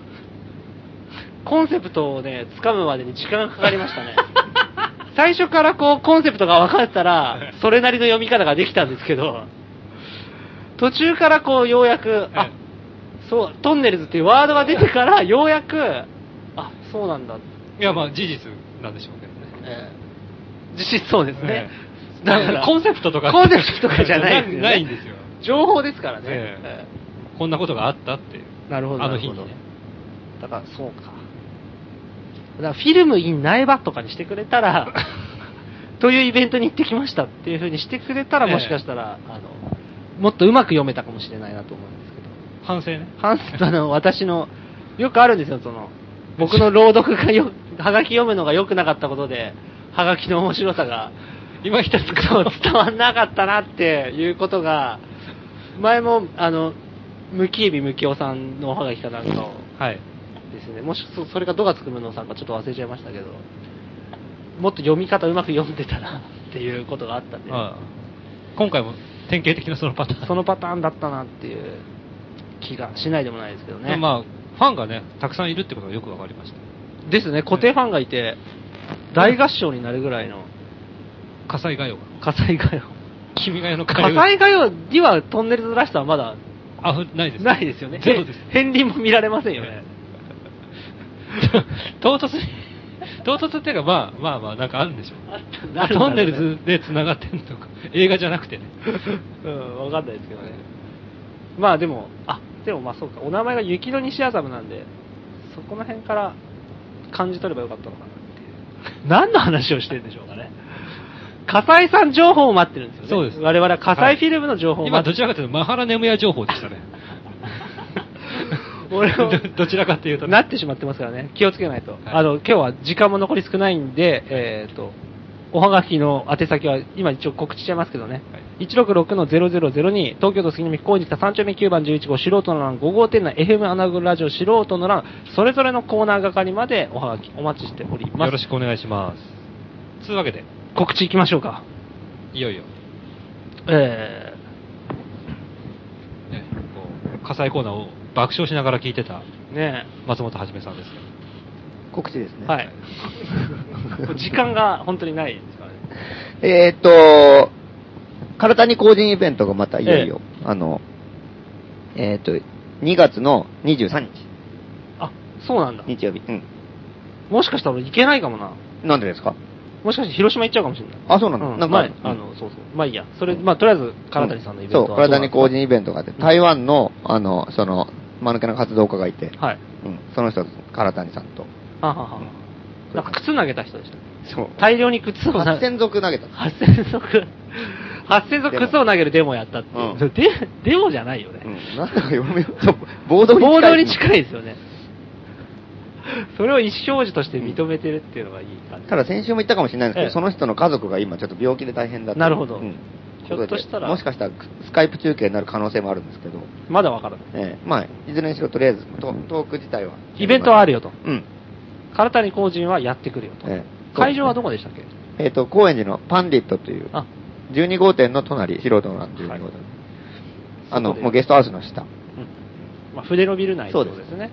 Speaker 1: コンセプトをね、掴むまでに時間がかかりましたね。最初からこう、コンセプトが分かったら、それなりの読み方ができたんですけど、途中からこう、ようやく、あ、そう、トンネルズっていうワードが出てから、ようやく、あ、そうなんだ。
Speaker 3: いや、まあ事実なんでしょうけどね。
Speaker 1: ええ実質そうですね
Speaker 3: え。えコンセプトとか
Speaker 1: コンセプトとかじゃないですよね
Speaker 3: ないないんですよ
Speaker 1: 情報ですからね。
Speaker 3: え
Speaker 1: え
Speaker 3: こんなことがあったっていう。
Speaker 1: えなるほど。
Speaker 3: あの日に
Speaker 1: なる
Speaker 3: ね
Speaker 1: ほ。どだから、そうか。だから、フィルムイン苗場とかにしてくれた ら、というイベントに行ってきましたっていうふうにしてくれたら、
Speaker 3: ええ
Speaker 1: もしかしたら、あの、もっとうまく読めたかもしれないなと思うんですけど。
Speaker 3: 反省ね。
Speaker 1: ハンスあの、私の、よくあるんですよ、その、僕の朗読がよ、はがき読むのが良くなかったことで、はがきの面白さが、今一つそう伝わんなかったなっていうことが、前も、あの、ムキエビムキオさんのおはがきかなんかを
Speaker 3: はい。
Speaker 1: ですね、もしそそれがどがつくむのさんかちょっと忘れちゃいましたけど、もっと読み方うまく読んでたらっていうことがあったんで、
Speaker 3: ああ今回も典型的なそのパターン。
Speaker 1: そのパターンだったなっていう気がしないでもないですけどね。
Speaker 3: まあ、ファンがね、たくさんいるってことがよくわかりました。
Speaker 1: ですね、固定ファンがいて、大合唱になるぐらいの
Speaker 3: 火災画謡が。
Speaker 1: 火災歌謡。
Speaker 3: 君が代の
Speaker 1: 火災歌謡にはトンネルズらしさはまだ
Speaker 3: あ、ふないです。
Speaker 1: ないですよね。
Speaker 3: ゼロです。
Speaker 1: 片鱗も見られませんよね。
Speaker 3: 唐突に、唐突っていうか、まあまあまあ、なんかあるんでしょ
Speaker 1: あったん
Speaker 3: う。
Speaker 1: だ
Speaker 3: トンネルズで繋がってんのか。映画じゃなくてね。
Speaker 1: うん、わかんないですけどね。まあでも、あ、でもまあそうか、お名前が雪の西麻布なんで、そこの辺から感じ取ればよかったのかなっていう。何の話をしてるんでしょうかね。火災さん情報を待ってるんですよね。
Speaker 3: そうです
Speaker 1: 我々は火災フィルムの情報を
Speaker 3: 今、
Speaker 1: 待っ
Speaker 3: ど
Speaker 1: て
Speaker 3: ちらかというと、マハラネムヤ情報でしたね。
Speaker 1: 俺も
Speaker 3: どどちらかというとね
Speaker 1: なってしまってますからね。気をつけないと。あの、今日は時間も残り少ないんで、えっ、と、おはがきの宛先は、今一応告知しちゃいますけどね。166-0002、東京都杉並区工事北3丁目9番11号、素人の欄5号店内 FM アナグラジオ素人の欄、それぞれのコーナー係までおはがきお待ちしております。
Speaker 3: よろしくお願いします。つうわけで、
Speaker 1: 告知行きましょうか。
Speaker 3: いよいよ、
Speaker 1: え
Speaker 3: ね、こう火災コーナーを爆笑しながら聞いてた
Speaker 1: ー、ね
Speaker 3: 松本はじめさんですけど。
Speaker 4: 告知です
Speaker 1: え、
Speaker 4: ね。
Speaker 1: はい。 時間が本当にないですからね。
Speaker 4: えーっと、体に個人イベントがまたいよいよ、あの、えーっと、2月の23日、
Speaker 1: あ、そうなんだ。
Speaker 4: 日曜日。うん。
Speaker 1: もしかしたら俺行けないかもな。
Speaker 4: なんでですか
Speaker 1: もしかして広島行っちゃうかもしれない。
Speaker 4: あ、そうなんだ。
Speaker 1: うん
Speaker 4: なんか、
Speaker 1: 前あの、そうそう。まあいいや。それ、まあとりあえず、唐谷さんのイベントは。
Speaker 4: そう、体に個人イベントがあって、
Speaker 1: ん
Speaker 4: 台湾の、あの、その、間抜けな活動家がいて、
Speaker 1: はい。
Speaker 4: うん、その人、唐谷さんと。
Speaker 1: あはは。なんか靴投げた人でした。
Speaker 4: そう。
Speaker 1: 大量に靴を投げ
Speaker 4: 8000足投げた。
Speaker 1: 8000足。8000足靴を投げるデモやったっていうう。で、デモじゃないよ
Speaker 4: う
Speaker 1: ね。
Speaker 4: ん、なんだか読めようと、暴動に近い。
Speaker 1: 暴動に近いですよね。それを一生児として認めてるっていうのがいい感じ。
Speaker 4: ただ先週も言ったかもしれないんですけど、
Speaker 1: ええ
Speaker 4: その人の家族が今ちょっと病気で大変だと
Speaker 1: なるほど
Speaker 4: うん
Speaker 1: ひょっとしたら
Speaker 4: もしかしたらスカイプ中継になる可能性もあるんですけど、
Speaker 1: まだわからない。
Speaker 4: ええまあ、いずれにしろとりあえず、トトーク自体は。
Speaker 1: イベントはある
Speaker 4: よ。
Speaker 1: よと。
Speaker 4: うん。
Speaker 1: 唐谷公人はやってくるよと。
Speaker 4: ええ
Speaker 1: 会場はどこでしたっけ
Speaker 4: えっ、と、高円寺のパンディットという、
Speaker 1: あ、
Speaker 4: 12号店の隣、素人の12号店。
Speaker 1: はい
Speaker 4: あの、
Speaker 1: そこで
Speaker 4: もうゲストハウスの下。
Speaker 1: うん。まあ、筆のビル内ってことですね。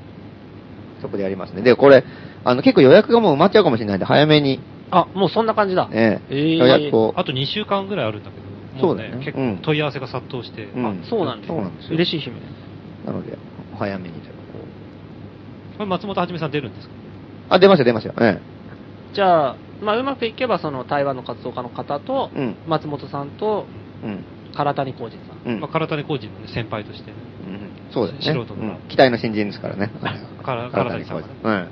Speaker 4: そこでやりますね。で、これ、あの、結構予約がもう埋まっちゃうかもしれないんで、早めに、
Speaker 1: あ、もうそんな感じだ。
Speaker 4: ええ
Speaker 1: えー
Speaker 4: 予約を。
Speaker 3: あと2週間ぐらいあるんだけど、もうね、
Speaker 4: そうだね
Speaker 3: 結
Speaker 4: うん
Speaker 3: 構問い合わせが殺到して、
Speaker 4: うん
Speaker 1: あ、そうなんです
Speaker 4: そうなんですよ
Speaker 1: 嬉しい姫。
Speaker 4: なので、お早めにというかこ
Speaker 3: これ松本はじめさん出るんですか
Speaker 4: うあ、出ました、出ました。え
Speaker 1: じゃあ、まあ、うまくいけば、その台湾の活動家の方と
Speaker 4: え。、うん。
Speaker 1: 松本さんと、
Speaker 4: うん。
Speaker 1: 唐谷公人さん。
Speaker 4: うん。
Speaker 3: まあ、唐谷浩二の、ね、先輩として、
Speaker 4: うんそうだよね。
Speaker 3: 素人
Speaker 4: う
Speaker 3: の
Speaker 4: ん期待の新人ですからね。
Speaker 3: から
Speaker 4: 体
Speaker 3: 体に
Speaker 4: にこう
Speaker 3: さん
Speaker 4: うん。
Speaker 3: ま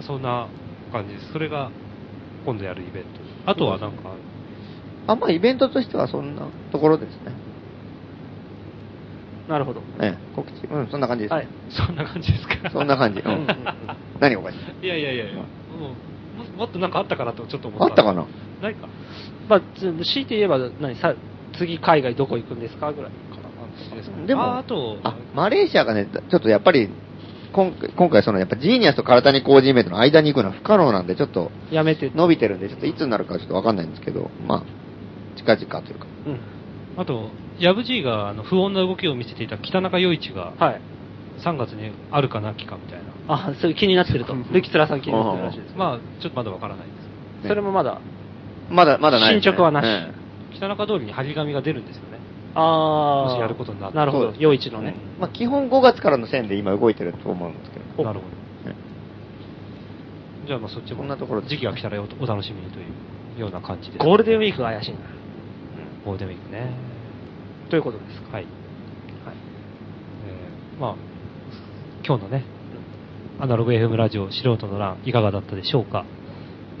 Speaker 3: あ、そんな感じです。それが今度やるイベント。あとはなんか、
Speaker 4: あんまイベントとしてはそんなところですね。
Speaker 1: なるほど。
Speaker 4: ええ、告知、うん、そんな感じです。
Speaker 1: はい。
Speaker 3: そんな感じですか
Speaker 4: そんな感じ。う
Speaker 1: うんうんうん
Speaker 4: ん。何がおかし い
Speaker 3: いやいやいやいや、もうももっとなんかあったかなとちょっと思った。
Speaker 4: あったかな
Speaker 3: ないか。
Speaker 1: まあ、つ強いて言えば、何、さ、次海外どこ行くんですかぐらいかな。
Speaker 4: でも、
Speaker 3: ああと
Speaker 4: あマレーシアがね、ちょっとやっぱり、今回、今回その、やっぱジーニアスと体に工事イベントの間に行くのは不可能なんで、ちょっと、
Speaker 1: やめて。
Speaker 4: 伸びてるんで、ちょっといつになるかちょっとわかんないんですけど、まあ、近々というか。
Speaker 1: うん。
Speaker 3: あと、ヤブジーがあの不穏な動きを見せていた北中陽一が、
Speaker 1: はい。
Speaker 3: 3月にあるかなきかみたいな。
Speaker 1: あ、それ気になってると。ルキツラさん気になってるらしいです。
Speaker 3: まあ、ちょっとまだわからないです。
Speaker 1: それもまだ、
Speaker 4: まだ、まだないですね、
Speaker 1: 進捗はなし
Speaker 4: え
Speaker 3: 北中通りに張り紙が出るんですよね。
Speaker 1: あー
Speaker 3: もしやることになった
Speaker 1: なるほ
Speaker 4: そう
Speaker 1: ど
Speaker 4: で。す
Speaker 1: 余一
Speaker 4: え
Speaker 1: のね。
Speaker 4: まあ、基本5月からの線で今動いてると思うんですけど。
Speaker 3: なるほど。
Speaker 4: え
Speaker 3: じゃあ、まあそっちも、
Speaker 4: こんなところです
Speaker 3: 時期が来たらおお楽しみにというような感じで。
Speaker 1: ゴールデンウィークが怪しいな。
Speaker 3: ゴールデンウィークね。
Speaker 1: ということですか。
Speaker 3: はい。
Speaker 1: はい。
Speaker 3: えーまあ、今日のね、アナログ FM ラジオ素人の欄、いかがだったでしょうか。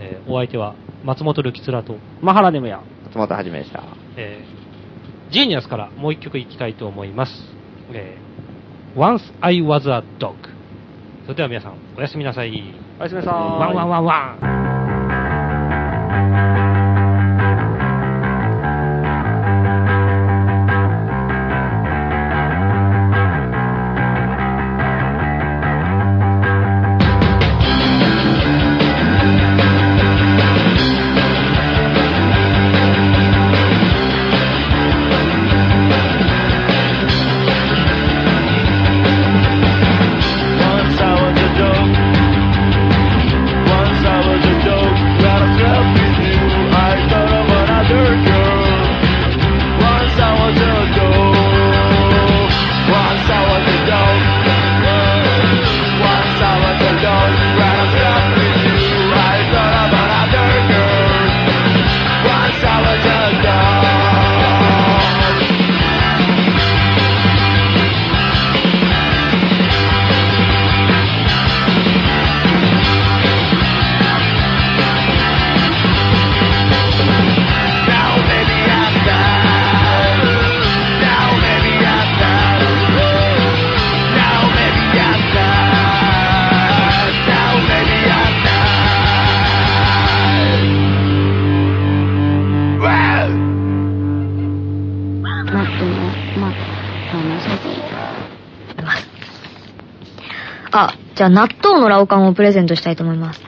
Speaker 3: えーお相手は、松本るきつらと、
Speaker 1: マハラネムヤ。
Speaker 4: 松本はじめでした。
Speaker 3: えージーニアスからもう一曲いきたいと思います。えー Once I Was a Dog。それでは皆さん、おやすみなさい。
Speaker 1: おやすみなさーい。
Speaker 3: ワンワンワンワン。
Speaker 8: Once I was a dog. Once I was a dog. Got a club with you. I thought of another girl. Once I was a dog. Once I was a dog. Once I was a dog. Got a club with you. I thought of another girl. Once I was a dog. Now maybe I'm bad. Now maybe I'm bad. Now maybe I'm bad. Now maybe I'm bad. Well.
Speaker 9: まあ、でも、まあ、楽しみ。あ、じゃあ納豆のラオカンをプレゼントしたいと思います。